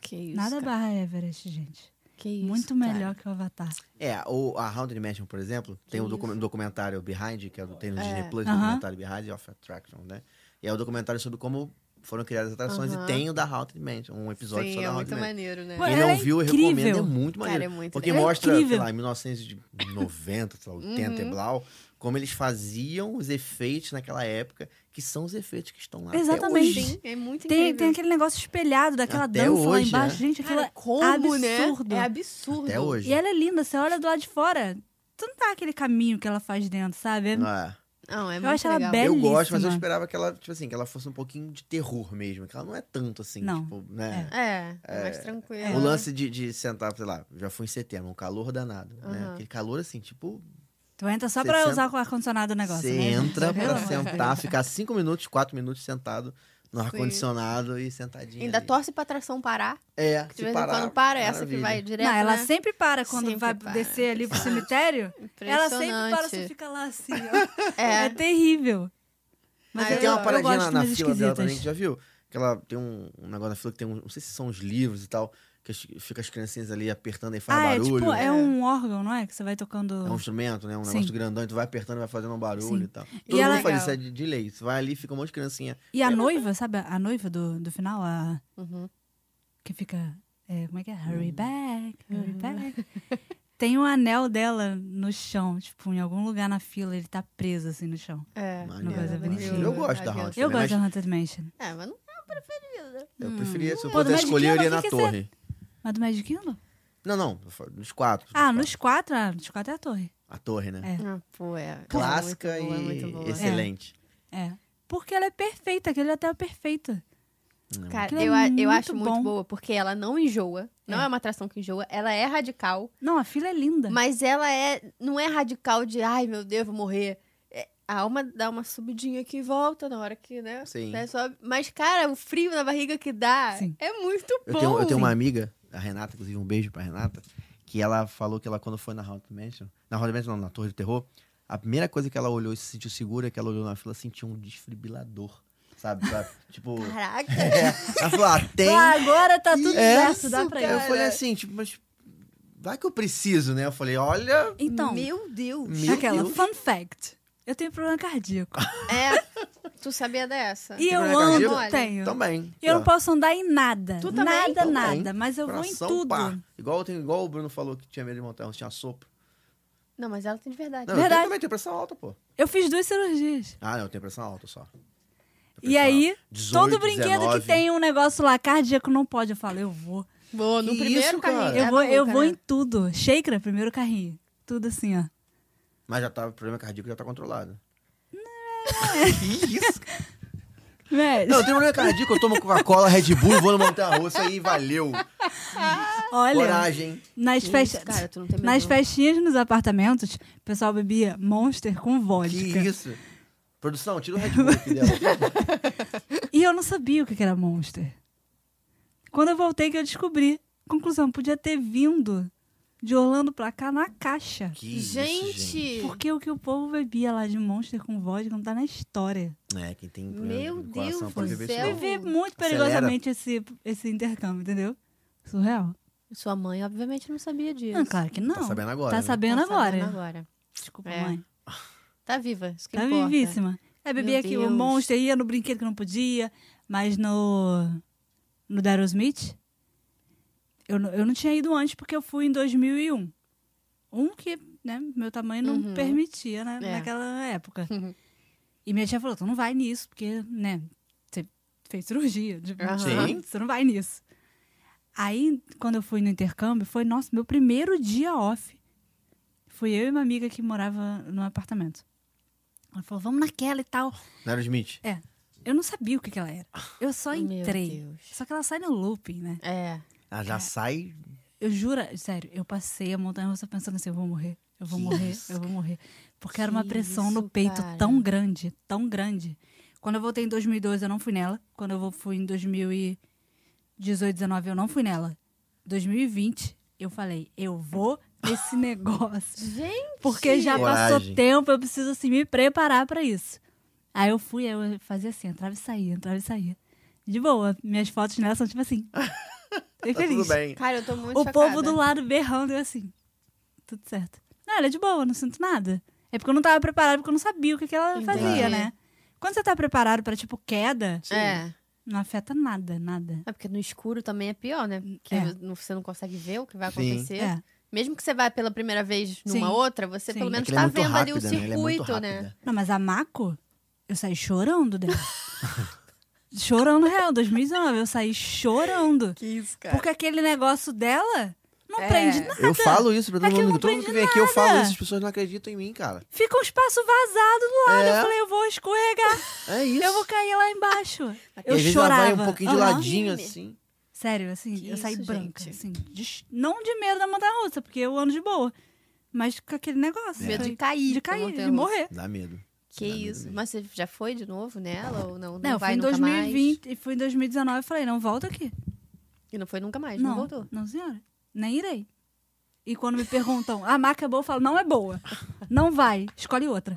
A: Que isso.
C: nada
A: cara.
C: barra Everest, gente.
A: Que isso.
C: muito
A: cara.
C: melhor que o Avatar.
B: É, ou a Haunted Mansion, por exemplo, tem um
A: Isso.
B: docu- um documentário Behind, que é, do- tem no
A: É.
B: Disney Plus,
C: Aham.
B: documentário Behind of Attraction, né? E é o documentário sobre como foram criadas as atrações
A: Aham.
B: e tem o da Haunted Mansion, um episódio
A: Sim,
B: só
A: é
B: da
A: muito
B: Haunted Mansion.
A: maneiro, né?
C: Pô,
B: Quem
C: ela
B: não
C: é
B: viu, eu
C: incrível.
B: recomendo, é muito
A: Cara,
B: maneiro.
A: é muito
B: porque
A: legal.
C: É
B: mostra, sei
C: incrível.
B: lá, em 1990, sei lá, 80
A: Uhum.
B: e blau, como eles faziam os efeitos naquela época, que são os efeitos que estão lá até
C: Exatamente.
B: hoje.
A: Sim, é muito
C: Tem,
A: incrível.
C: tem aquele negócio espelhado daquela
B: Até
C: dança lá
B: hoje,
C: embaixo.
B: é.
C: Gente, aquilo
A: Cara,
C: é
A: como,
C: absurdo.
A: né? É absurdo.
B: Até hoje.
C: E ela é linda, você olha do lado de fora. Tu não tá aquele caminho que ela faz dentro, sabe? É-
B: Não é?
A: Não, é
C: Eu
A: muito
C: acho ela
A: legal.
C: bela.
B: Eu gosto, mas eu
C: Belíssima.
B: esperava que ela, tipo assim, que ela fosse um pouquinho de terror mesmo, que ela não é tanto assim,
C: Não.
B: tipo, né?
A: É, é mais tranquilo.
B: O lance de, de sentar, sei lá, já foi em setembro, um calor danado, né?
A: Aham.
B: Aquele calor assim, tipo,
C: Tu entra só
B: Você
C: pra
B: senta-
C: usar o ar-condicionado
A: Um
C: o negócio.
B: você
C: né, gente?
B: entra
C: Pelo
B: pra
C: amor de
B: sentar, ficar cinco minutos, quatro minutos sentado no
A: Sim.
B: ar-condicionado e sentadinho
A: Ainda
B: ali.
A: torce pra atração parar.
B: É,
A: Que
B: se
A: de vez em
B: parar,
A: quando para, essa que vai
B: maravilha.
A: direto.
C: Não, ela
A: né?
C: sempre para quando
A: Sempre
C: vai
A: para.
C: descer ali pro cemitério. Ela sempre para, você
A: Impressionante.
C: fica lá assim, ó. É,
A: É.
C: terrível. Mas
A: Aí
C: Ah, eu,
B: tem uma
C: eu
B: paradinha
C: gosto
B: na, na
C: das
B: fila dela também, que
C: esquisitas.
B: já viu? Que ela tem um, um negócio na fila que tem um. Não sei se são os livros e tal, que as- fica as criancinhas ali apertando e faz
C: Ah, é
B: barulho.
C: tipo, é
A: É.
C: um órgão, não é? Que você vai tocando.
B: É um instrumento, né? Um
C: Sim.
B: negócio grandão, e tu vai apertando, vai fazendo um barulho
C: Sim.
B: e tal. Todo
C: ela-
B: mundo faz isso, é de, de lei. Tu vai ali, fica um monte de criancinha.
C: E a noiva, sabe? A noiva do, do final, a.
A: Uhum.
C: Que fica. é, como é que é? Hurry back, hurry back. Tem um anel dela no chão, tipo, em algum lugar na fila, ele tá preso assim no chão.
A: É.
B: Maneiro,
A: Ela
C: coisa
A: é
C: bonitinha.
A: maravilhosa.
B: Eu gosto da né?
A: Aquela-
B: Haunted.
C: Eu
B: Mas-
C: gosto da Haunted Mansion.
A: É, mas não.
B: Eu preferia, se eu
C: Pô, do
B: pudesse
C: Magic
B: escolher, eu iria
C: Kingdom,
B: na
C: o que que
B: torre.
C: Mas do Magic Kingdom?
B: Não, não, nos quatro.
C: Ah,
B: nos
C: nos quatro, ah, nos quatro é a torre.
B: quatro. A torre, né?
C: É.
A: Ah, pô, é.
B: Clássica
A: é muito boa, é muito
B: e
A: boa.
B: excelente.
C: É. Porque ela é perfeita, aquele hotel é perfeito.
B: É.
A: Cara,
C: Aquilo é
A: eu, a- eu
C: muito
A: acho
C: bom.
A: muito boa, porque ela não enjoa. Não
C: É.
A: é. uma atração que enjoa. Ela é radical,
C: Não, a fila é linda.
A: mas ela é não é radical de ai meu Deus, vou morrer. É, a alma dá uma subidinha aqui e volta na hora que, né?
B: Sim.
A: né, sobe. Mas, cara, o frio na barriga que dá
C: Sim.
A: é muito
B: Eu
A: bom.
B: tenho, eu tenho uma amiga, a Renata, inclusive um beijo pra Renata, que ela falou que ela quando foi na Haunted Mansion, na Haunted Mansion não, na Torre do Terror, a primeira coisa que ela olhou e se sentiu segura é que ela olhou na fila e sentiu um desfibrilador, sabe? Pra- tipo,
A: Caraca.
B: é, ela falou, ah, tem.
C: Ah, agora tá tudo
B: É.
C: certo, dá pra ir.
B: Eu falei assim, tipo, mas vai que eu preciso, né? Eu falei, olha,
C: Então,
A: Meu Deus.
B: meu
C: aquela,
B: Deus.
C: fun fact. Eu tenho problema cardíaco.
A: É. Tu sabia dessa?
C: E eu
B: problema
C: ando,
A: cardíaco?
C: tenho.
B: Também.
C: Eu não posso andar em nada.
A: Tu também?
C: nada,
B: Também.
C: nada. Mas eu vou em
B: Coração,
C: tudo.
B: pá. Igual, eu tenho- igual o Bruno falou que tinha medo de montanha, tinha sopro.
A: Não, mas ela tem de verdade.
B: Não, eu
C: Verdade.
B: tenho também tenho pressão alta, pô.
C: Eu fiz duas cirurgias.
B: Ah, não, eu tenho pressão alta só. Tá
C: E aí, todo
B: 18,
C: brinquedo
B: 19.
C: que tem um negócio lá cardíaco não pode. Eu falo, eu vou.
A: Boa, no
B: Que
A: primeiro
B: isso,
A: carrinho.
B: cara?
A: É
C: eu vou,
A: maluca,
C: eu vou
A: né?
C: em tudo. Shaker, primeiro carrinho. Tudo assim, ó.
B: Mas já tá, o problema cardíaco já tá controlado. que isso?
C: Mas,
B: Não, eu tenho problema cardíaco, eu tomo Coca-Cola, Red Bull, vou no Montanha Russa e valeu.
C: olha,
B: Coragem.
C: nas
A: Que
C: festas.
A: isso, cara, tu não tem medo,
C: Nas
A: não.
C: festinhas nos apartamentos, o pessoal bebia Monster com
B: Que
C: vodka.
B: isso? Produção, tira o Red Bull aqui dela.
C: E eu não sabia o que que era Monster. Quando eu voltei que eu descobri. Conclusão, podia ter vindo de Orlando pra cá na caixa.
B: Que
A: gente,
B: isso, gente.
C: Porque o que o povo bebia lá de Monster com vodka não tá na história.
B: É, quem tem problema
A: Meu
B: no coração
A: Deus
B: pode
A: do
B: beber isso
A: céu.
B: não.
C: Viver muito
B: Acelera.
C: perigosamente esse, esse intercâmbio, entendeu? Surreal?
A: Sua mãe, obviamente, não sabia disso.
C: Ah, claro que não.
B: Tá sabendo agora.
C: Tá
B: né?
C: sabendo
A: Tá
C: agora.
A: sabendo agora.
C: Desculpa,
A: É,
C: mãe.
A: Tá viva, isso que
C: Tá
A: importa.
C: vivíssima. Aí bebia
A: Meu
C: aqui o
A: Deus.
C: Monster, ia no brinquedo que não podia, mas no. No Darosmith. Eu, não- eu não tinha ido antes porque eu fui em 2001. Um que, Um né, meu tamanho não
A: Uhum.
C: permitia na,
A: É.
C: naquela época. E minha tia falou: tu não vai nisso, porque, né, você fez cirurgia. Tipo,
A: Aham.
B: Sim.
C: Você não vai nisso. Aí, quando eu fui no intercâmbio, foi, nossa, meu primeiro dia off. Fui eu e uma amiga que morava num apartamento. Ela falou, vamos naquela e tal.
B: Não era o Smith?
C: Eu não sabia o que, que ela era. Eu só
A: Meu
C: entrei.
A: Deus.
C: Só que ela sai no looping, né?
A: É.
B: Ela já sai.
C: Eu jura, sério, eu passei a montanha russa pensando assim, eu vou morrer, eu vou
B: Que
C: morrer,
B: isso,
C: eu vou morrer. Porque era uma
A: Que
C: pressão no
A: isso,
C: peito
A: cara.
C: tão grande, tão grande. Quando eu voltei em 2012, eu não fui nela. Quando eu vou- fui em 2018, 19, eu não fui nela. 2020, eu falei, eu vou nesse negócio.
A: Gente,
C: Porque já
B: Coragem.
C: passou tempo, eu preciso assim me preparar pra isso. Aí eu fui, aí eu fazia assim, entrava e saía, entrava e saía. De boa, minhas fotos nela são tipo assim. Fiquei
B: Tá
C: feliz
B: tudo bem.
A: cara, eu tô muito
C: o
A: chocada.
C: povo do lado berrando eu assim. Tudo certo. Não, ela é de boa, eu não sinto nada. É porque eu não tava preparado, porque eu não sabia o que, que ela fazia,
A: Entendi.
C: né? Quando você tá preparado pra, tipo, queda,
A: É.
C: não afeta nada, nada.
A: É porque no escuro também é pior, né? Porque
C: É.
A: não- você não consegue ver o que vai
B: Sim.
A: acontecer.
C: É.
A: Mesmo que você vá pela primeira vez numa
C: Sim.
A: outra, você
C: Sim.
A: pelo menos
B: É que ele
A: tá
B: é muito
A: vendo ali o
B: rápida, né? Ela é muito
A: circuito, né?
B: rápida.
C: Não, mas a Mako, eu saí chorando dela. chorando, real, 2019, eu saí chorando.
A: Que isso, cara.
C: Porque aquele negócio dela não
A: É.
C: prende nada.
B: Eu falo isso pra todo
C: É que eu
B: mundo.
C: não
B: Todo mundo que
C: aprendi
B: vem aqui, eu falo
C: nada.
B: isso, as pessoas não acreditam em mim, cara.
C: Fica um espaço vazado do lado.
B: É.
C: Eu falei, eu vou escorregar,
B: É isso.
C: eu vou cair lá embaixo.
B: E
C: Eu
B: às vezes ela
C: chorava.
B: vai um pouquinho de
C: Aham.
B: ladinho, assim.
C: Sério, assim,
A: Que
C: eu saí
A: isso,
C: branca.
A: gente?
C: Assim, de- não de medo da montanha russa, porque eu ando de boa. Mas com aquele negócio.
A: Medo
C: foi-
A: de cair.
C: De
A: da
C: cair, de
A: montanha-russa.
C: morrer.
B: Dá medo.
A: Que
B: Dá medo
A: isso.
B: mesmo.
A: Mas você já foi de novo nela ou não? Não,
C: Não, eu fui
A: vai
C: em
A: nunca
C: 2020
A: mais?
C: e fui em 2019 e falei, não volta aqui.
A: E não foi nunca mais, não,
C: não,
A: voltou.
C: não, senhora. Nem irei. E quando me perguntam, a marca é boa, eu falo, não é boa. Não vai, escolhe outra.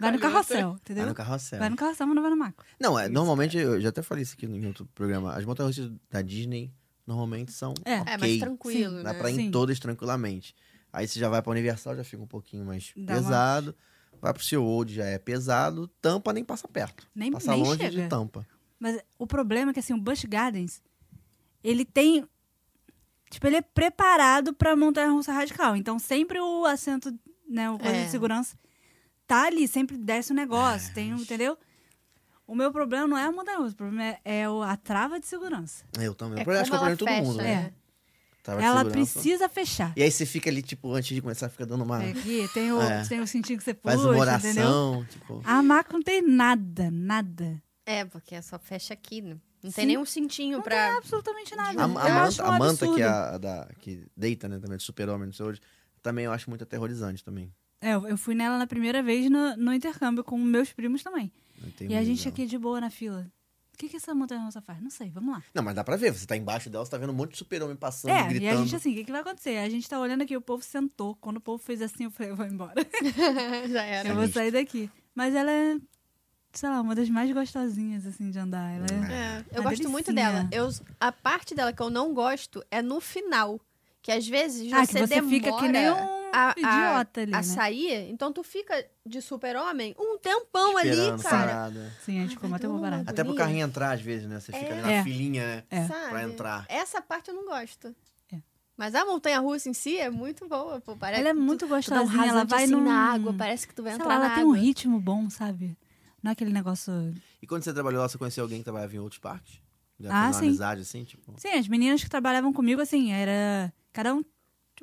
C: vai no
A: outra.
C: carrossel, entendeu?
B: Vai no carrossel.
C: Vai no carrossel, mas não vai no marco.
B: Não, é, normalmente, eu já até falei isso aqui em outro programa. As montanhas russas da Disney normalmente são.
C: É.
A: É, mais
B: ok.
A: tranquilo,
B: Dá
A: né?
B: pra ir em
C: Sim.
B: todas tranquilamente. Aí você já vai pra Universal, já fica um pouquinho mais
C: Dá uma-
B: pesado. Vai pro seu Old, já é pesado. Tampa nem passa perto.
C: Nem,
B: passa
C: nem
B: longe
C: chega.
B: de tampa.
C: Mas o problema é que, assim, o Busch Gardens, ele tem... Tipo, ele é preparado pra montanha-russa radical. Então, sempre o assento, né, o coisa
A: É.
C: de segurança tá ali. Sempre desce o negócio, tem um,
B: É.
C: entendeu? O meu problema não é a montanha-russa, o problema é, é o- a trava de segurança.
B: Eu também.
A: É
B: Eu acho que é
A: como
B: o problema
A: ela
B: de todo mundo,
A: fecha,
B: né?
A: né?
C: É.
B: Tava de
C: Ela
B: segurança.
C: precisa fechar.
B: E aí você fica ali, tipo, antes de começar, fica dando uma.
C: É Aqui, tem o,
B: É.
C: tem o sentido que você puxa,
B: Faz uma
C: entendeu?
B: oração. Tipo.
C: A maca não tem nada, nada.
A: É, porque só fecha aqui, né? Não tem
C: Sim.
A: nenhum cintinho
C: Não
A: pra.
C: tem absolutamente nada.
B: A,
A: Eu
B: a manta,
C: acho um
B: a manta que, é
C: absurdo.
B: a, a da, que deita, né? Também, do super-homem, não sei hoje. Também eu acho muito aterrorizante também.
C: É, eu eu fui nela na primeira vez no, no intercâmbio com meus primos também.
B: Eu tenho
C: e a
B: medo
C: gente
B: dela.
C: aqui de boa na fila. O que, que essa montanha russa faz? Não sei, vamos lá.
B: Não, mas dá pra ver. Você tá embaixo dela, você tá vendo um monte de super-homem passando,
C: é, e a
B: gritando.
C: gente assim, o que, que vai acontecer? A gente tá olhando aqui, o povo sentou. Quando o povo fez assim, eu falei, eu vou embora.
A: Já era.
C: Eu vou
B: Sinistro.
C: sair daqui. Mas ela é, sei lá, uma das mais gostosinhas, assim, de andar. Ela é...
A: É, eu
C: Uma
A: gosto muito
C: delicinha.
A: dela. Eu, a parte dela que eu não gosto é no final. Que às vezes
C: Ah, que
A: você,
C: você
A: demora
C: fica que nem um
A: a, a-
C: idiota ali,
A: a
C: né?
A: sair. Então tu fica de super-homem um tempão
B: Esperando,
A: ali, cara.
B: parada.
C: Sim, é, tipo, a gente ficou até parada.
B: Até pro
A: Agonia.
B: carrinho entrar, às vezes, né? Você fica ali na
C: É.
B: filinha, né?
C: É.
A: Sabe?
B: Pra entrar.
A: Essa parte eu não gosto.
C: É.
A: Mas a montanha-russa em si é muito boa. Pô, parece
C: Ela é
A: que tu-
C: muito
A: tu dá um
C: gostosinha,
A: rasante
C: ela vai
A: assim
C: num...
A: na água, parece que tu vai
C: Sei
A: entrar
C: lá, ela
A: na
C: tem um
A: água.
C: ritmo bom, sabe? Não é aquele negócio...
B: E quando você trabalhou lá, você conheceu alguém que trabalhava em outros parques? Já
C: Ah,
B: fez uma
C: sim.
B: amizade, assim, tipo...
C: Sim, as meninas que trabalhavam comigo, assim, era. Cada um.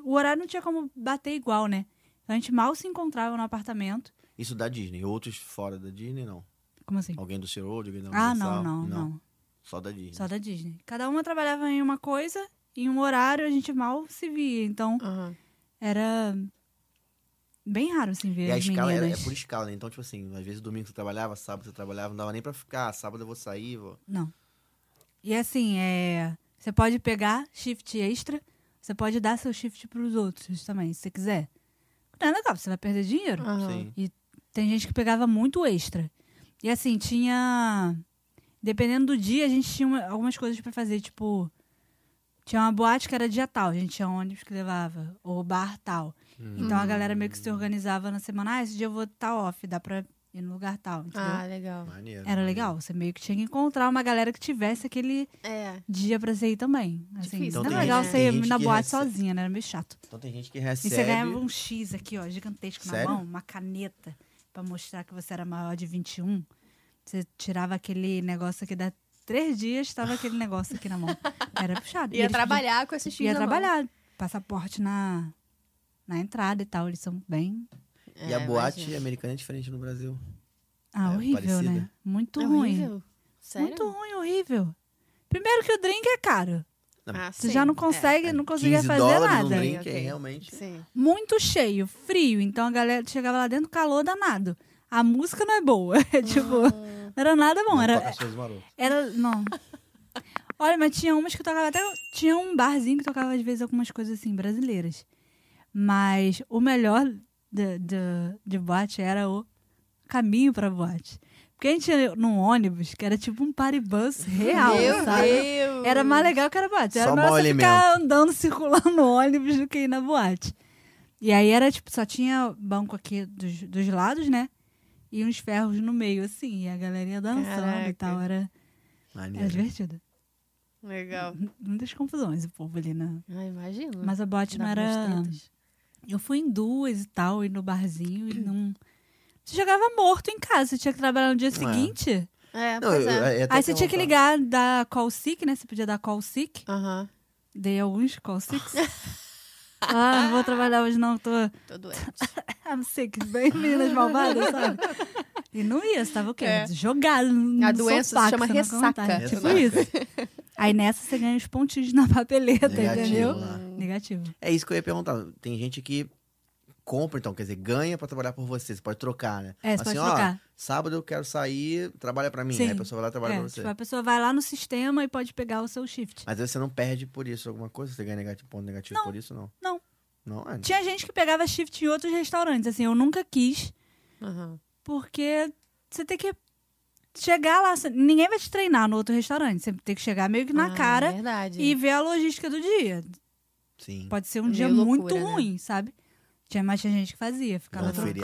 C: O horário não tinha como bater igual, né? Então a gente mal se encontrava no apartamento.
B: Isso da Disney. Outros fora da Disney, não.
C: Como assim?
B: Alguém do Serold, alguém da
C: Ah,
B: Universal?
C: não, não, não,
B: Só da Disney.
C: Só da Disney. Cada uma trabalhava em uma coisa, em um horário, a gente mal se via. Então
A: Aham.
C: era. Bem raro, assim, ver
B: E a
C: as
B: escala era, é
C: meninas.
B: por escala, né? Então, tipo assim, às vezes domingo você trabalhava, sábado você trabalhava, não dava nem pra ficar. Sábado eu vou sair, vou...
C: Não. E assim, é. Você pode pegar shift extra, você pode dar seu shift pros outros também, se você quiser. Não é legal, você vai perder dinheiro.
A: Aham.
B: Sim.
C: Tem gente que pegava muito extra. E assim, tinha. Dependendo do dia, a gente tinha uma- algumas coisas pra fazer, tipo. Tinha uma boate que era dia tal, a gente tinha ônibus que levava, ou bar tal.
B: Hum.
C: Então
A: Hum.
C: a galera meio que se organizava na semana, ah, esse dia eu vou estar off, dá pra ir no lugar tal, entendeu?
A: Ah, legal.
B: Maneiro.
C: Era
B: maneiro.
C: legal, você meio que tinha que encontrar uma galera que tivesse aquele
A: É.
C: dia pra você ir também. Assim,
A: Difícil,
C: não
A: né?
C: era legal
A: Tem
C: você ir
B: Então, gente
C: na
B: que
C: boate
B: recebe-
C: sozinha, né? Era meio chato.
B: Então tem gente que
C: E você ganhava
B: recebe...
C: um X aqui, ó, gigantesco
B: Sério?
C: na mão, uma caneta, pra pra mostrar que você era maior de 21, você tirava aquele negócio aqui da. Três dias tava aquele negócio aqui na mão. Era puxado. E
A: Ia
C: eles pediam-
A: trabalhar com esse X
C: ia
A: na mão.
C: trabalhar. Passaporte na, na entrada e tal. Eles são bem.
B: e a
A: É,
B: boate
A: imagina.
B: americana é diferente no Brasil.
C: Ah,
B: É,
C: horrível, né?
B: parecida.
C: Muito
A: É
C: ruim.
A: horrível. Sério?
C: Muito ruim, horrível. Primeiro que o drink é caro.
A: Ah,
C: Você
A: sim.
C: já não consegue, não conseguia
B: 15
C: fazer
B: É dólares um
C: nada.
B: drink,
A: Ok,
B: é
A: ok.
B: realmente...
A: É. Sim.
C: Muito cheio, frio. Então a galera chegava lá dentro, calor danado. A música não é boa. É tipo,
A: Ah.
C: não era nada bom.
B: Não tá.
C: Era,
B: toca Sorriso Maroto.
C: Era. Não. Olha, mas tinha umas que eu tocava até. Tinha um barzinho que tocava às vezes algumas coisas assim, brasileiras. Mas o melhor de, de, de boate era o caminho pra boate. Porque a gente ia num ônibus que era tipo um paribus real,
A: Meu
C: sabe?
A: Deus!
C: Era mais legal que era boate. Era
B: Só
C: melhor
B: mau
C: você ficar andando, circulando no ônibus do que ir na boate. E aí era tipo, só tinha banco aqui dos, dos lados, né? E uns ferros no meio, assim. E a galerinha dançando
A: Caraca.
C: e tal. Era. Era
B: Maneiro.
C: divertido.
A: Legal.
C: Muitas confusões o povo ali, né?
A: Ah, imagino.
C: Mas a boate não
A: Dá pra
C: era.
A: umas tretas.
C: Eu fui em duas e tal, e no barzinho, e não. Você chegava morto em casa, você tinha que trabalhar no dia seguinte.
A: É,
B: Não,
A: pois
B: eu-
A: é.
B: eu ia até tá?
C: Aí você tinha que
B: perguntar.
C: ligar da call sick, né? Você podia dar call sick.
A: Aham.
C: Dei alguns call sicks. ah, não vou trabalhar hoje não, tô.
A: Tô doente.
C: I'm sick, bem meninas malvadas, sabe? E não ia, você tava o quê?
A: É.
C: Jogado no
A: A doença se
C: sofá,
A: chama
C: que você não aguentava.
A: ressaca.
C: Tipo
B: Ressaca.
C: isso. Aí nessa você ganha os pontinhos na papeleta,
B: Negativo
C: entendeu?
B: lá.
C: Negativo.
B: É isso que eu ia perguntar. Tem gente que compra, então, quer dizer, ganha pra trabalhar por você. Você pode trocar, né?
C: É,
B: assim,
C: você pode
B: ó,
C: trocar.
B: sábado eu quero sair, trabalha pra mim.
C: Sim.
B: Aí a pessoa vai lá e trabalha
C: É,
B: pra você.
C: tipo, a pessoa vai lá no sistema e pode pegar o seu shift.
B: Mas aí você não perde por isso alguma coisa? Você ganha negati- ponto negativo por isso, não?
C: não.
B: Não, é.
C: Tinha gente que pegava shift em outros restaurantes, assim, eu nunca quis,
A: Aham.
C: porque você tem que chegar lá, você- ninguém vai te treinar no outro restaurante, você tem que chegar meio que na
A: Ah,
C: cara
A: Verdade.
C: e ver a logística do dia.
B: Sim.
C: Pode ser um
A: Meio
C: dia muito
A: loucura, né?
C: ruim, sabe? Tinha mais tinha gente que fazia, ficava
B: Não,
C: trocando.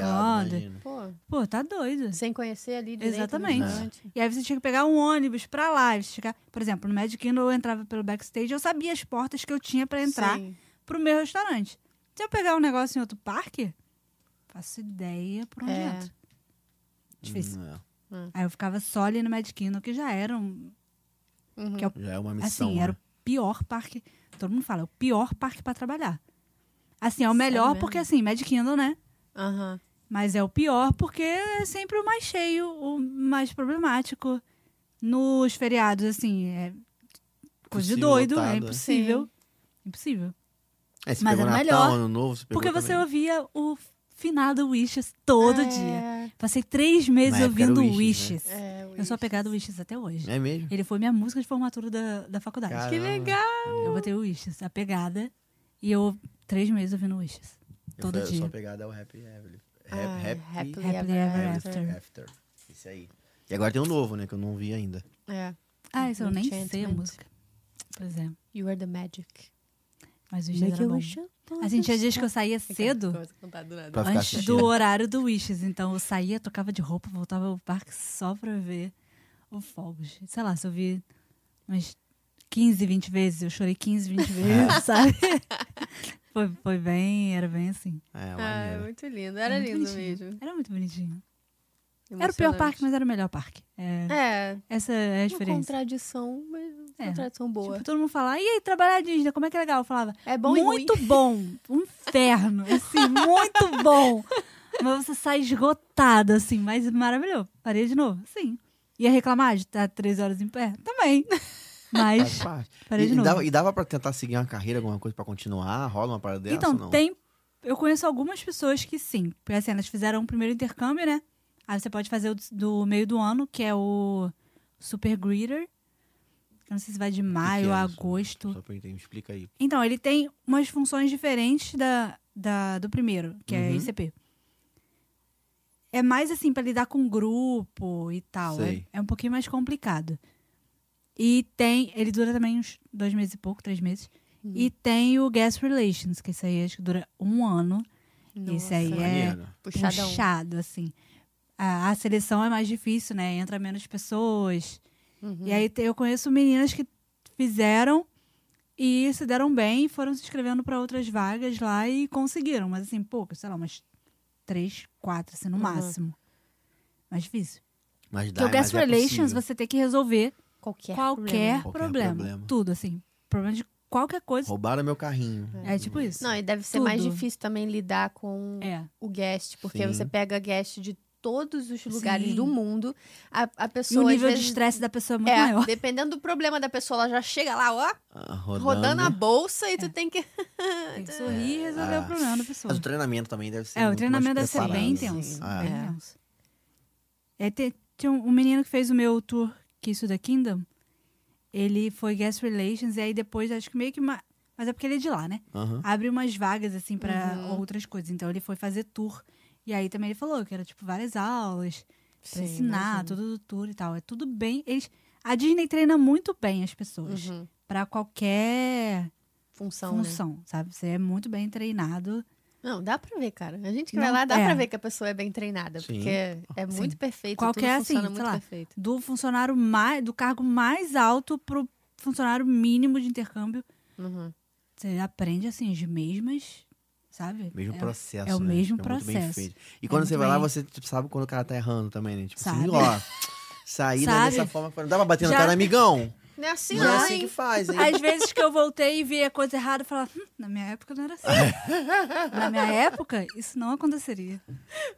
B: um imagina.
A: Pô,
C: Pô, tá doido.
A: sem conhecer ali direito. né?
C: Exatamente.
A: no restaurante.
C: E aí você tinha que pegar um ônibus pra lá, você tinha que- por exemplo, no Magic Kingdom eu entrava pelo backstage, eu sabia as portas que eu tinha pra entrar.
A: Sim.
C: pro meu restaurante. Se eu pegar um negócio em outro parque, faço ideia por onde
A: É.
C: entro. Difícil.
B: Hum, é.
C: Aí eu ficava só ali no Magic Kingdom, que já era um,
A: Uhum.
C: Que é o-
B: Já é uma missão.
C: assim, era o
B: né?
C: pior parque. Todo mundo fala, é o pior parque pra trabalhar. Assim, é
A: Sério
C: o melhor
A: mesmo?
C: porque assim, Magic Kingdom, né?
A: Aham.
C: Mas é o pior porque é sempre o mais cheio, o mais problemático. Nos feriados, assim, é coisa de
B: Possível
C: doido,
B: lotado,
C: é
B: né?
C: impossível. Impossível.
B: É, você
C: Mas
B: pegou
C: era
B: Natal,
C: melhor,
B: Ano Novo, você pegou
C: Porque você
B: também.
C: ouvia o finado Wishes todo
A: É,
C: dia. Passei três meses
B: Na época era
C: ouvindo
B: o Wishes,
C: Wishes.
B: né?
A: é,
C: Eu sou apegada ao Wishes até hoje.
B: É mesmo?
C: Ele foi minha música de formatura da, da faculdade.
B: Caramba.
A: Que legal.
C: Eu botei o Wishes, apegada. E eu, três meses ouvindo Wishes.
B: Eu
C: todo
B: fui- Eu
C: dia. Ah, é
B: sou apegada ao Happy Ever.
A: Ai,
B: Happy, happy,
A: Ah, Happily Ever
C: Happily Ever
A: After.
B: Ever After. Esse aí. E agora tem um novo, né? Que eu não vi ainda.
A: É.
C: Ah, isso eu nem sei a
A: Enchantment.
C: música. Pois é.
A: You are the magic.
C: Mas é o Wishes era bom. Assim, tinha dias que eu saía cedo,
A: Começa a cantar do nada.
B: Pra ficar
C: antes
B: assistindo.
C: do horário do Wishes. Então eu saía, trocava de roupa, voltava ao parque só pra ver o Fogos. Sei lá, se eu vi umas 15, 20 vezes, eu chorei 15, 20 vezes, sabe? Foi, foi bem, era bem assim.
B: É,
A: Ah, é
B: maneiro.
A: muito lindo. Era
C: muito
A: lindo
C: bonitinho.
A: mesmo.
C: Era muito bonitinho. Era o pior parque, mas era o melhor parque. É,
A: É,
C: Essa é a
A: uma
C: diferença.
A: contradição, mas uma
C: É.
A: contradição boa.
C: Tipo, todo mundo falava, e aí, trabalhar a Disney, como é que é legal? Eu falava,
A: é bom
C: muito bom, um inferno, assim, muito bom. Mas você sai esgotado, assim, mas maravilhoso. Parei de novo, sim. Ia reclamar de estar três horas em pé? Também.
B: Faz
C: Mas,
B: parte.
C: parei
B: e,
C: de
B: e
C: novo.
B: dava, e dava pra tentar seguir uma carreira, alguma coisa pra continuar? Rola uma parada dessa
C: Então,
B: ou não?
C: tem. Eu conheço algumas pessoas que sim. Porque assim, elas fizeram um primeiro intercâmbio, né? Aí você pode fazer o do- do meio do ano, que é o Super Greeter. Eu não sei se vai de maio a
B: é isso?
C: agosto.
B: Só pra eu entender, me explica aí.
C: Então, ele tem umas funções diferentes da, da- do primeiro, que é
B: Uhum.
C: ICP. É mais assim, pra lidar com grupo e tal. É,
B: Sei.
C: é um pouquinho mais complicado. E tem. Ele dura também uns dois meses e pouco, três meses. E tem o Guest Relations, que isso aí acho que dura um ano. Esse aí é
B: Maneiro.
A: puxadão.
C: puxado, assim. A, a seleção é mais difícil, né? Entra menos pessoas. E
A: Uhum.
C: aí te- eu conheço meninas que fizeram e se deram bem, foram se inscrevendo para outras vagas lá e conseguiram. Mas assim, poucas, sei lá, umas três, quatro, assim, no
A: Uhum.
C: máximo. Mais difícil.
B: Mas dá,
C: Porque o
B: mas
C: guest
B: é
C: relations
B: possível.
C: você tem que resolver
A: Qualquer,
C: qualquer,
B: Qualquer
C: é problema. né?
B: problema.
C: Tudo, assim. Problema de qualquer coisa.
B: Roubaram meu carrinho.
C: É tipo isso.
A: Não, e deve ser
C: Tudo.
A: mais difícil também lidar com
C: É.
A: o guest, porque
B: Sim.
A: você pega guest de todos os lugares
C: Sim.
A: do mundo. A, a
C: E
A: pessoa.
C: o
A: às
C: nível de
A: vezes,
C: estresse da pessoa é muito
A: é,
C: maior.
A: dependendo do problema da pessoa, ela já chega lá, ó,
B: Ah,
A: rodando, a bolsa
C: É.
A: e tu tem que.
C: Tem que sorrir e resolver
B: Ah.
C: o problema da pessoa.
B: Mas o treinamento também deve ser.
C: É, o
B: muito
C: treinamento deve
B: mais
C: ser bem
B: preparado.
C: intenso.
B: Ah,
C: Bem
A: é.
C: intenso. É, te- tinha um um menino que fez o meu tour, que isso da Kingdom. Ele foi guest relations e aí depois, acho que meio que... Uma... Mas é porque ele é de lá, né?
B: aham.
C: Abre umas vagas, assim, pra
A: Uhum.
C: outras coisas. Então ele foi fazer tour. E aí também ele falou que era, tipo, várias aulas. Pra ensinar, tudo do tour e tal. É tudo bem. Eles... A Disney treina muito bem as pessoas.
A: Uhum.
C: Pra qualquer
A: Função, né?
C: função, sabe? Você é muito bem treinado.
A: Não, dá pra ver, cara. A gente que
C: Não,
A: vai lá, dá
C: é.
A: pra ver que a pessoa é bem treinada.
B: Sim.
A: Porque é muito perfeito.
C: Qualquer,
A: tudo funciona
C: assim, sei
A: muito
C: lá,
A: perfeito.
C: do funcionário mais do cargo mais alto pro funcionário mínimo de intercâmbio.
A: Uhum.
C: Você aprende assim as mesmas, sabe?
B: Mesmo
C: É,
B: processo.
C: é o
B: né?
C: mesmo
B: Fica muito bem
C: processo. É
B: feito. E quando
C: muito
B: você vai lá,
C: bem.
B: você tipo, sabe quando o cara tá errando também, né? Tipo assim,
C: Sabe.
B: ó. Saí né,
C: Sabe.
B: dessa forma. Não dá pra bater no
C: Já-
B: cara, amigão.
A: Não é assim,
B: Não
A: não,
B: é
C: Já-
B: assim que faz, hein?
C: Às vezes que eu voltei e vi a coisa errada, eu falava, hum, na minha época não era assim. na minha época, isso não aconteceria.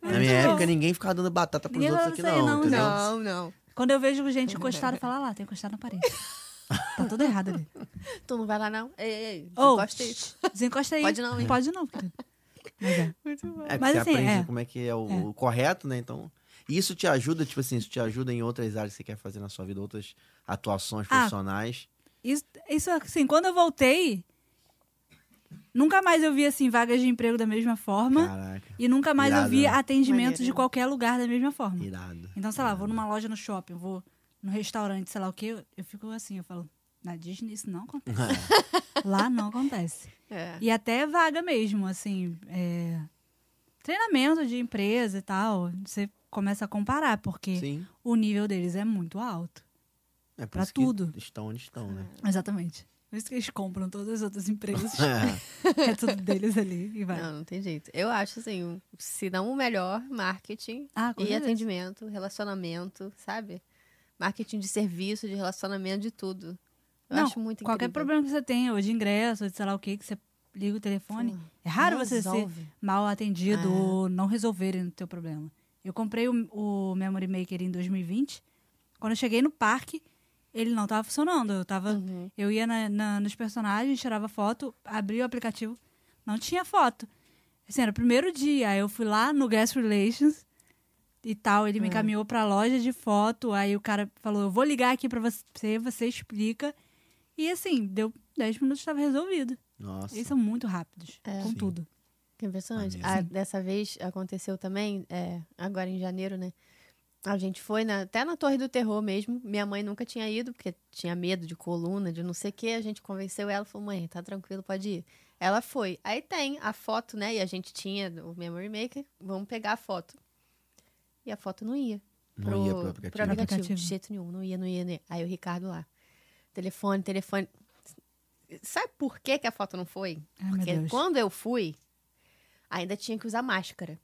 B: Na minha época, ninguém ficava dando batata pros
C: Ninguém
B: outros aqui,
C: vai sair,
B: não,
C: não,
B: entendeu?
A: Não, não.
C: Quando eu vejo gente encostada,
A: né?
C: eu falo, ah lá, tem encostado na parede. Tá tudo errado ali.
A: Tu não vai lá, não? Ei, ei, ei.
C: Ou,
A: Gosta disso.
C: desencosta aí.
A: Pode não, hein?
C: Pode não, querido. Mas é.
B: É porque
C: Mas
B: você
C: assim,
B: aprende
C: é.
B: como é que é o,
C: É.
B: o correto, né? Então. E isso te ajuda, tipo assim, isso te ajuda em outras áreas que você quer fazer na sua vida, outras atuações
C: Ah.
B: profissionais.
C: Isso, isso, assim, quando eu voltei, nunca mais eu vi, assim, vagas de emprego da mesma forma.
B: Caraca,
C: E nunca mais
B: Irado,
C: eu vi
B: né?
C: atendimento
A: Maneiro,
C: de
A: né?
C: qualquer lugar da mesma forma.
B: irado.
C: Então, sei lá, vou numa loja no shopping, vou num restaurante, sei lá o quê, eu- eu fico assim, eu falo, na Disney isso não acontece. Lá não acontece.
A: É.
C: E até vaga mesmo, assim, é, treinamento de empresa e tal, você começa a comparar, porque
B: Sim.
C: o nível deles é muito alto.
B: É por
C: Pra
B: isso que
C: tudo.
B: estão onde estão, né?
C: Exatamente. Por isso que eles compram todas as outras empresas,
B: É,
C: é tudo deles ali e vai.
A: Não, não tem jeito. Eu acho assim, um- se não o melhor, marketing
C: Ah, com
A: e é
C: certeza.
A: atendimento, relacionamento, sabe? Marketing de serviço, de relacionamento, de tudo. Eu
C: Não,
A: acho muito
C: Qualquer
A: incrível.
C: problema que você tenha, ou de ingresso, ou de sei lá o que, que você liga o telefone. é raro você ser
A: Resolve.
C: mal atendido
A: É.
C: ou não resolverem o teu problema. Eu comprei o, o Memory Maker em 2020. Quando eu cheguei no parque, ele não tava funcionando. Eu, tava,
A: Uhum.
C: eu ia na- na- nos personagens, tirava foto, abria o aplicativo, não tinha foto. Assim, era o primeiro dia. Aí eu fui lá no Guest Relations e tal.
A: Ah.
C: Ele me encaminhou pra loja de foto. Aí o cara falou: Eu vou ligar aqui pra você, você explica. E assim, deu 10 minutos, estava resolvido.
B: Nossa.
C: Eles são muito rápidos, com
A: É.
B: Sim.
C: tudo.
A: Que impressionante.
B: Maneiro.
A: Ah, dessa vez aconteceu também, é, agora em janeiro, né? A gente foi na- até na Torre do Terror mesmo. Minha mãe nunca tinha ido, porque tinha medo de coluna, de não sei o quê. A gente convenceu ela, falou, mãe, tá tranquilo, pode ir. Ela foi. Aí tem a foto, né? E a gente tinha o Memory Maker, vamos pegar a foto. E a foto não ia.
B: Não ia pro aplicativo.
A: pro aplicativo.
C: Aplicativo.
A: De jeito nenhum, não ia, não ia, não ia. Aí o Ricardo lá. Telefone, telefone. Sabe por que, que a foto não foi?
C: Ai, meu
A: Porque
C: Deus.
A: quando eu fui, ainda tinha que usar máscara.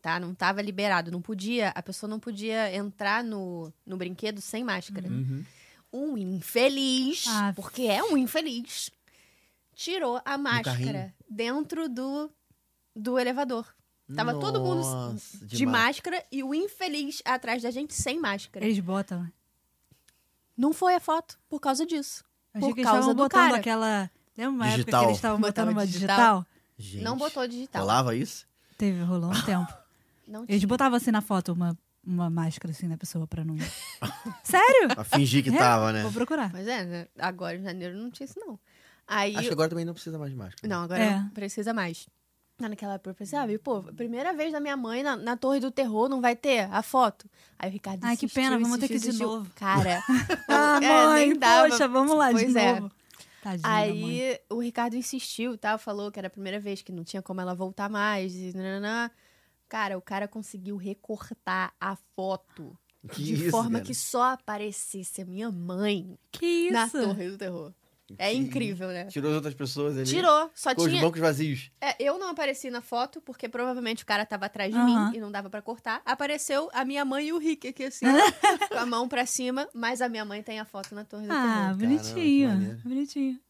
A: Tá? Não tava liberado. Não podia, a pessoa não podia entrar no, no brinquedo sem máscara.
B: Uhum.
A: Um infeliz,
C: Ah,
A: porque é um infeliz, tirou a máscara
B: Um carrinho.
A: dentro do, do elevador. Tava todo mundo
B: Nossa,
A: de,
B: demais.
A: máscara e o infeliz atrás da gente sem máscara.
C: Eles botam. né?
A: Não foi a foto por causa disso.
C: Eu achei
A: Por
C: que eles
A: causa
C: estavam
A: do
C: botando
A: cara.
C: aquela. Lembra uma época
B: Digital.
C: que eles estavam botando
A: Botava
C: uma
A: digital.
C: digital?
B: Gente,
A: Não botou digital.
B: Rolava isso?
C: Teve, rolou um tempo.
A: Não
C: Eles
A: tinha.
C: botavam assim na foto uma, uma máscara assim na pessoa pra não. Sério?
B: Pra fingir que
C: É,
B: tava, né?
C: Vou procurar.
A: Mas é, né? agora em janeiro não tinha isso, não. Aí.
B: Acho que agora também não precisa mais de máscara.
A: Não, agora
C: É.
A: não precisa mais. Mas Naquela época eu pensei, ah, viu, pô, primeira vez da minha mãe na, na Torre do Terror, não vai ter a foto? Aí o Ricardo
C: Ai, que
A: insistiu,
C: pena, vamos ter
A: insistiu,
C: que ir de
A: insistiu.
C: novo.
A: Cara,
C: Ah,
A: é,
C: mãe,
A: nem dava.
C: poxa, vamos lá
A: Pois
C: de
A: é.
C: novo. Tadinha da mãe.
A: Aí o Ricardo insistiu, tá? Falou que era a primeira vez, que não tinha como ela voltar mais. E nananã. Cara, o cara conseguiu recortar a foto
B: Que
A: de
B: isso,
A: forma
B: cara?
A: que só aparecesse a minha mãe
C: Que isso?
A: na Torre do Terror. É incrível, né?
B: Tirou as outras pessoas ali.
A: Tirou, só
B: Ficou os
A: tinha.
B: bancos vazios.
A: É, eu não apareci na foto, porque provavelmente o cara tava atrás de
C: Aham.
A: mim e não dava pra cortar. Apareceu a minha mãe e o Rick aqui, assim, com a mão pra cima, mas a minha mãe tem a foto na torre do
C: Ah,
A: terror.
C: bonitinho.
B: Caramba, que maneiro.
C: bonitinho.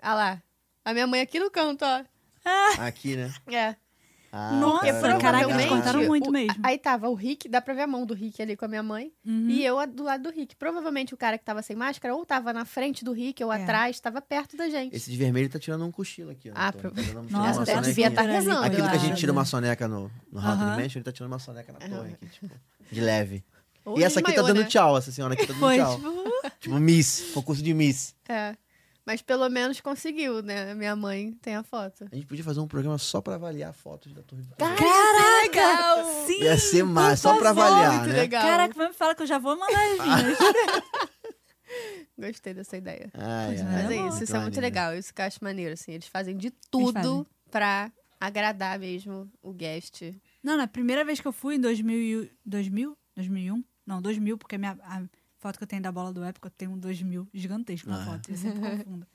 A: Ah lá. A minha mãe aqui no canto, ó.
B: Aqui, né?
A: É.
B: Ah,
C: Nossa,
A: Porque
C: caraca,
A: provavelmente.
C: eles
B: é.
C: cortaram muito
A: o-
C: mesmo.
A: Aí tava o Rick, dá pra ver a mão do Rick ali com a minha mãe.
C: Uhum.
A: E eu a- do lado do Rick. Provavelmente o cara que tava sem máscara ou tava na frente do Rick ou
C: É.
A: atrás, tava perto da gente.
B: Esse de vermelho tá tirando um cochilo aqui. Ó.
A: Ah,
B: Tá
A: pro-
B: dando uma- tirando
C: Nossa,
B: uma
C: tá
B: sonequinha.
A: devia estar
C: ali.
A: rezando.
B: Aquilo
A: eu
B: que a gente
A: acho.
B: tira uma soneca no, no Haunted
C: Aham.
B: Mansion, ele tá tirando uma soneca na torre aqui, tipo, de leve.
A: Ou
B: e essa aqui tá
A: desmaiou,
B: dando
A: né?
B: tchau, essa senhora aqui tá dando
C: Foi,
B: tchau.
C: tipo,
B: Tipo, Miss, concurso de Miss.
A: É. Mas pelo menos conseguiu, né? Minha mãe tem a foto.
B: A gente podia fazer um programa só pra avaliar fotos da torre do terror.
C: caraca!
A: legal!
C: Sim!
B: Ia ser
C: por
B: massa, só pra
C: favor.
B: avaliar,
A: Muito
B: né?
A: legal.
C: Caraca, vai me falar que eu já vou mandar as minhas.
A: Gostei dessa ideia.
B: Ai,
C: Pois
B: ai,
C: é,
A: Mas é,
C: bom.
A: isso, isso é muito
B: maneiro.
A: legal. Isso que eu acho maneiro, assim. Eles fazem de tudo pra agradar mesmo o guest.
C: Não, na primeira vez que eu fui, em 2000, e- 2000? 2001? Não, 2000, porque minha, a foto que eu tenho da bola do época, eu tenho um 2000 gigantesco na
B: Ah.
C: foto. Eu sempre confundo.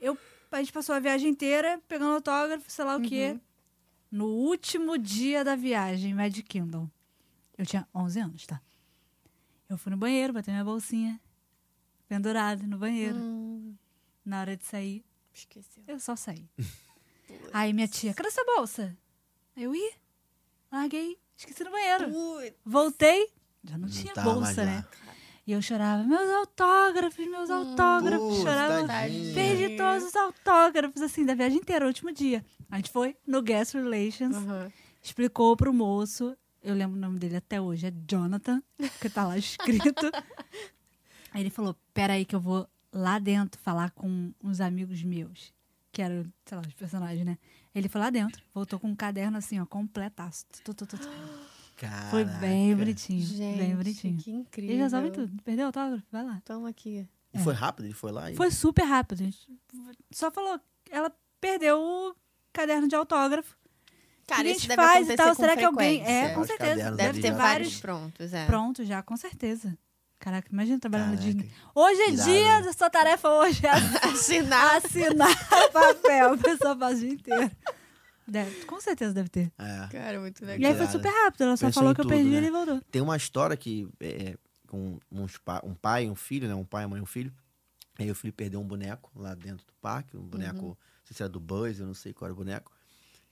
C: Eu, a gente passou a viagem inteira pegando autógrafo, sei lá o quê. No último dia da viagem, Mad Kingdom. Eu tinha 11 anos, tá? Eu fui no banheiro, botei minha bolsinha pendurada no banheiro.
A: Hum.
C: Na hora de sair,
A: Esqueceu.
C: eu só saí. Aí minha tia, cadê sua bolsa? Aí Eu ia, larguei, esqueci no banheiro. Voltei, já
B: Não
C: não, tinha
B: tá mais
C: bolsa,
B: lá.
C: né? E eu chorava, meus autógrafos, meus autógrafos.
B: Putz,
C: chorava,
B: tadinha.
C: perdi todos os autógrafos, assim, da viagem inteira, o último dia. A gente foi no Guest Relations, explicou pro moço, eu lembro o nome dele até hoje, é Jonathan, que tá lá escrito. aí ele falou, peraí que eu vou lá dentro falar com uns amigos meus, que eram, sei lá, os personagens, né? Ele foi lá dentro, voltou com um caderno assim, ó, completaço. Tu, tu, tu, tu.
B: Caraca.
C: Foi bem bonitinho,
A: Gente,
C: bem bonitinho.
A: que incrível.
C: Eles resolvem tudo, perdeu o autógrafo, vai lá.
A: Toma aqui.
B: E foi rápido, ele foi lá e...
C: Foi super rápido. gente. Só falou, ela perdeu o caderno de autógrafo.
A: Cara,
C: Gente,
A: isso deve
C: faz e
A: acontecer
C: tal,
A: com
C: será que alguém-
A: frequência.
C: É, com
B: os
C: certeza.
B: cadernos
A: Deve
B: ali
A: ter
B: já-
A: vários prontos, é.
C: Pronto, já, com certeza. Caraca, imagina trabalhar na
B: Caraca.
C: Disney. Hoje é
B: Irado,
C: dia,
B: né?
C: da sua tarefa hoje é
A: Assinar.
C: assinar papel. A pessoa faz o dia inteiro. Deve- com certeza deve ter.
B: É.
A: Cara, muito
C: E aí
A: legal.
C: foi
B: Irado.
C: super rápido, ela só
B: Pensou
C: falou
B: em
C: que eu
B: tudo,
C: perdi e
B: né?
C: ele voltou.
B: Tem uma história que é, com uns pa- um pai e um filho, né? Um pai, a mãe e um filho. Aí o filho perdeu um boneco lá dentro do parque, um boneco, não sei se era do Buzz, eu não sei qual era o boneco.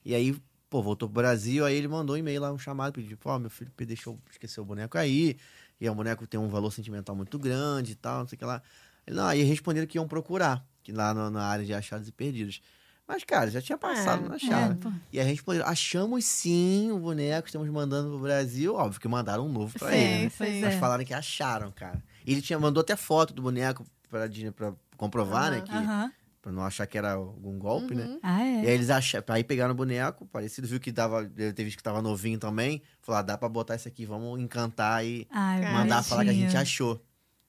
B: E aí, pô, voltou pro Brasil, aí ele mandou um e-mail lá, um chamado, pediu, pô, meu filho pe- deixou, esqueceu o boneco aí, e é um boneco que tem um valor sentimental muito grande e tal, não sei o que lá. Ele, não, aí responderam que iam procurar, que lá na- na área de achados e perdidos. Mas, cara, já tinha passado,
A: É,
B: não acharam.
C: É, pô.
B: E a gente respondeu: achamos sim o boneco, estamos mandando pro Brasil. Óbvio que mandaram um novo pra
A: Sim,
B: ele. né?
A: sim.
C: pois
B: Mas
C: é.
B: falaram que acharam, cara. E ele tinha, mandou até foto do boneco pra, Disney pra comprovar, né?
A: Aham.
B: Que,
C: Aham.
B: Pra não achar que era algum golpe,
A: Uhum.
B: né?
C: Ah, é.
B: E aí eles acharam, aí pegaram o boneco, parecido, viu que dava, deve ter visto que tava novinho também. Falaram, "Ah, dá pra botar esse aqui, vamos encantar e
C: Ai,
A: Cara,
B: mandar falar que a gente
C: bonitinho.
B: achou.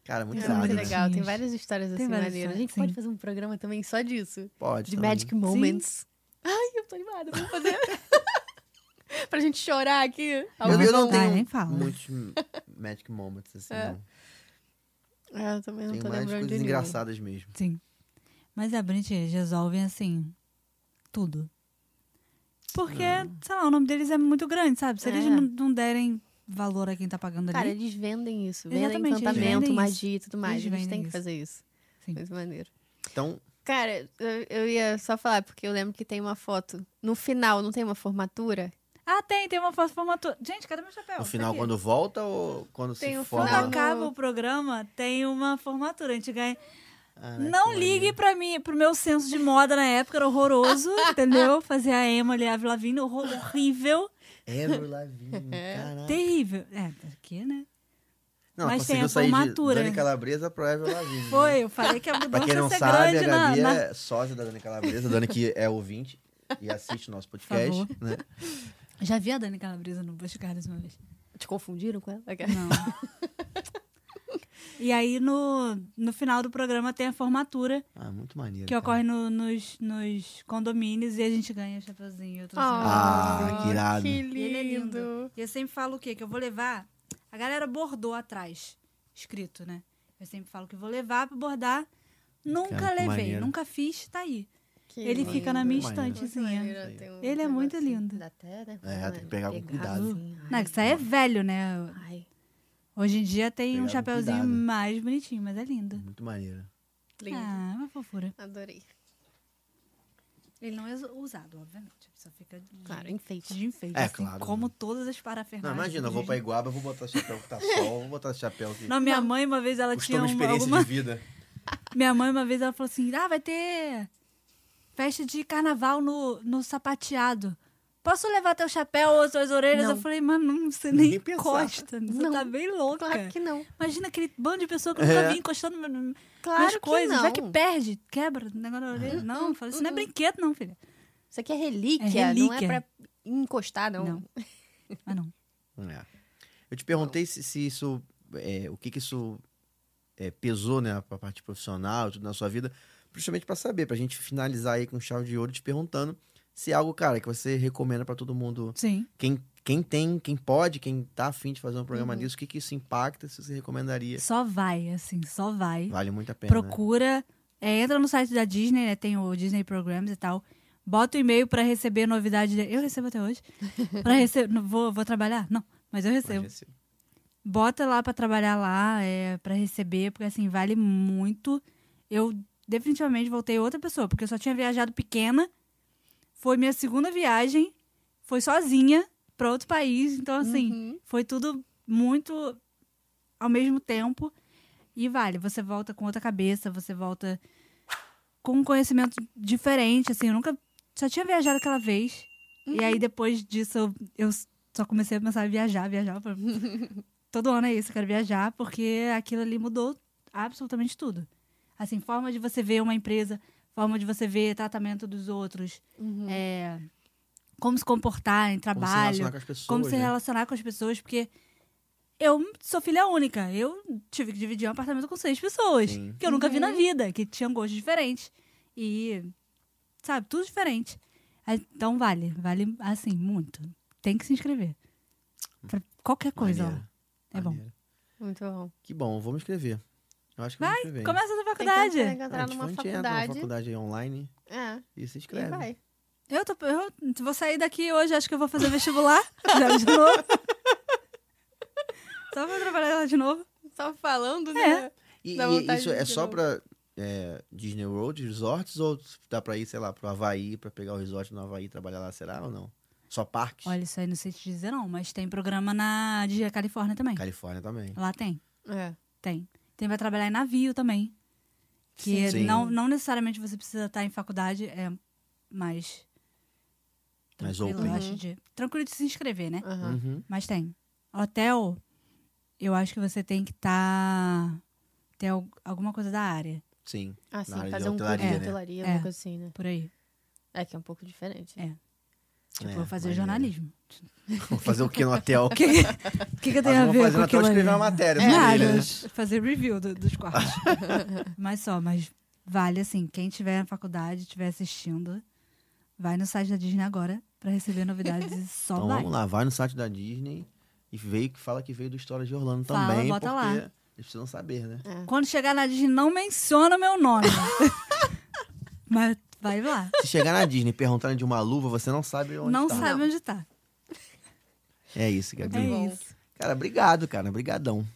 B: Cara, muito
A: Isso
B: irado,
A: Ah, é muito
B: né?
A: legal. Tem
C: Bonitinhos.
A: várias histórias assim
C: Tem várias
A: maneiras. A gente
C: histórias,
A: pode fazer um programa também só disso.
B: Pode.
A: De
B: também.
A: Magic Moments. Ai, eu tô animada. Vamos fazer. pra gente chorar aqui.
C: Ah,
A: ao
B: Eu, eu
A: vivo.
B: não
C: Ai,
B: tenho
C: nem fala.
B: muitos Magic Moments, assim,
A: É.
B: não.
A: É, eu também não
B: Tem
A: tô
B: mais
A: lembrando de
B: coisas
A: nenhum.
B: engraçadas mesmo.
C: Sim. Mas é bonitinho, eles resolvem assim. Tudo. Porque,
B: Ah.
C: sei lá, o nome deles é muito grande, sabe? Se eles
A: É.
C: não, não derem valor a quem tá pagando
A: Cara,
C: ali.
A: eles vendem isso. Vendem
C: Exatamente, eles
A: encantamento,
C: vendem isso.
A: magia e tudo mais.
C: Eles
A: Eles, têm
C: vendem
A: que
C: isso.
A: fazer isso.
C: Sim.
A: Muito maneiro.
B: Então,
A: Cara, eu, eu ia só falar, porque eu lembro que tem uma foto. No final, não tem uma formatura?
C: Ah, tem, tem uma foto formatura. Gente, cadê meu chapéu?
B: No
C: Tá
B: final,
C: aqui.
B: quando volta ou quando
A: Tem
B: se
A: o
B: forma?
C: Quando
A: final.
C: acaba o programa, tem uma formatura. A gente ganha.
B: Caraca,
C: Não
B: mano.
C: ligue pra mim, pro meu senso de moda na época, era horroroso, entendeu? Fazer a Emily, a Lavigne, horror- horrível,
B: Avril Lavigne, caraca.
C: terrível. É, aqui, né?
B: Não,
C: Mas tem
B: conseguiu
C: a
B: sair
C: formatura,
B: de Dani
C: né?
B: Calabresa pra Avril Lavigne. né?
C: Foi, eu falei que a
B: Pra
C: mudança
B: quem
C: ia
B: não
C: ser
B: sabe, a
C: grande na-
B: Gabi
C: na,
B: é sócia da Dani Calabresa. Dani que é ouvinte e assiste o nosso podcast. né?
C: Já vi a Dani Calabresa no Busch Gardens uma vez.
A: Te confundiram com ela?
C: Não. e aí, no, no final do programa, tem a formatura
B: Ah, muito maneiro.
C: que
B: cara.
C: ocorre no- nos, nos condomínios e a gente ganha chapeuzinho. tudo
B: Ah,
C: assim.
B: que irado.
A: Que
C: E ele é
A: lindo.
C: lindo. E eu sempre falo o quê? Que eu vou levar... A galera bordou atrás, escrito, né? Eu sempre falo que vou levar pra bordar Nunca
B: Cara, que
C: levei,
B: maneiro.
C: nunca fiz, tá aí.
A: Que
C: Ele
A: lindo.
C: fica na minha
B: Maneiro.
C: estantezinha.
B: Isso aí.
A: Tem um
C: Ele é muito
A: negocinho.
C: lindo.
A: Dá até, né?
B: É,
A: uma
B: tem que pegar com
A: pegada,
B: cuidado.
A: assim. Ai,
C: Não, isso aí é velho, né?
A: Ai,
C: Hoje em dia tem
B: Pegar
C: um
B: com
C: chapeuzinho
B: cuidado.
C: mais bonitinho, mas é lindo.
B: Muito maneiro.
A: lindo.
C: Ah, uma fofura.
A: Adorei.
C: Ele não é us- usado, obviamente. Só fica de,
A: Claro, enfeite.
C: de enfeite.
B: É,
C: assim,
B: claro.
C: Como todas as
B: Não,
C: parafernálias.
B: imagina, eu vou pra Iguaba, eu vou botar chapéu que tá sol, vou botar chapéu que
C: Não, minha mãe uma vez ela
B: costuma
C: tinha uma,
B: experiência
C: alguma...
B: de vida.
C: Minha mãe uma vez ela falou assim: "Ah, vai ter festa de carnaval no, no sapateado. Posso levar teu chapéu ou suas orelhas?"
A: Não.
C: Eu falei: "Mano, não, você
B: Nem
C: nem
B: pensar.
C: encosta, você
A: Não.
C: tá bem louca."
A: Claro que não.
C: Imagina aquele bando de pessoa que eu nunca
B: É.
C: vi encostando no- no-
A: Claro
C: nas
A: que
C: coisas.
A: não. Uhum.
C: Vai que perde, quebra o negócio na orelha. Não, eu falei, isso não é brinquedo, não, filha.
A: Isso aqui é relíquia,
C: É
A: não é
C: relíquia.
A: pra encostar, não.
C: Não. Ah, não.
B: É. Eu te perguntei se, se isso, é, o que que isso é, pesou, né, pra parte profissional, tudo na sua vida, justamente pra saber, pra gente finalizar aí com chave de ouro, te perguntando se é algo, cara, que você recomenda pra todo mundo,
C: Sim.
B: quem, quem tem, quem pode, quem tá afim de fazer um programa disso, o que que isso impacta, se você recomendaria.
C: Só vai, assim, só vai.
B: Vale muito a pena, né?
C: Procura, é, entra no site da Disney, né? Tem o Disney Programs e tal. Bota o e-mail pra receber novidade. de- Eu recebo até hoje. Pra receber. Vou, vou trabalhar? Não, mas eu recebo.
B: Mas esse-
C: Bota lá pra trabalhar lá, é, para receber, porque assim, vale muito. Eu definitivamente voltei outra pessoa, porque eu só tinha viajado pequena. Foi minha segunda viagem, foi sozinha pra outro país, então assim,
A: Uhum.
C: foi tudo muito ao mesmo tempo. E vale, você volta com outra cabeça, você volta com um conhecimento diferente, assim, eu nunca só tinha viajado aquela vez. E aí depois disso eu, eu só comecei a pensar em viajar, viajar, eu falei, todo ano é isso, eu quero viajar, porque aquilo ali mudou absolutamente tudo. Assim, forma de você ver uma empresa, forma de você ver tratamento dos outros,
A: Uhum.
C: é, como se comportar
B: Como
C: em
B: se
C: trabalho,
B: relacionar com as pessoas,
C: como se
B: né?
C: relacionar com as pessoas, porque eu sou filha única. Eu tive que dividir um apartamento com seis pessoas,
B: Sim.
C: que eu nunca vi na
A: Uhum.
C: vida, que tinham gostos diferentes. E, sabe, tudo diferente. Ah, Então vale, vale, assim, muito. Tem que se inscrever. Pra qualquer coisa,
B: Maneiro,
C: ó. É bom.
B: maneiro.
A: Muito bom. ó.
B: Que bom, vou me inscrever. Eu acho que eu vou me inscrever. hein?
C: Começa na
A: Tem que-
C: faculdade.
A: Tem que
B: É,
A: entrar
B: tipo,
A: numa
B: a gente entra numa
A: faculdade.
B: faculdade aí online
A: É,
B: e se
A: e
B: inscreve.
A: vai.
C: Eu, tô, eu vou sair daqui hoje, acho que eu vou fazer vestibular. Já de novo. Só pra trabalhar lá de novo.
A: Só falando,
C: É.
A: né?
B: E,
A: Dá
B: e
A: vontade
B: isso
A: de
B: é
A: ir de
B: só
A: novo.
B: pra é, Disney World, resorts, ou dá pra ir, sei lá, pro Havaí, pra pegar o resort no Havaí e trabalhar lá, será ou não? Só parques?
C: Olha, isso aí não sei te dizer não, mas tem programa na de Califórnia também.
B: Califórnia também.
C: Lá tem,
A: É.
C: tem. Tem vai trabalhar em navio também, que
B: Sim.
C: não não necessariamente você precisa estar em faculdade, é mais
B: Mais
C: tranquilo,
B: open.
C: eu acho de, tranquilo de se inscrever, né?
A: Aham.
B: Uhum.
C: Mas tem. Hotel, eu acho que você tem que estar ter al- alguma coisa da área
B: Sim.
A: Ah, sim,
B: área de
A: fazer um curso
B: hotelaria,
A: de
B: né?
A: hotelaria,
C: É.
A: uma coisa assim, né?
C: por aí.
A: É que é um pouco diferente. né?
C: Tipo,
B: É,
C: eu fazer
B: maneiro.
C: jornalismo.
B: Vou fazer o que no hotel?
C: O que, o que, que eu tenho
B: Nós
C: a
B: vamos
C: ver
B: fazer
C: com
B: no hotel
C: aquilo
B: escrever
C: ali?
B: uma matéria
C: É,
B: sobre ele, né?
C: mas fazer review do- dos quartos. mas só, mas vale assim, quem tiver na faculdade, estiver assistindo, vai no site da Disney agora pra receber novidades e só
B: Então
C: vai.
B: vamos lá, vai no site da Disney e veio, fala que veio do História de Orlando
C: Fala,
B: também,
C: bota
B: porque
C: lá.
B: eles precisam saber, né?
C: Quando chegar na Disney, não menciona meu nome. mas vai lá.
B: Se chegar na Disney perguntando de uma luva, você não sabe onde
C: não
B: tá.
C: sabe onde tá.
B: É isso, Gabi.
C: É
A: bom.
C: isso.
B: Cara, obrigado, cara. Obrigadão.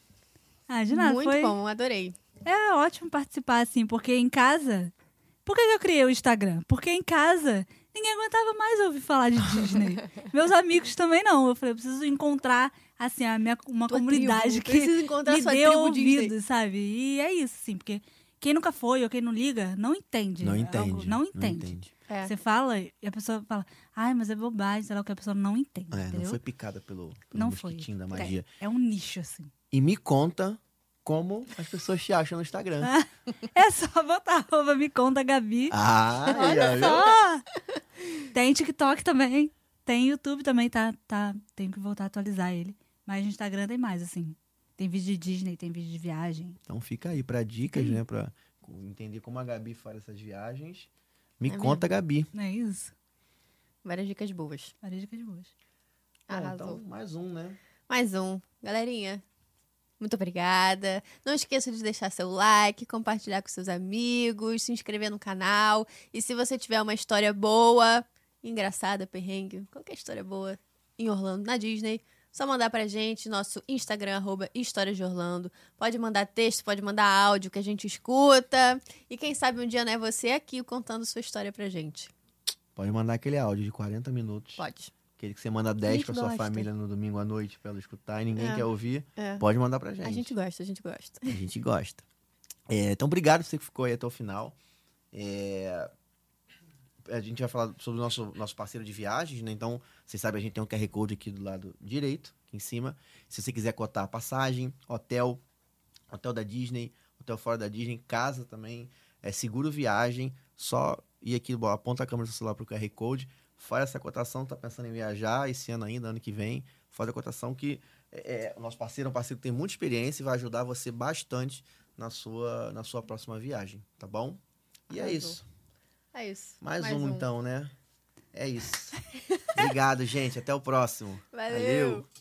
C: Ah, de nada.
A: Muito
C: foi...
A: bom, adorei.
C: É ótimo participar, assim, porque em casa. Por que que eu criei o Instagram? Porque em casa ninguém aguentava mais ouvir falar de Disney. Meus amigos também não. Eu falei, eu preciso encontrar, assim, a minha, uma
A: Tua
C: comunidade
A: tribo.
C: que
A: Preciso encontrar
C: me
A: sua
C: dê
A: tribo
C: ouvido,
A: Disney.
C: sabe? E é isso, assim, porque quem nunca foi ou quem não liga, não entende.
B: Não
C: É
B: entende.
C: algo- não entende.
A: É.
C: Você fala e a pessoa fala, ai, mas é bobagem, sei lá o que a pessoa não entende,
B: É, não
C: entendeu?
B: foi picada pelo, pelo
C: Não foi.
B: mosquitinho da magia.
C: É um nicho, assim.
B: E me conta como as pessoas te acham no Instagram.
C: É só botar arroba, me conta, Gabi.
B: Ah, já viu?
C: Só! Tem TikTok também. Tem YouTube também, tá, tá. Tenho que voltar a atualizar ele. Mas no Instagram tem mais, assim. Tem vídeo de Disney, tem vídeo de viagem.
B: Então fica aí pra dicas, né? Pra entender como a Gabi faz essas viagens. Me
A: É
B: conta, Gabi.
C: Não é isso?
A: Várias dicas boas.
C: Várias dicas boas.
A: É,
B: Bom,
A: Arrasou.
B: então, mais um, né?
A: Mais um. então. Galerinha, Muito obrigada. Não esqueça de deixar seu like, compartilhar com seus amigos, se inscrever no canal. E se você tiver uma história boa, engraçada, perrengue, qualquer história boa em Orlando, na Disney, só mandar pra gente, nosso Instagram, arroba Histórias de Orlando. Pode mandar texto, pode mandar áudio que a gente escuta. E quem sabe um dia não é você aqui contando sua história pra gente.
B: Pode mandar aquele áudio de 40 minutos.
A: Pode.
B: Aquele que você manda 10
A: gente
B: pra sua
A: gosta.
B: família no domingo à noite pra ela escutar e ninguém
A: É.
B: quer ouvir.
A: É.
B: Pode mandar pra gente.
A: A gente gosta, a gente gosta.
B: A gente gosta. É, então, obrigado você que ficou aí até o final. É, a gente vai falar sobre o nosso, nosso parceiro de viagens, né? Então, vocês sabem, a gente tem um QR Code aqui do lado direito, aqui em cima. Se você quiser cotar passagem, hotel, hotel da Disney, hotel fora da Disney, casa também, é, seguro viagem, só ir aqui, bom, aponta a câmera do seu celular pro QR Code, faz essa cotação, tá pensando em viajar esse ano ainda, ano que vem, faz a cotação que é, é, o nosso parceiro é um parceiro que tem muita experiência e vai ajudar você bastante na sua, na sua próxima viagem, tá bom? E é
A: Arrasou.
B: isso.
A: É isso.
B: Mais, então, um, então, né? É isso. Obrigado, gente. Até o próximo.
A: Valeu.
B: Valeu.